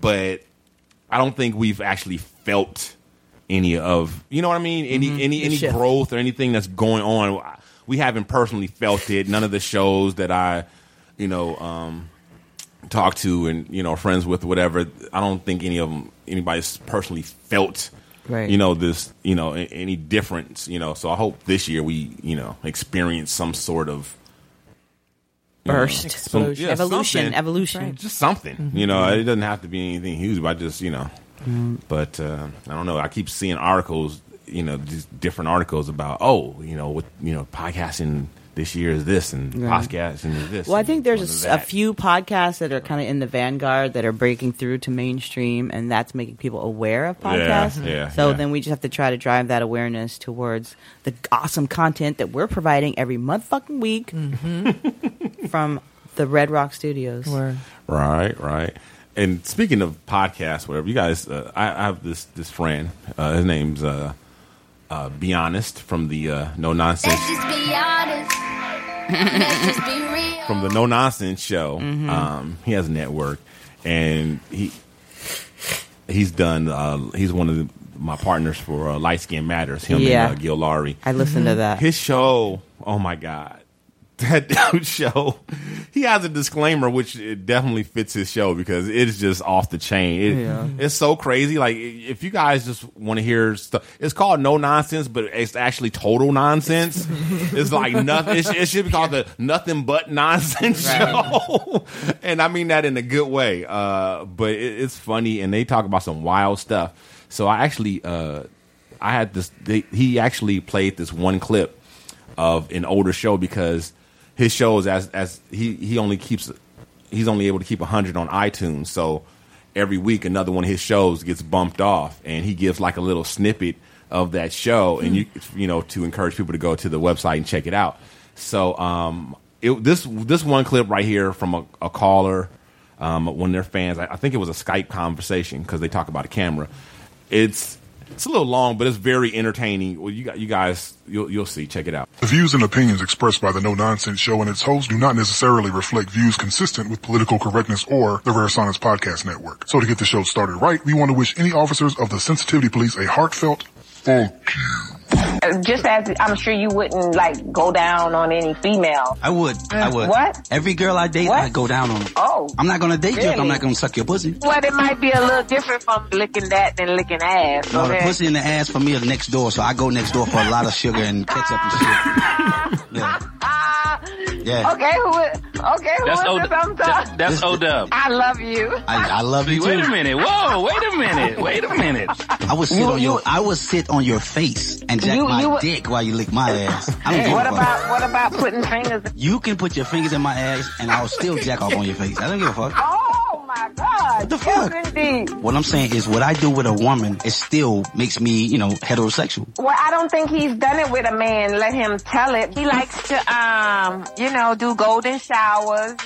Speaker 3: but I don't think we've actually felt any of you know what I mean any any
Speaker 16: Mm-hmm. The
Speaker 3: any
Speaker 16: shift.
Speaker 3: growth or anything that's going on. We haven't personally felt it. None of the shows that I you know um, talk to and you know friends with whatever. I don't think any of them anybody's personally felt
Speaker 16: Right.
Speaker 3: you know this you know a- any difference you know. So I hope this year we you know experience some sort of you know,
Speaker 6: Burst.
Speaker 3: some-
Speaker 6: Explosion.
Speaker 3: yeah,
Speaker 6: Evolution,
Speaker 3: something.
Speaker 6: evolution. Right.
Speaker 3: just something.
Speaker 7: Mm-hmm.
Speaker 6: Mhm.
Speaker 3: You know, it doesn't have to be anything huge, but I just you know. But uh, I don't know. I keep seeing articles, you know, these different articles about oh, you know, what you know, podcasting this year is this and
Speaker 6: Right.
Speaker 3: podcasting is this.
Speaker 6: Well, I
Speaker 3: and
Speaker 6: think there's a,
Speaker 3: one is
Speaker 6: s- a
Speaker 3: that.
Speaker 6: few podcasts that are kind of in the vanguard that are breaking through to mainstream, and that's making people aware of
Speaker 3: Yeah,
Speaker 6: podcasts.
Speaker 3: yeah,
Speaker 6: so
Speaker 3: yeah.
Speaker 6: then we just have to try to drive that awareness towards the awesome content that we're providing every motherfucking (laughs)
Speaker 10: Mm-hmm.
Speaker 6: week from the Red Rock Studios.
Speaker 3: Right, right. and speaking of podcasts, whatever you guys, uh, I, I have this this friend. Uh, his name's uh, uh, Be Honest from the uh, No Nonsense
Speaker 16: be honest. Let's just be real.
Speaker 3: from the No Nonsense show.
Speaker 6: Mm-hmm.
Speaker 16: Mhm.
Speaker 3: Um, he has a network, and he he's done. Uh, he's one of the, my partners for uh, Light Skin Matters. Him
Speaker 6: Yeah.
Speaker 3: and uh, Gil Laurie.
Speaker 6: I listened to that.
Speaker 3: His show. Oh my god. (laughs) That dude's show, he has a disclaimer which it definitely fits his show because it's just off the chain. It-
Speaker 18: Yeah.
Speaker 3: It's so crazy. Like i- if you guys just want to hear stuff, it's called no nonsense, but it's actually total
Speaker 6: (laughs)
Speaker 3: nonsense. it's like nothing. It, sh- it should be called the nothing but nonsense show, (laughs) and I mean that in a good way. Uh, but it, it's funny, and they talk about some wild stuff. So I actually, uh, I had this. They, he actually played this one clip of an older show because his shows as as he he only keeps he's only able to keep 100 on iTunes so every week another one of his shows gets bumped off and he gives like a little snippet of that show and you you know to encourage people to go to the website and check it out so um it, this this one clip right here from a, a caller um one of their fans I, I think it was a Skype conversation cuz they talk about a camera it's it's a little long but it's very entertaining well you got you guys you'll you'll see check it out
Speaker 19: The views and opinions expressed by the No Nonsense Show and its hosts do not necessarily reflect views consistent with political correctness or the Rare Silence Podcast Network. So to get the show started right, we want to wish any officers of the Sensitivity Police a heartfelt thank
Speaker 17: Uh, Just as I'm sure you wouldn't like go down on any female.
Speaker 20: I would. I would.
Speaker 17: Uh, What?
Speaker 20: Every girl I date,
Speaker 17: What?
Speaker 20: I go down on.
Speaker 17: Oh,
Speaker 20: I'm not gonna date you if
Speaker 17: really?
Speaker 20: I'm not gonna suck your pussy.
Speaker 17: Well, it might be a little different from licking that than licking ass.
Speaker 20: No, the
Speaker 17: okay?
Speaker 20: pussy and the ass for me is next door, so I go next door for a lot of sugar and ketchup
Speaker 17: (laughs)
Speaker 20: and shit. Yeah. Yeah.
Speaker 17: Okay, who? is- Okay, who
Speaker 20: That's
Speaker 17: is
Speaker 20: O-
Speaker 17: this? I'm sorry.
Speaker 20: that's O-Dub.
Speaker 17: I love you.
Speaker 20: I, I love you.
Speaker 17: Wait
Speaker 20: too.
Speaker 17: a minute. Whoa, wait a minute. Wait a minute.
Speaker 20: I would sit
Speaker 17: You-
Speaker 20: on your. I would sit on your face and jack
Speaker 17: You-
Speaker 20: my
Speaker 17: you-
Speaker 20: dick while you lick my ass. I don't give
Speaker 17: What
Speaker 20: a fuck.
Speaker 17: about what about putting fingers?
Speaker 20: You can put your fingers in my ass and I'll still jack off on your face. I don't give a fuck.
Speaker 17: Oh my God!
Speaker 20: The
Speaker 17: fuck? indeed.
Speaker 20: What I'm saying is what I do with a woman, it still makes me, you know, heterosexual.
Speaker 17: Well, I don't think he's done it with a man. Let him tell it. He likes to, um, you know, do golden showers.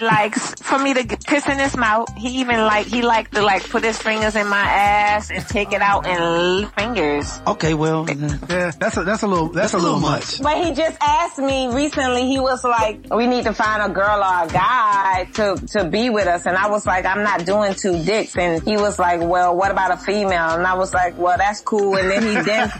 Speaker 17: Likes for me to get- piss in his mouth. He even like he like to like put his fingers in my ass and take it out and lick fingers.
Speaker 20: Okay, well,
Speaker 21: yeah, that's a that's a little that's, a little, much.
Speaker 17: But he just asked me recently. He was like, "We need to find a girl or a guy to to be with us." And I was like, "I'm not doing two dicks." And he was like, "Well, what about a female?" And I was like, "Well, that's cool." And then he then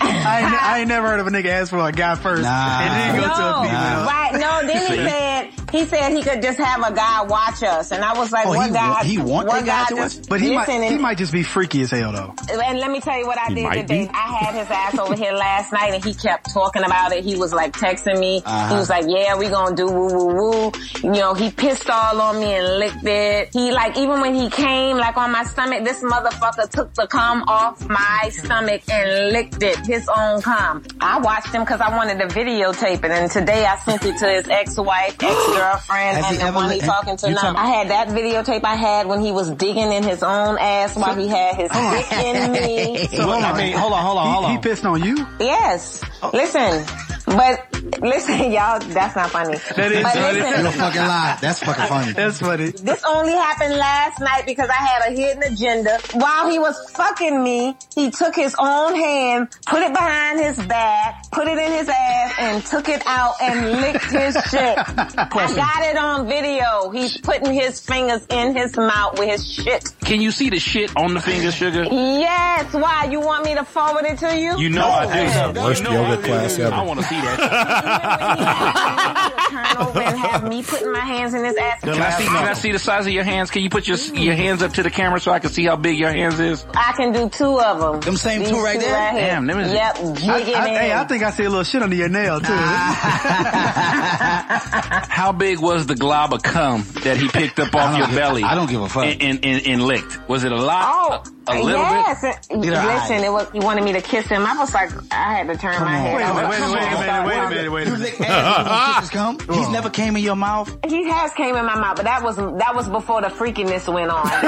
Speaker 21: I, ain't, I ain't never heard of a nigga ask for a guy first and then go to a female.
Speaker 17: Right.
Speaker 21: (laughs)
Speaker 17: No, then he
Speaker 21: See?
Speaker 17: said he said he could just have a guy watch us, and I was like,
Speaker 21: Oh,
Speaker 17: what
Speaker 21: he
Speaker 17: guy?
Speaker 21: want- he want
Speaker 17: what
Speaker 21: that guy
Speaker 17: guy just
Speaker 21: But he might
Speaker 17: listen
Speaker 21: he
Speaker 17: and-
Speaker 21: might just be freaky as hell though.
Speaker 17: And let me tell you what I
Speaker 21: He
Speaker 17: did
Speaker 21: might
Speaker 17: today.
Speaker 21: be.
Speaker 17: I had his ass over here last night and he kept talking about it. He was like texting me. He
Speaker 20: Uh-huh.
Speaker 17: was like, yeah, we gonna do woo woo woo. You know, he pissed all on me and licked it. He like, even when he came like on my stomach, this motherfucker took the cum off my stomach and licked it, his own cum. I watched him cause I wanted to videotape it and today I sent it to his
Speaker 20: (gasps)
Speaker 17: ex-wife, ex-girlfriend and
Speaker 20: Has he
Speaker 17: the
Speaker 20: ever
Speaker 17: one
Speaker 20: li-
Speaker 17: he talking to
Speaker 20: you
Speaker 17: now.
Speaker 20: talking-
Speaker 17: I had that videotape I had when he was digging in his own ass while he had his dick in
Speaker 20: (laughs)
Speaker 17: me.
Speaker 21: So, I mean, hold on, hold on, hold on. He pissed on you?
Speaker 17: Yes. Listen. But listen, (laughs) y'all, that's not funny.
Speaker 20: That is
Speaker 17: but
Speaker 20: funny.
Speaker 17: listen,
Speaker 20: You a fucking lie. That's fucking funny.
Speaker 21: That's funny.
Speaker 17: This only happened last night because I had a hidden agenda. While he was fucking me, he took his own hand, put it behind his back, put it in his ass, and took it out and licked his shit. I got it on video. He's putting his fingers in his mouth with his shit.
Speaker 22: Can you see the shit on the finger, sugar?
Speaker 17: Yes, why? You want me to forward it to you?
Speaker 22: You know I do.
Speaker 17: No.
Speaker 12: Worst
Speaker 22: You know
Speaker 12: yoga
Speaker 22: I do.
Speaker 12: class ever.
Speaker 22: I want to see that.
Speaker 17: Turn over and have me putting my hands in his ass.
Speaker 22: Can I see? Can I see the size of your hands? Can you put your your hands up to the camera so I can see how big your hands is?
Speaker 17: I can do two of them. Them
Speaker 21: same
Speaker 17: These
Speaker 21: two right there?
Speaker 17: here.
Speaker 21: Damn, them is-
Speaker 17: Yep,
Speaker 21: I,
Speaker 17: jig it
Speaker 21: I-
Speaker 17: in.
Speaker 21: hey, I think I see a little shit under your nail too.
Speaker 22: How big was the glob of cum that he picked up
Speaker 20: I
Speaker 22: off
Speaker 20: don't
Speaker 22: your
Speaker 20: give-
Speaker 22: belly?
Speaker 20: I don't give a fuck.
Speaker 22: And and, and, and licked. Was it a lot? a, a little
Speaker 17: yes.
Speaker 22: bit.
Speaker 17: and-
Speaker 22: Either
Speaker 17: Listen,
Speaker 22: eye.
Speaker 17: it was, you wanted me to kiss him. I was like, I had to turn my head.
Speaker 21: Wait a
Speaker 17: I was
Speaker 21: minute,
Speaker 17: like,
Speaker 21: wait a minute,
Speaker 17: come
Speaker 21: wait a
Speaker 17: on.
Speaker 21: minute, wait a minute, wait a minute.
Speaker 17: ass, you gonna kiss his
Speaker 20: him? He's never came in your mouth.
Speaker 17: He has came in my mouth, but that was that was before the freakiness went on. Like,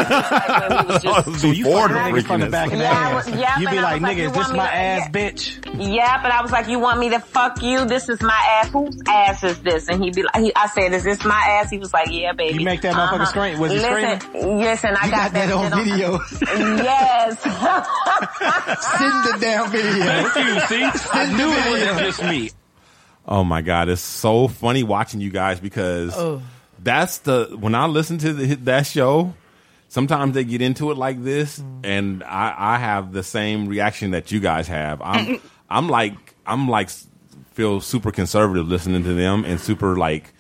Speaker 17: when we was just-
Speaker 21: So you
Speaker 17: Before
Speaker 21: fucking
Speaker 17: the
Speaker 21: niggas from the
Speaker 17: freakiness.
Speaker 21: back of the
Speaker 17: Yeah, I
Speaker 21: ass.
Speaker 17: was- yeah,
Speaker 21: you be
Speaker 17: and I
Speaker 21: like,
Speaker 17: was like,
Speaker 21: nigga,
Speaker 17: you
Speaker 21: is
Speaker 17: want
Speaker 21: this
Speaker 17: me
Speaker 21: my
Speaker 17: to-
Speaker 21: ass, bitch?
Speaker 17: Yeah, but I was like, you want me to fuck you? This is my ass. Whose ass is this? And he'd be like, he, I said, is this my ass? He was like, yeah, baby. Uh-huh.
Speaker 21: You make that motherfucker scream. Was he
Speaker 17: listen,
Speaker 21: screaming?
Speaker 17: Listen, I
Speaker 21: You got
Speaker 17: got,
Speaker 21: that on
Speaker 17: shit
Speaker 21: video.
Speaker 7: (laughs)
Speaker 17: yes.
Speaker 20: Send the damn video.
Speaker 21: Thank
Speaker 3: you, see?
Speaker 20: Send the video.
Speaker 3: just me. Oh my god, it's so funny watching you guys because
Speaker 20: Oh.
Speaker 3: that's the when I listen to the, that show. Sometimes they get into it like this, and I, I have the same reaction that you guys have. I'm I'm like I'm like s- feel super conservative listening to them and super like.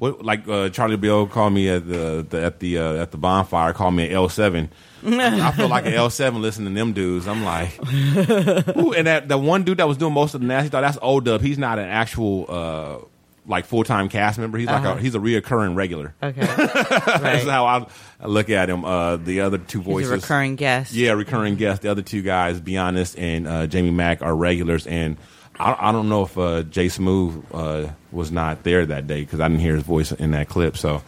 Speaker 3: What, like uh, Charlie Bill called me at the, the at the uh, at the bonfire, called me an L seven. I feel
Speaker 7: (laughs)
Speaker 3: like an (laughs) L seven listening to them dudes. I'm like, Ooh, and that the one dude that was doing most of the nasty thought, that's O Dub. He's not an actual uh like full time cast member. He's like
Speaker 23: Uh-huh.
Speaker 3: a, he's a reoccurring regular.
Speaker 6: Okay.
Speaker 3: (laughs) That's how I- I look at him. Uh, the other two voices,
Speaker 6: recurring guest.
Speaker 3: Yeah, recurring guest. The other two guys, Be Honest and uh, Jamie Mack, are regulars. And I, I don't know if uh, Jay Smooth uh, was not there that day because I didn't hear his voice in that clip. So,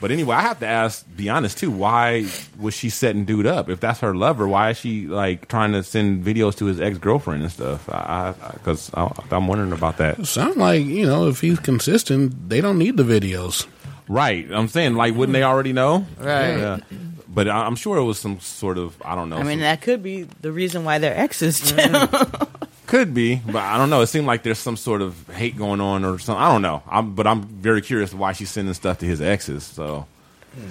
Speaker 3: but anyway, I have to ask, Be Honest too. Why was she setting dude up? If that's her lover, why is she like trying to send videos to his ex girlfriend and stuff? I because I, 'cause I, I'm wondering about that.
Speaker 12: Sound like you know if he's consistent, they don't need the videos.
Speaker 3: Right. I'm saying, like, wouldn't they already know?
Speaker 6: Right.
Speaker 3: Yeah. But I- I'm sure it was some sort of, I don't know.
Speaker 6: I mean,
Speaker 3: some-
Speaker 6: that could be the reason why they're exes. too.
Speaker 10: Mm-hmm.
Speaker 3: could be, but I don't know. It seemed like there's some sort of hate going on or something. I don't know. I'm, but I'm very curious why she's sending stuff to his exes. So,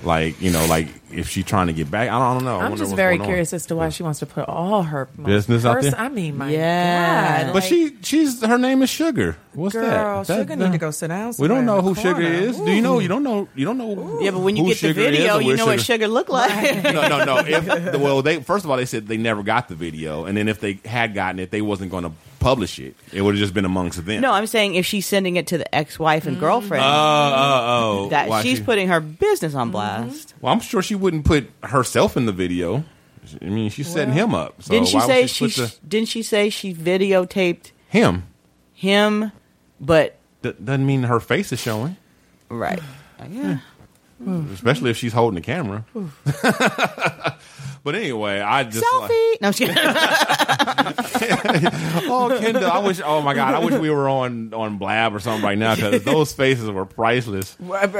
Speaker 3: like, you know, like if she's trying to get back, I don't, I don't know. I
Speaker 10: I'm
Speaker 3: wonder
Speaker 10: just
Speaker 3: what's
Speaker 10: very
Speaker 3: going on.
Speaker 10: curious as to why she wants to put all her most
Speaker 3: Business out
Speaker 10: pers-
Speaker 3: there?
Speaker 10: I mean, my
Speaker 6: Yeah.
Speaker 10: God,
Speaker 3: But
Speaker 10: like-
Speaker 3: she, she's her name is Sugar. What's
Speaker 10: Girl,
Speaker 3: that?
Speaker 10: Sugar need to go sit down
Speaker 3: We
Speaker 10: somewhere
Speaker 3: don't
Speaker 10: in
Speaker 3: know
Speaker 10: the
Speaker 3: who Sugar
Speaker 10: corner.
Speaker 3: is. Do you know? You don't know. You don't know.
Speaker 6: yeah, but when you
Speaker 3: who
Speaker 6: get the
Speaker 3: Sugar is
Speaker 6: video,
Speaker 3: or
Speaker 6: you
Speaker 3: where
Speaker 6: know what sugar looked
Speaker 3: (laughs)
Speaker 6: like.
Speaker 3: no, no, no.
Speaker 6: (laughs)
Speaker 3: If, well, they first of all they said they never got the video, and then if they had gotten it, they wasn't going to publish it. It would have just been amongst them.
Speaker 6: No, I'm saying if she's sending it to the ex-wife and girlfriend,
Speaker 3: Oh, oh, oh.
Speaker 6: (laughs) that
Speaker 3: Why
Speaker 6: she's
Speaker 3: she-
Speaker 6: putting her business on blast.
Speaker 3: Well, I'm sure she wouldn't put herself in the video. I mean, she's setting him up. So
Speaker 6: didn't she
Speaker 3: why
Speaker 6: say
Speaker 3: would
Speaker 6: she?
Speaker 3: she, put
Speaker 6: didn't she say she videotaped
Speaker 3: the, him?
Speaker 6: him? But
Speaker 3: That doesn't mean her face is showing, (sighs)
Speaker 6: right? Yeah.
Speaker 3: especially if she's holding the camera. (laughs) but anyway, I just like-
Speaker 6: Selfie. No,
Speaker 3: (laughs)
Speaker 6: she.
Speaker 7: (laughs)
Speaker 3: oh, Kendall, I wish. Oh my God, I wish we were on on Blab or something right now
Speaker 6: (laughs)
Speaker 3: because those faces were priceless.
Speaker 7: (laughs)
Speaker 3: you was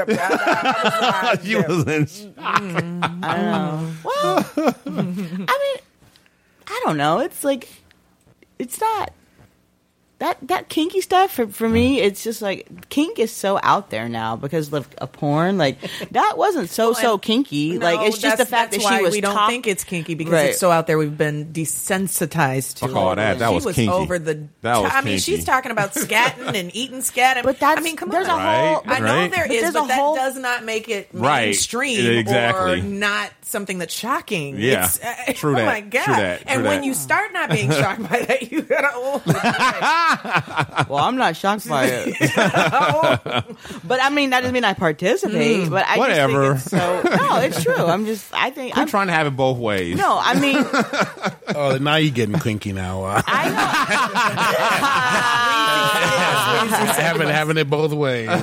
Speaker 3: in shock.
Speaker 6: (laughs) Mm-hmm. I know. Well, I mean, I don't know. It's like, it's not that that kinky stuff for for me. It's just like kink is so out there now because of a porn. Like that wasn't so so kinky.
Speaker 10: No,
Speaker 6: like it's just the
Speaker 10: that's-
Speaker 6: fact that
Speaker 10: that's
Speaker 6: she
Speaker 10: why
Speaker 6: was
Speaker 10: we don't
Speaker 6: top-
Speaker 10: think it's kinky because
Speaker 6: Right.
Speaker 10: it's so out there. We've been desensitized to.
Speaker 3: Fuck all
Speaker 10: it.
Speaker 3: that. That
Speaker 10: she
Speaker 3: was
Speaker 10: was,
Speaker 3: kinky.
Speaker 10: over the.
Speaker 3: That was
Speaker 10: I
Speaker 3: kinky.
Speaker 10: mean, she's talking about scatting
Speaker 3: (laughs)
Speaker 10: and eating scat. But that's, I mean, come
Speaker 6: there's
Speaker 10: on.
Speaker 6: a whole-
Speaker 10: I know
Speaker 3: Right,
Speaker 10: there
Speaker 3: right.
Speaker 10: is,
Speaker 6: There's a
Speaker 10: but that
Speaker 6: whole-
Speaker 10: does not make it
Speaker 3: Right.
Speaker 10: mainstream
Speaker 3: Exactly.
Speaker 10: or not something that's shocking.
Speaker 3: Yeah.
Speaker 10: It's, uh, (laughs)
Speaker 3: True
Speaker 10: oh
Speaker 3: that.
Speaker 10: my god.
Speaker 3: True that. True
Speaker 10: and when
Speaker 3: that.
Speaker 10: you start (laughs)
Speaker 6: (laughs)
Speaker 10: not being shocked by that, you gotta. Oh,
Speaker 6: well, I'm not shocked by it.
Speaker 10: (laughs) Oh,
Speaker 7: (laughs)
Speaker 6: but I mean, that doesn't mean I participate.
Speaker 3: Mm,
Speaker 6: but I
Speaker 3: whatever.
Speaker 6: Just think it's so no, it's true. I'm just. I think.
Speaker 3: We're
Speaker 6: I'm,
Speaker 3: trying to have it both ways.
Speaker 6: no, I mean,
Speaker 12: Oh, now you're getting kinky now. Uh, (laughs)
Speaker 6: (laughs)
Speaker 12: having having it both ways.
Speaker 6: No,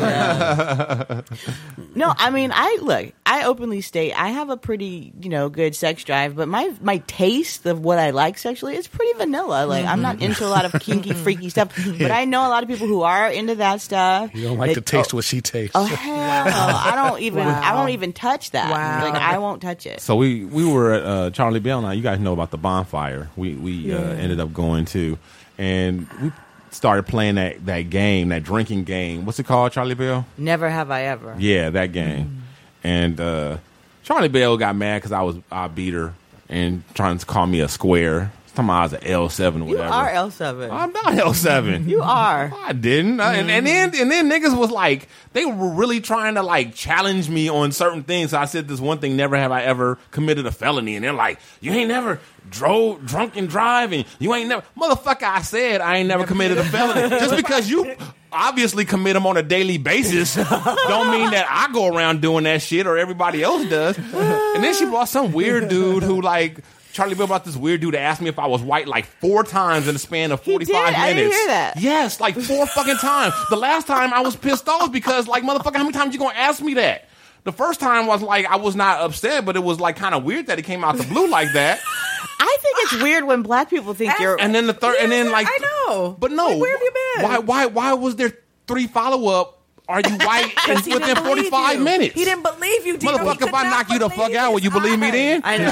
Speaker 6: I mean, I look. I openly state I have a pretty, you know, good sex drive, but my my taste of what I like sexually is pretty vanilla. Like I'm not into a lot of kinky, freaky stuff, but I know a lot of people who are into that stuff.
Speaker 12: You don't like
Speaker 6: They-
Speaker 12: to taste what she
Speaker 6: (laughs)
Speaker 12: tastes.
Speaker 6: Oh, hell, I don't even. I don't even touch that.
Speaker 10: Wow.
Speaker 6: Like I won't touch it.
Speaker 3: So we we were at uh, Charlie Bell. Now you guys know about the bonfire. We we uh,
Speaker 6: Yeah.
Speaker 3: ended up going to, and we started playing that that game, that drinking game. What's it called, Charlie Bell?
Speaker 6: Never have I ever.
Speaker 3: Yeah, that game.
Speaker 6: Mm-hmm.
Speaker 3: And uh, Charlie Bell got mad because I was I beat her and trying to call me a square. Talking about I was an L seven or whatever. (laughs)
Speaker 6: R L seven. I'm
Speaker 3: not L seven.
Speaker 6: You are.
Speaker 7: Mm-hmm.
Speaker 3: I didn't. I- and, and then and then niggas was like, they were really trying to like challenge me on certain things. So I said this one thing, never have I ever committed a felony. And they're like, you ain't never drove drunk and driving. You ain't never motherfucker. I said I ain't never, committed a
Speaker 7: (laughs)
Speaker 3: felony. Just because you obviously commit them on a daily
Speaker 7: (laughs)
Speaker 3: basis don't mean that I go around doing that shit or everybody else does. And then she brought some weird dude who like Charlie Bill about this weird dude to ask me if I was white like four times in the span of 45
Speaker 7: did? I
Speaker 3: minutes.
Speaker 7: didn't hear that.
Speaker 3: Yes, like four fucking times. The last time I was pissed off because, like, motherfucker, how many times you gonna ask me that? The first time was like, I was not upset, but it was like kind of weird that it came out the blue like that.
Speaker 6: (laughs) I think it's weird when black people think you're.
Speaker 3: And then the third, and then like,
Speaker 6: I know.
Speaker 3: But no,
Speaker 6: where have you been?
Speaker 3: Why, why, why was there three follow up? Are you
Speaker 10: (laughs)
Speaker 3: white? in-
Speaker 10: Because he
Speaker 3: within
Speaker 10: didn't believe
Speaker 3: 45
Speaker 10: you.
Speaker 3: minutes.
Speaker 10: He didn't believe you, Dino.
Speaker 3: Motherfucker, if I knock you the fuck out, will Oh, you believe me then?
Speaker 6: I
Speaker 3: (laughs)
Speaker 6: know.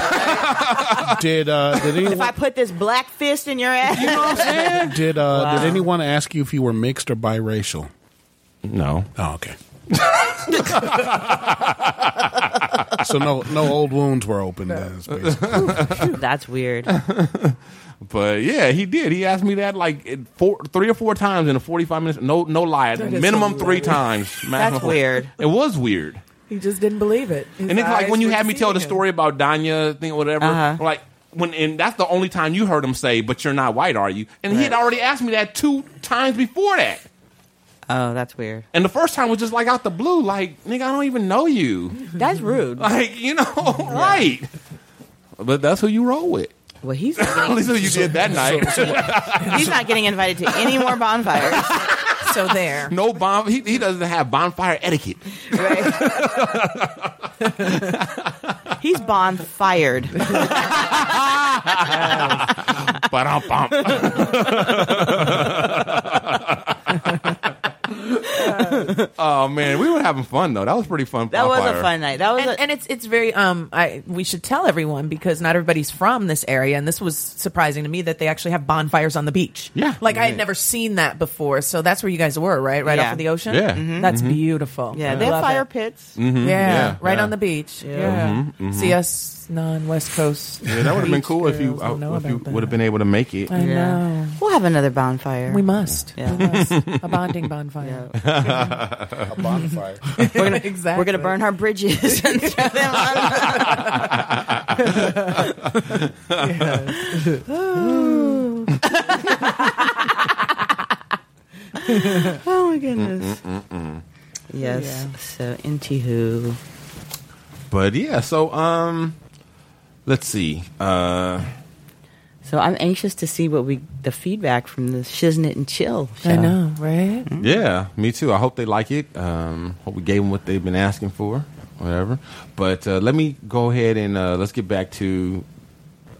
Speaker 12: Did uh, did
Speaker 6: if I
Speaker 12: anyone
Speaker 6: put this black fist in your ass,
Speaker 3: you know what I'm saying?
Speaker 12: did uh,
Speaker 6: Wow.
Speaker 12: did anyone ask you if you were mixed or biracial?
Speaker 3: No.
Speaker 12: Oh, okay. (laughs) so no no old wounds were opened. then, is basically-
Speaker 3: (laughs)
Speaker 6: That's weird.
Speaker 3: But yeah, he did. He asked me that like it- four, three or four times in a forty-five minutes. No, no lie.
Speaker 10: That is
Speaker 3: Minimum
Speaker 10: hilarious.
Speaker 3: three times. maximum four.
Speaker 10: weird.
Speaker 3: It was weird.
Speaker 10: He just didn't believe it. His
Speaker 3: and then like
Speaker 10: eyes
Speaker 3: when you
Speaker 10: were
Speaker 3: had me tell the
Speaker 10: deceiving him.
Speaker 3: story about Danya thing or whatever,
Speaker 10: Uh-huh.
Speaker 3: like when and that's the only time you heard him say, "But you're not white, are you?" And he had already asked me that two times before that.
Speaker 6: Oh, that's weird.
Speaker 3: And the first time was just like out the blue, like nigga, I don't even know you.
Speaker 6: That's rude.
Speaker 3: (laughs) Like you know, right? But that's who you roll with.
Speaker 6: Well,
Speaker 3: (laughs)
Speaker 6: he's
Speaker 3: at least who you did
Speaker 6: (laughs)
Speaker 3: that night.
Speaker 6: (laughs) He's not getting invited to any more bonfires.
Speaker 10: (laughs) So there.
Speaker 3: No bomb. He, he doesn't have bonfire etiquette.
Speaker 10: (laughs)
Speaker 6: He's bonfired.
Speaker 3: (laughs) Ba-dum-bum. (laughs) oh man, we were having fun though. (laughs) That was pretty fun.
Speaker 6: That was a
Speaker 3: bonfire.
Speaker 6: fun night. That was
Speaker 10: and,
Speaker 6: a-
Speaker 10: and it's it's very um I we should tell everyone because not everybody's from this area and this was surprising to me that they actually have bonfires on the beach.
Speaker 3: Yeah.
Speaker 10: Like I had
Speaker 3: Right.
Speaker 10: never seen that before. So that's where you guys were, right? Right
Speaker 6: Yeah. Mm-hmm.
Speaker 10: off of the ocean? Mm-hmm.
Speaker 3: Yeah. Mhm.
Speaker 10: That's
Speaker 3: Mhm.
Speaker 10: beautiful.
Speaker 6: Yeah,
Speaker 10: I
Speaker 6: they have
Speaker 10: love
Speaker 6: fire
Speaker 10: it.
Speaker 6: pits.
Speaker 3: Mhm.
Speaker 10: Yeah,
Speaker 3: Yeah.
Speaker 10: right
Speaker 3: Yeah.
Speaker 10: on the beach. Yeah,
Speaker 3: Mhm. Mhm.
Speaker 10: see us non-West Coast.
Speaker 3: Yeah, that would have been
Speaker 10: beach
Speaker 3: cool if you uh,
Speaker 10: girls don't know
Speaker 3: if you
Speaker 10: about that.
Speaker 3: would have been able to make it.
Speaker 10: I know.
Speaker 6: We'll have another bonfire.
Speaker 10: We must.
Speaker 6: Yeah.
Speaker 10: We must. A bonding
Speaker 3: (laughs)
Speaker 10: bonfire.
Speaker 12: a bonfire.
Speaker 6: We're gonna,
Speaker 10: Exactly.
Speaker 6: We're gonna burn our
Speaker 10: (laughs)
Speaker 6: bridges. and throw them on. Ooh. oh my goodness. Yes.
Speaker 10: Yeah.
Speaker 6: So into who?
Speaker 3: But yeah, so um, let's see. Uh,
Speaker 6: So I'm anxious to see what we the feedback from the Shiznit and Chill. Show.
Speaker 10: I know, right?
Speaker 3: yeah, me too. I hope they like it. Um, hope we gave them what they've been asking for, whatever. But uh, let me go ahead and uh, let's get back to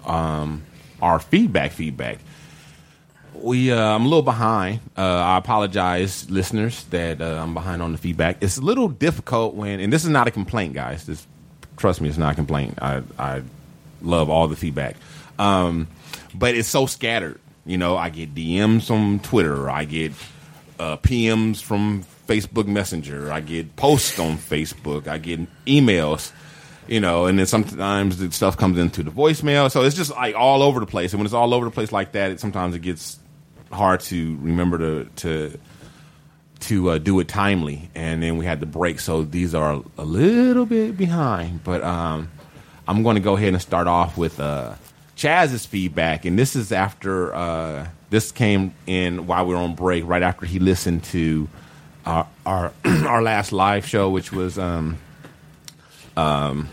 Speaker 3: um our feedback feedback. We uh, I'm a little behind. Uh, I apologize, listeners, that uh, I'm behind on the feedback. It's a little difficult when, and this is not a complaint, guys. This, trust me, it's not a complaint. I I love all the feedback, um, but it's so scattered. You know, I get DMs from Twitter. I get uh, PMs from Facebook Messenger. I get posts on Facebook. I get emails you know, and then sometimes the stuff comes into the voicemail. So it's just like all over the place. And when it's all over the place like that, it sometimes it gets hard to remember to to to uh, do it timely. And then we had the break, so these are a little bit behind. But um, I'm going to go ahead and start off with uh, Chaz's feedback, and this is after uh, this came in while we were on break, right after he listened to our our, (clears throat) our last live show, which was. Um, um,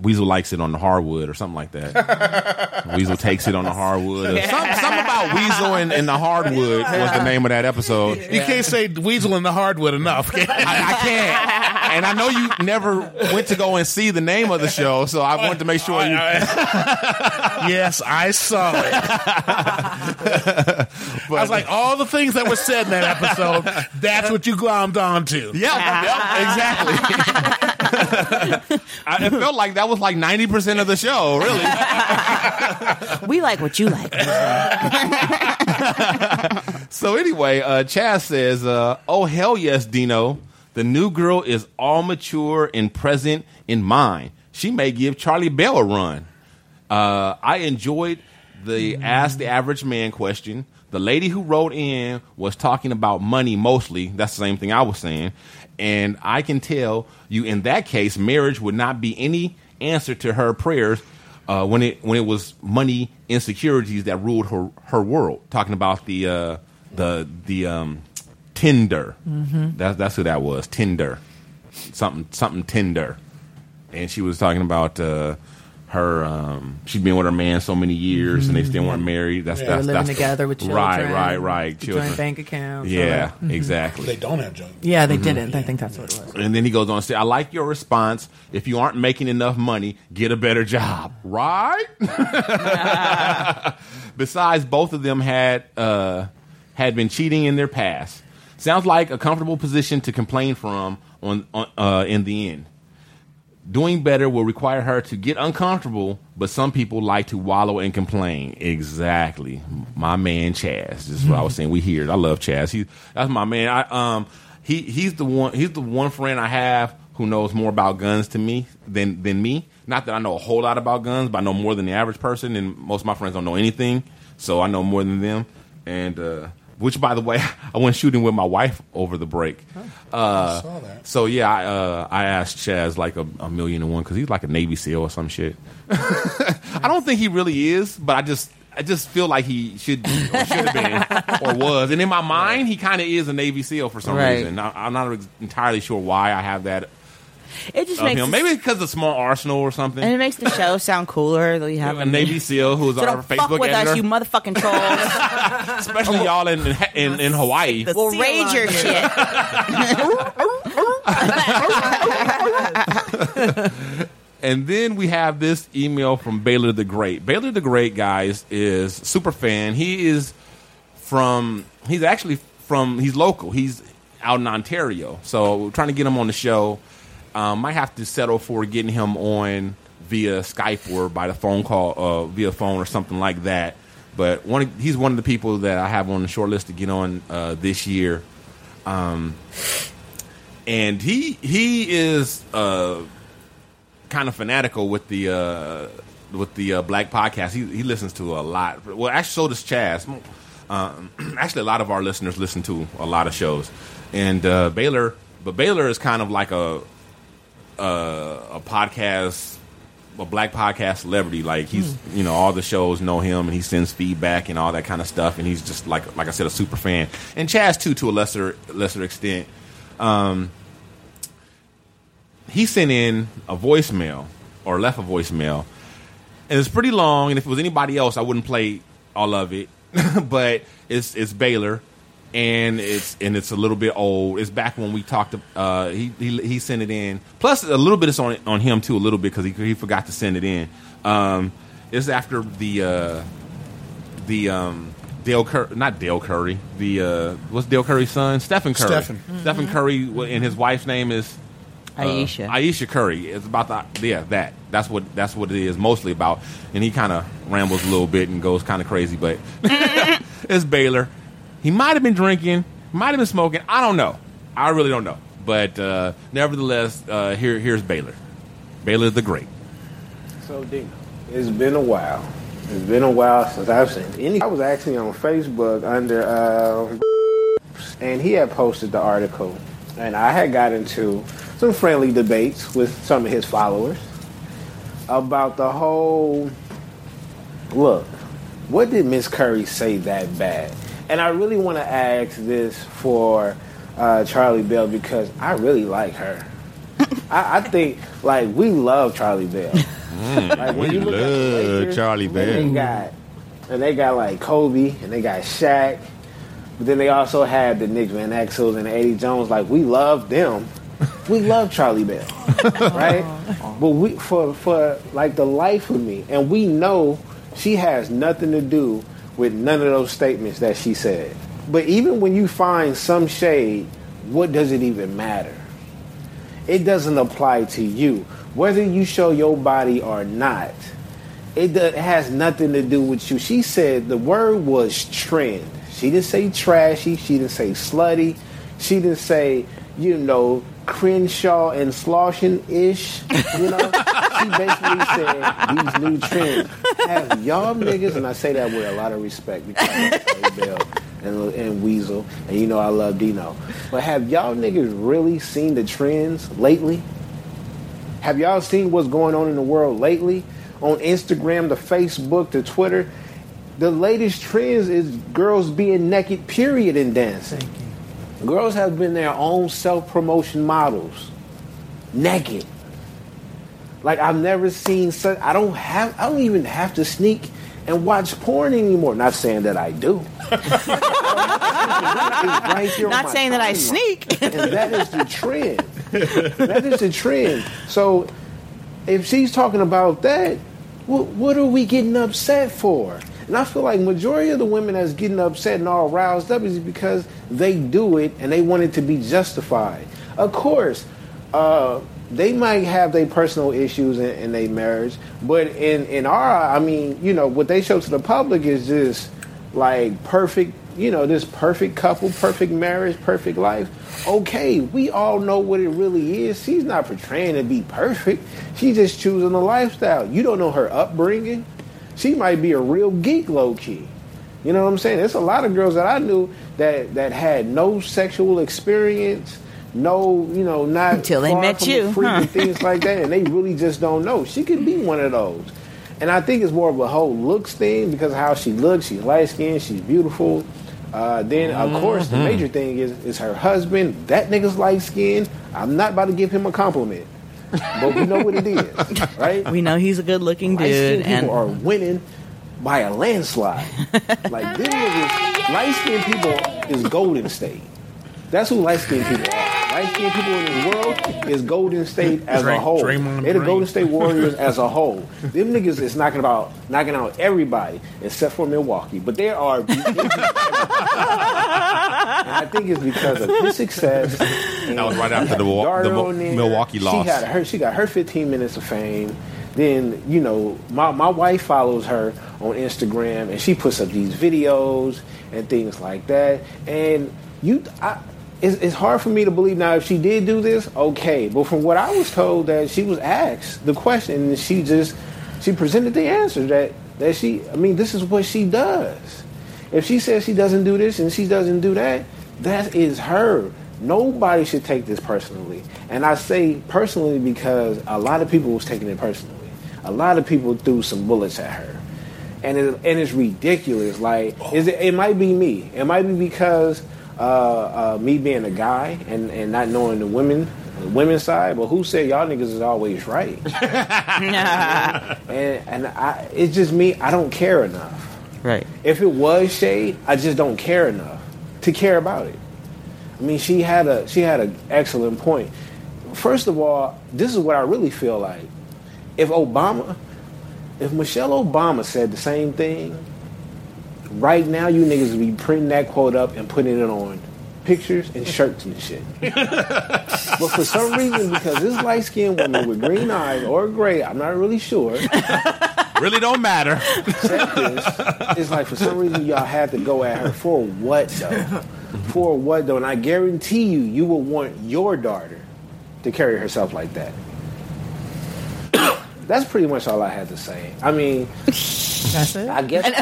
Speaker 3: Weasel likes it on the hardwood or something like that. Weasel takes it on the hardwood. Or some, something about Weasel and, and the hardwood was the name of that episode.
Speaker 12: You can't say weasel in the hardwood enough.
Speaker 3: I, I can't. And I know you never went to go and see the name of the show, so I wanted to make sure you.
Speaker 12: (laughs) yes, I saw
Speaker 3: (laughs)
Speaker 12: it. I was like, all the things that were said in that episode, that's what you glommed onto.
Speaker 3: Yep, yep, exactly. I, it felt like that was like 90% of the show, really.
Speaker 6: (laughs) We like what you like.
Speaker 3: So anyway, uh, Chaz says, uh, "Oh hell yes, Dino. The new girl is all mature and present in mind. She may give Charlie Bell a run. Uh, I enjoyed the ask the average man question. The lady who wrote in was talking about money mostly. That's the same thing I was saying. And I can tell you, in that case, marriage would not be any answer to her prayers." Uh, when it when it was money insecurities that ruled her her world, talking about the uh, the the um, Tinder.
Speaker 10: Mm-hmm.
Speaker 23: Mhm.
Speaker 3: That's that's who that was. Tinder, something something Tinder, and she was talking about uh, her um she'd been with her man so many years and they still weren't married. That's
Speaker 10: Yeah.
Speaker 3: that's,
Speaker 10: Mm-hmm. They were
Speaker 3: that's
Speaker 10: living together with
Speaker 3: Right,
Speaker 10: children,
Speaker 3: right, right.
Speaker 10: joint bank accounts, all
Speaker 3: Yeah,
Speaker 10: that. Mhm.
Speaker 3: exactly.
Speaker 12: They don't have joint.
Speaker 10: Yeah, they
Speaker 3: Mhm.
Speaker 10: didn't. I think that's what it was.
Speaker 3: And then he goes on to say, I like your response. If you aren't making enough money, get a better job. Right? (laughs) Besides, both of them had uh, had been cheating in their past. Sounds like a comfortable position to complain from on, on uh, in the end. Doing better will require her to get uncomfortable, but some people like to wallow and complain. Exactly, my man Chaz. This is what I was saying. We hear it. I love Chaz. He that's my man. I um he he's the one he's the one friend I have who knows more about guns to me than than me. Not that I know a whole lot about guns, but I know more than the average person, and most of my friends don't know anything, so I know more than them. And uh, which, by the way, (laughs) I went shooting with my wife over the break. Uh,
Speaker 12: saw that.
Speaker 3: So yeah, I, uh, I asked Chaz like a, a million and one because he's like a Navy SEAL or some shit. (laughs) I don't think he really is, but I just I just feel like he should be, or should have
Speaker 12: (laughs)
Speaker 3: been or was. And in my mind, he kind of is a Navy SEAL for some
Speaker 6: Right.
Speaker 3: reason. I, I'm not ex- entirely sure why I have that
Speaker 6: It just
Speaker 3: of
Speaker 6: makes
Speaker 3: him.
Speaker 6: the-
Speaker 3: Maybe because of small arsenal or something.
Speaker 6: and it makes the show sound cooler that you have
Speaker 3: a Navy SEAL who is
Speaker 6: So
Speaker 3: on
Speaker 6: don't
Speaker 3: our
Speaker 6: fuck
Speaker 3: Facebook
Speaker 6: with
Speaker 3: editor,
Speaker 6: us,
Speaker 3: (laughs)
Speaker 6: you motherfucking trolls.
Speaker 3: especially y'all in in, in, in Hawaii.
Speaker 6: (laughs) we'll raid your shit.
Speaker 3: And then we have this email from Baylor the Great. Baylor the Great, guys, is super fan. He is from. He's actually from. He's local. He's out in Ontario. So we're trying to get him on the show. Um, might have to settle for getting him on via Skype or by the phone call, uh, via phone or something like that. But one, of- he's one of the people that I have on the short list to get on uh, this year. Um, and he he is. Uh, kind of fanatical with the uh, with the uh, black podcast. He, he listens to a lot. Well, actually, so does Chaz. Um, (clears throat) actually, a lot of our listeners listen to a lot of shows, and uh, Baylor. But Baylor is kind of like a a, uh, a podcast, a black podcast celebrity. Like he's you know all the shows know him, and he sends feedback and all that kind of stuff. And he's just like like I said, a super fan. And Chaz too, to a lesser lesser extent. Um, he sent in a voicemail or left a voicemail, and it's pretty long. And if it was anybody else, I wouldn't play all of it. (laughs) but it's it's Baylor, and it's and it's a little bit old. It's back when we talked. Uh, he, he he sent it in. Plus a little bit is on on him too, a little bit because he he forgot to send it in. Um, it's after the uh, the um, Dale Curry, not Dale Curry. The uh, what's Dale Curry's son? Stephen Curry.
Speaker 12: Stephen.
Speaker 3: Stephen Curry, w- and his wife's name is uh,
Speaker 6: Aisha.
Speaker 3: Aisha Curry. It's about the yeah that. That's what that's what it is mostly about. And he kind of rambles a little bit and goes kind of crazy, but (laughs) it's Baylor. He might have been drinking, might have been smoking. I don't know. I really don't know. But uh, nevertheless, uh, here here's Baylor. Baylor the Great.
Speaker 23: So Dino, it's been a while. It's been a while since I've seen any. I was actually on Facebook under, um, and he had posted the article, and I had got into some friendly debates with some of his followers about the whole look. What did Miss Curry say that bad? And I really want to ask this for uh, Charlie Bell because I really like her. I, I think like we love
Speaker 9: (laughs)
Speaker 23: Charlie Bell. Like,
Speaker 9: Mm, we
Speaker 23: when you look at the
Speaker 9: love
Speaker 23: Lakers,
Speaker 9: Charlie
Speaker 23: and They
Speaker 9: Bell.
Speaker 23: got and they got like Kobe and they got Shaq, but then they also had the Nick Van Axel and Eddie Jones. Like we love them. We love
Speaker 9: (laughs)
Speaker 23: Charlie Bell, right? but we for for like the life of me, and we know she has nothing to do with none of those statements that she said. But even when you find some shade, what does it even matter? it doesn't apply to you. Whether you show your body or not, it, do, it has nothing to do with you. She said the word was trend. She didn't say trashy. She didn't say slutty. She didn't say, you know, Crenshaw and sloshing ish. You know, she basically said these new trends. Have y'all niggas, and I say that with a lot of respect because I love Ray Bell and, and Weasel, and you know I love Dino. But have y'all niggas really seen the trends lately? Have y'all seen what's going on in the world lately? On Instagram, to Facebook, to Twitter, the latest trends is girls being naked, period, in dancing. Girls have been their own self promotion models, naked. Like I've never seen such. I don't have. I don't even have to sneak and watch porn anymore. Not saying that
Speaker 6: (laughs)
Speaker 23: I do. right here on
Speaker 6: Not
Speaker 23: my
Speaker 6: saying that I
Speaker 23: timeline.
Speaker 6: sneak.
Speaker 23: and that is the trend. that is the trend. So if she's talking about that, what, what are we getting upset for? And I feel like majority of the women that's getting upset and all roused up is because they do it and they want it to be justified. Of course, uh, they might have their personal issues in, in their marriage, but in in our, I mean, you know, what they show to the public is just like perfect, you know, this perfect couple, perfect marriage, perfect life. Okay, we all know what it really is. She's not portraying to be perfect. She's just choosing a lifestyle. You don't know her upbringing. She might be a real geek, low key. You know what I'm saying? There's a lot of girls that I knew that that had no sexual experience, no, you know, not
Speaker 6: Until they
Speaker 23: far
Speaker 6: met
Speaker 23: from a
Speaker 6: you,
Speaker 23: freak and
Speaker 6: huh?
Speaker 23: things like that, and they really just don't know. She could be one of those. And I think it's more of a whole looks thing because of how she looks. She's light skinned, she's beautiful. Uh, then, of course, the
Speaker 3: Mhm.
Speaker 23: major thing is is her husband. That nigga's light skinned. I'm not about to give him a compliment. But we know what it is, right?
Speaker 6: We know he's a good looking dude.
Speaker 23: Light-skinned
Speaker 6: And
Speaker 23: people are winning by a landslide. like them niggas, light skinned people is Golden State. That's who light skinned people are. Light skinned people in this world is Golden
Speaker 12: (laughs)
Speaker 23: State as
Speaker 12: Dray-
Speaker 23: a whole.
Speaker 12: Draymond
Speaker 23: They're the
Speaker 12: Green.
Speaker 23: Golden State
Speaker 12: (laughs)
Speaker 23: Warriors as a whole. Them niggas is knocking about knocking out everybody except for Milwaukee. But they are
Speaker 12: (laughs)
Speaker 23: And I think it's because of his success.
Speaker 3: That was right after the, wa- the
Speaker 23: Dario
Speaker 3: Mo-
Speaker 23: in there.
Speaker 3: Milwaukee
Speaker 23: She got
Speaker 3: loss.
Speaker 23: her. She got her 15 minutes of fame. Then you know, my my wife follows her on Instagram, and she puts up these videos and things like that. And you, I, it's, it's hard for me to believe now if she did do this, okay. But from what I was told, that she was asked the question, and she just she presented the answer that that she. I mean, this is what she does. If she says she doesn't do this and she doesn't do that, that is her. Nobody should take this personally. And I say personally because a lot of people was taking it personally. A lot of people threw some bullets at her. And it, and it's ridiculous. Like, is it, it might be me. It might be because uh, uh, me being a guy and, and not knowing the women, the women's side. But who said y'all niggas is always right? and and I, it's just me. I don't care enough.
Speaker 6: Right.
Speaker 23: If it was shade, I just don't care enough to care about it. I mean, she had a she had an excellent point. First of all, this is what I really feel like. If Obama, if Michelle Obama said the same thing, right now you niggas would be printing that quote up and putting it on pictures and shirts and shit. but for some reason, because this light skinned woman with green eyes or gray, I'm not really sure.
Speaker 3: really don't
Speaker 6: (laughs)
Speaker 3: matter.
Speaker 23: It's like for some reason y'all had to go at her for what though? For what though? And I guarantee you, you will want your daughter to carry herself like that. That's pretty much all I had to say. I mean,
Speaker 10: that's it.
Speaker 23: I
Speaker 3: (laughs)
Speaker 23: guess
Speaker 3: right,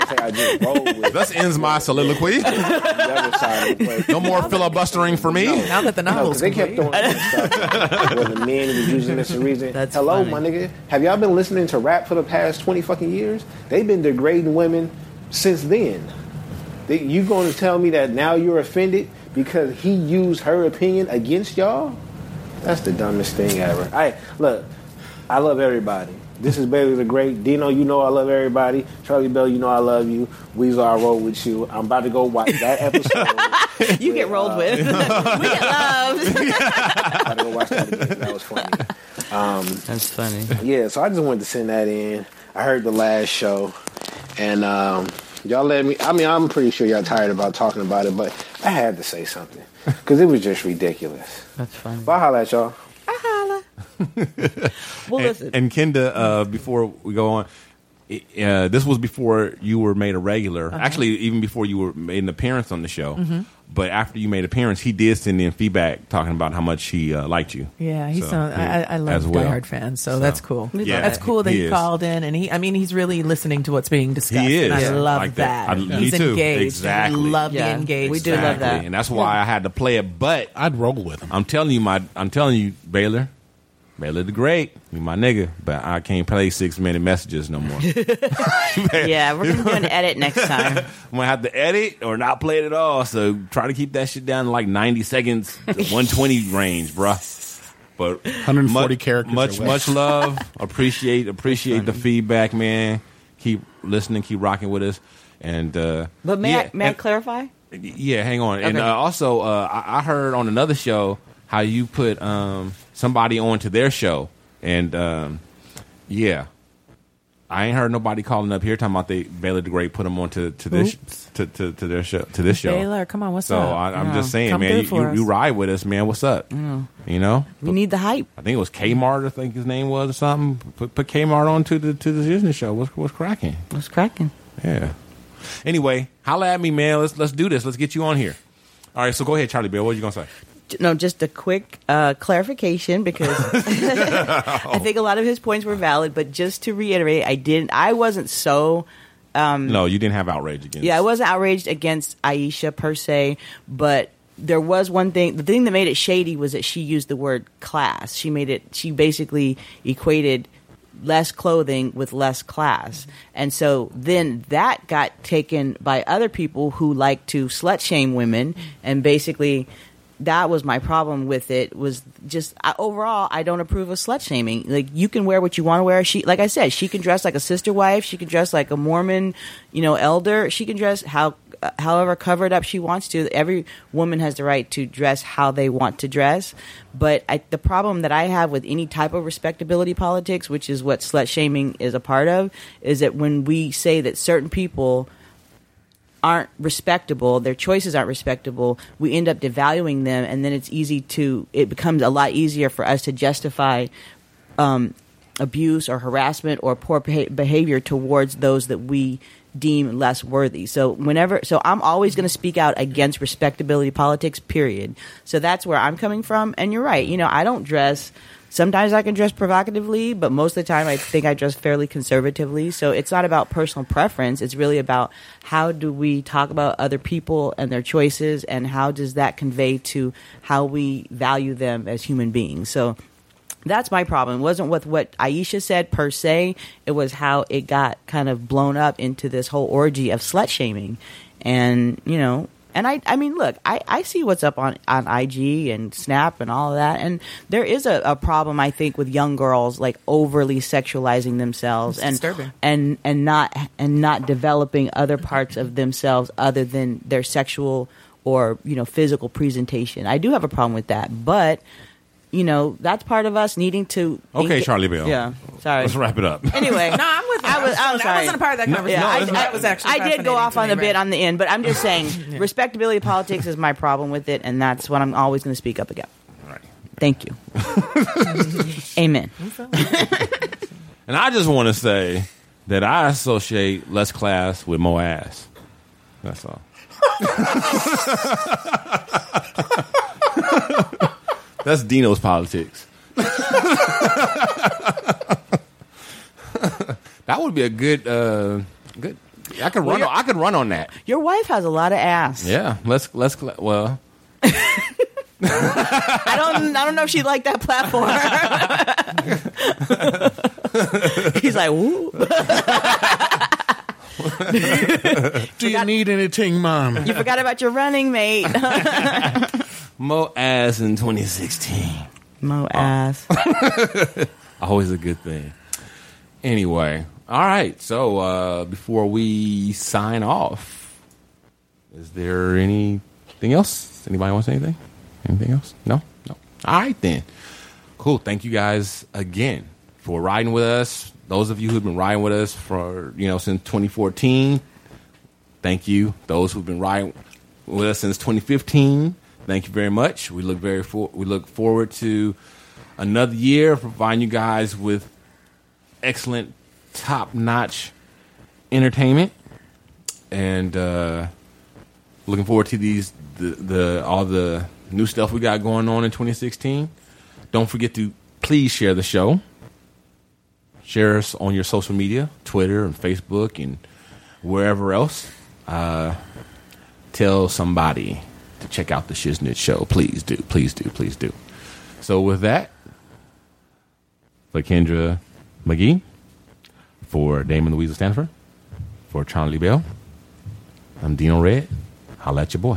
Speaker 3: right,
Speaker 23: right. I just roll
Speaker 3: (laughs)
Speaker 23: with
Speaker 3: This ends my soliloquy.
Speaker 23: (laughs) the other side of the plate.
Speaker 3: No more filibustering for me.
Speaker 10: Now that the
Speaker 23: No,
Speaker 10: novel's
Speaker 23: 'cause they kept throwing other
Speaker 10: (laughs)
Speaker 23: stuff where the men was using this reason. Hello, my nigga. Have y'all been listening to rap for the past twenty fucking years? They've been degrading women since then. They, you going to tell me that now you're offended because he used her opinion against y'all? That's the dumbest thing ever. I look. I love everybody. This is Bailey the Great. Dino, you know I love everybody. Charlie Bell, you know I love you. Weezer, I roll with you. I'm about to go watch that
Speaker 3: (laughs)
Speaker 23: episode.
Speaker 6: you get rolled with. we get loved.
Speaker 23: I'm about to go watch that again. That was funny. Um,
Speaker 6: That's funny.
Speaker 23: yeah, so I just wanted to send that in. I heard the last show, and um, y'all let me. I mean, I'm pretty sure y'all tired about talking about it, but I had to say something because it was just ridiculous. That's fine. But I holla at y'all.
Speaker 6: Well,
Speaker 3: and,
Speaker 6: listen.
Speaker 3: and Kenda, uh, before we go on, i- uh, this was before you were made a regular.
Speaker 10: Uh-huh.
Speaker 3: Actually, even before you were made an appearance on the show.
Speaker 10: Mhm.
Speaker 3: But after you made appearance, he did send in feedback talking about how much he uh, liked you.
Speaker 10: Yeah, he's
Speaker 3: So,
Speaker 10: so,
Speaker 3: yeah,
Speaker 10: I, I
Speaker 3: as
Speaker 10: love
Speaker 3: well.
Speaker 10: Die Hard fans, so, that's cool.
Speaker 3: We Yeah, love
Speaker 10: that's
Speaker 3: that.
Speaker 10: cool that
Speaker 3: he
Speaker 10: he,
Speaker 3: is.
Speaker 10: called in, and he—I mean, he's really listening to what's being discussed.
Speaker 3: He
Speaker 10: and
Speaker 3: is.
Speaker 10: I love
Speaker 3: Like that.
Speaker 10: that.
Speaker 3: I- me
Speaker 10: he's
Speaker 3: too.
Speaker 10: engaged.
Speaker 3: Exactly.
Speaker 10: I love
Speaker 6: Yeah,
Speaker 10: the engaged.
Speaker 6: we do love that.
Speaker 3: And that's why I had to play it. But
Speaker 12: I'd roll with him.
Speaker 3: I'm telling you, my I'm telling you, Baylor, Baylor the Great, you my nigga. But I can't play six minute messages no
Speaker 10: (laughs)
Speaker 3: more.
Speaker 6: yeah, we're gonna do an edit next
Speaker 3: (laughs)
Speaker 6: time.
Speaker 3: I'm gonna have to edit or not play it at
Speaker 6: (laughs)
Speaker 3: all. So try to keep that shit down to like 90 seconds, to 120 range, bruh. But
Speaker 12: 140
Speaker 3: much,
Speaker 12: characters
Speaker 3: Much
Speaker 12: or
Speaker 3: much
Speaker 12: less.
Speaker 3: love. Appreciate appreciate the feedback, man. Keep listening. Keep rocking with us. And uh,
Speaker 6: But may
Speaker 3: yeah,
Speaker 6: I, may I
Speaker 3: and-
Speaker 6: clarify?
Speaker 3: yeah, hang on. And
Speaker 6: Okay.
Speaker 3: uh, also, uh, I-, I heard on another show how you put um, somebody on to their show, and um, yeah, I ain't heard nobody calling up here talking about they Baylor the Great put them on to, to this to, to, to their show to this show.
Speaker 6: Baylor, come on, what's
Speaker 3: so
Speaker 6: up?
Speaker 3: I, I'm
Speaker 6: No,
Speaker 3: just saying,
Speaker 6: come through
Speaker 3: man, you,
Speaker 6: for
Speaker 3: you, you
Speaker 6: us.
Speaker 3: ride with us, man. What's up?
Speaker 6: No.
Speaker 3: You know,
Speaker 6: Oh, We need the hype.
Speaker 3: I think it was Kmart. I think his name was or something. Put, put Kmart on to the to the Disney show. What's what's cracking?
Speaker 6: What's cracking?
Speaker 3: Yeah. Anyway, holla at me, man. Let's let's do this. Let's get you on here. All right. So go ahead, Charlie Bill. What you gonna say?
Speaker 6: J- No, just a quick uh, clarification because (laughs) I think a lot of his points were valid, but just to reiterate, I didn't. I wasn't so.
Speaker 3: (laughs)
Speaker 6: Um,
Speaker 3: No, you didn't have outrage against.
Speaker 6: Yeah, I wasn't outraged against Aisha per se, but there was one thing. The thing that made it shady was that she used the word class. She made it. She basically equated less clothing with less class, and so then that got taken by other people who like to slut shame women and basically. That was my problem with it. Was just I, overall, I don't approve of slut shaming. Like you can wear what you want to wear. She, like I said, she can dress like a sister wife. She can dress like a Mormon, you know, elder. She can dress how uh, however covered up she wants to. Every woman has the right to dress how they want to dress. But I, the problem that I have with any type of respectability politics, which is what slut shaming is a part of, is that when we say that certain people aren't respectable, their choices aren't respectable, we end up devaluing them, and then it's easy to, it becomes a lot easier for us to justify um, abuse or harassment or poor beha- behavior towards those that we deem less worthy. So whenever so I'm always going to speak out against respectability politics period. So that's where I'm coming from and you're right. You know, I don't dress sometimes I can dress provocatively, but most of the time I think I dress fairly conservatively. So it's not about personal preference, it's really about how do we talk about other people and their choices and how does that convey to how we value them as human beings. So that's my problem. It wasn't with what Aisha said per se. It was how it got kind of blown up into this whole orgy of slut shaming. And, you know, and I, I mean, look, I, I see what's up on, on IG and Snap and all of that. And there is a, a problem, I think, with young girls like overly sexualizing themselves
Speaker 10: It's
Speaker 6: and,
Speaker 10: disturbing.
Speaker 6: and, and not, and not developing other parts of themselves other than their sexual or, you know, physical presentation. I do have a problem with that, but you know, that's part of us needing to.
Speaker 3: Okay,
Speaker 6: enga-
Speaker 3: Charlie Bill.
Speaker 6: Yeah, sorry.
Speaker 3: Let's wrap it up.
Speaker 6: Anyway,
Speaker 10: no, I'm with. You.
Speaker 6: I was. I'm sorry.
Speaker 10: I wasn't a part of that
Speaker 3: No,
Speaker 10: conversation.
Speaker 3: no,
Speaker 10: I,
Speaker 3: it's
Speaker 10: I was actually.
Speaker 6: I did go
Speaker 10: fascinating
Speaker 6: off
Speaker 10: to
Speaker 6: on
Speaker 10: me,
Speaker 6: the bit
Speaker 10: right?
Speaker 6: on
Speaker 10: (laughs)
Speaker 6: the end, but I'm
Speaker 3: (laughs)
Speaker 6: just saying respectability politics is my problem with it, and that's what I'm always going to speak up against.
Speaker 3: (laughs)
Speaker 6: Thank you. Amen.
Speaker 3: And I just want to say that I associate less class with more ass. That's (laughs) all. That's Dino's politics. (laughs) that would be a good, uh, good. I could run.
Speaker 6: Well,
Speaker 3: on, I could run on that.
Speaker 6: Your wife has a lot of ass.
Speaker 3: Yeah. Let's let's. cla- Well,
Speaker 6: I don't. I don't know if she liked
Speaker 3: (laughs)
Speaker 6: that platform. He's like, woo.
Speaker 12: Do you need anything, Mom?
Speaker 6: You forgot about your running mate.
Speaker 3: (laughs) Mo ass in 2016.
Speaker 6: Mo ass.
Speaker 3: (laughs) Always a good thing. Anyway, all right. So uh, before we sign off, is there anything else? Anybody wants anything? (laughs) Anything else? No, no. All right then. Cool. Thank you guys again for riding with us. Those of you who've been riding with us for you know since 2014, thank you. Those who've been riding with us since 2015, thank you very much. We look very for- we look forward to another year providing you guys with excellent, top notch entertainment, and uh, looking forward to these the, the all the new stuff we got going on in 2016. Don't forget to please share the show. Share us on your social media, Twitter and Facebook and wherever else. Uh, tell somebody to check out the Shiznit show. Please do, please do, please do. So with that, for Kendra McGee, for Damon Louisa Stanford, for Charlie Bell, I'm Dino Red. Holla at your boy.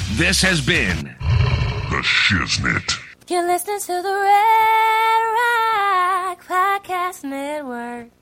Speaker 13: This has been The Shiznit.
Speaker 8: You're listening to the Red Rock Podcast Network.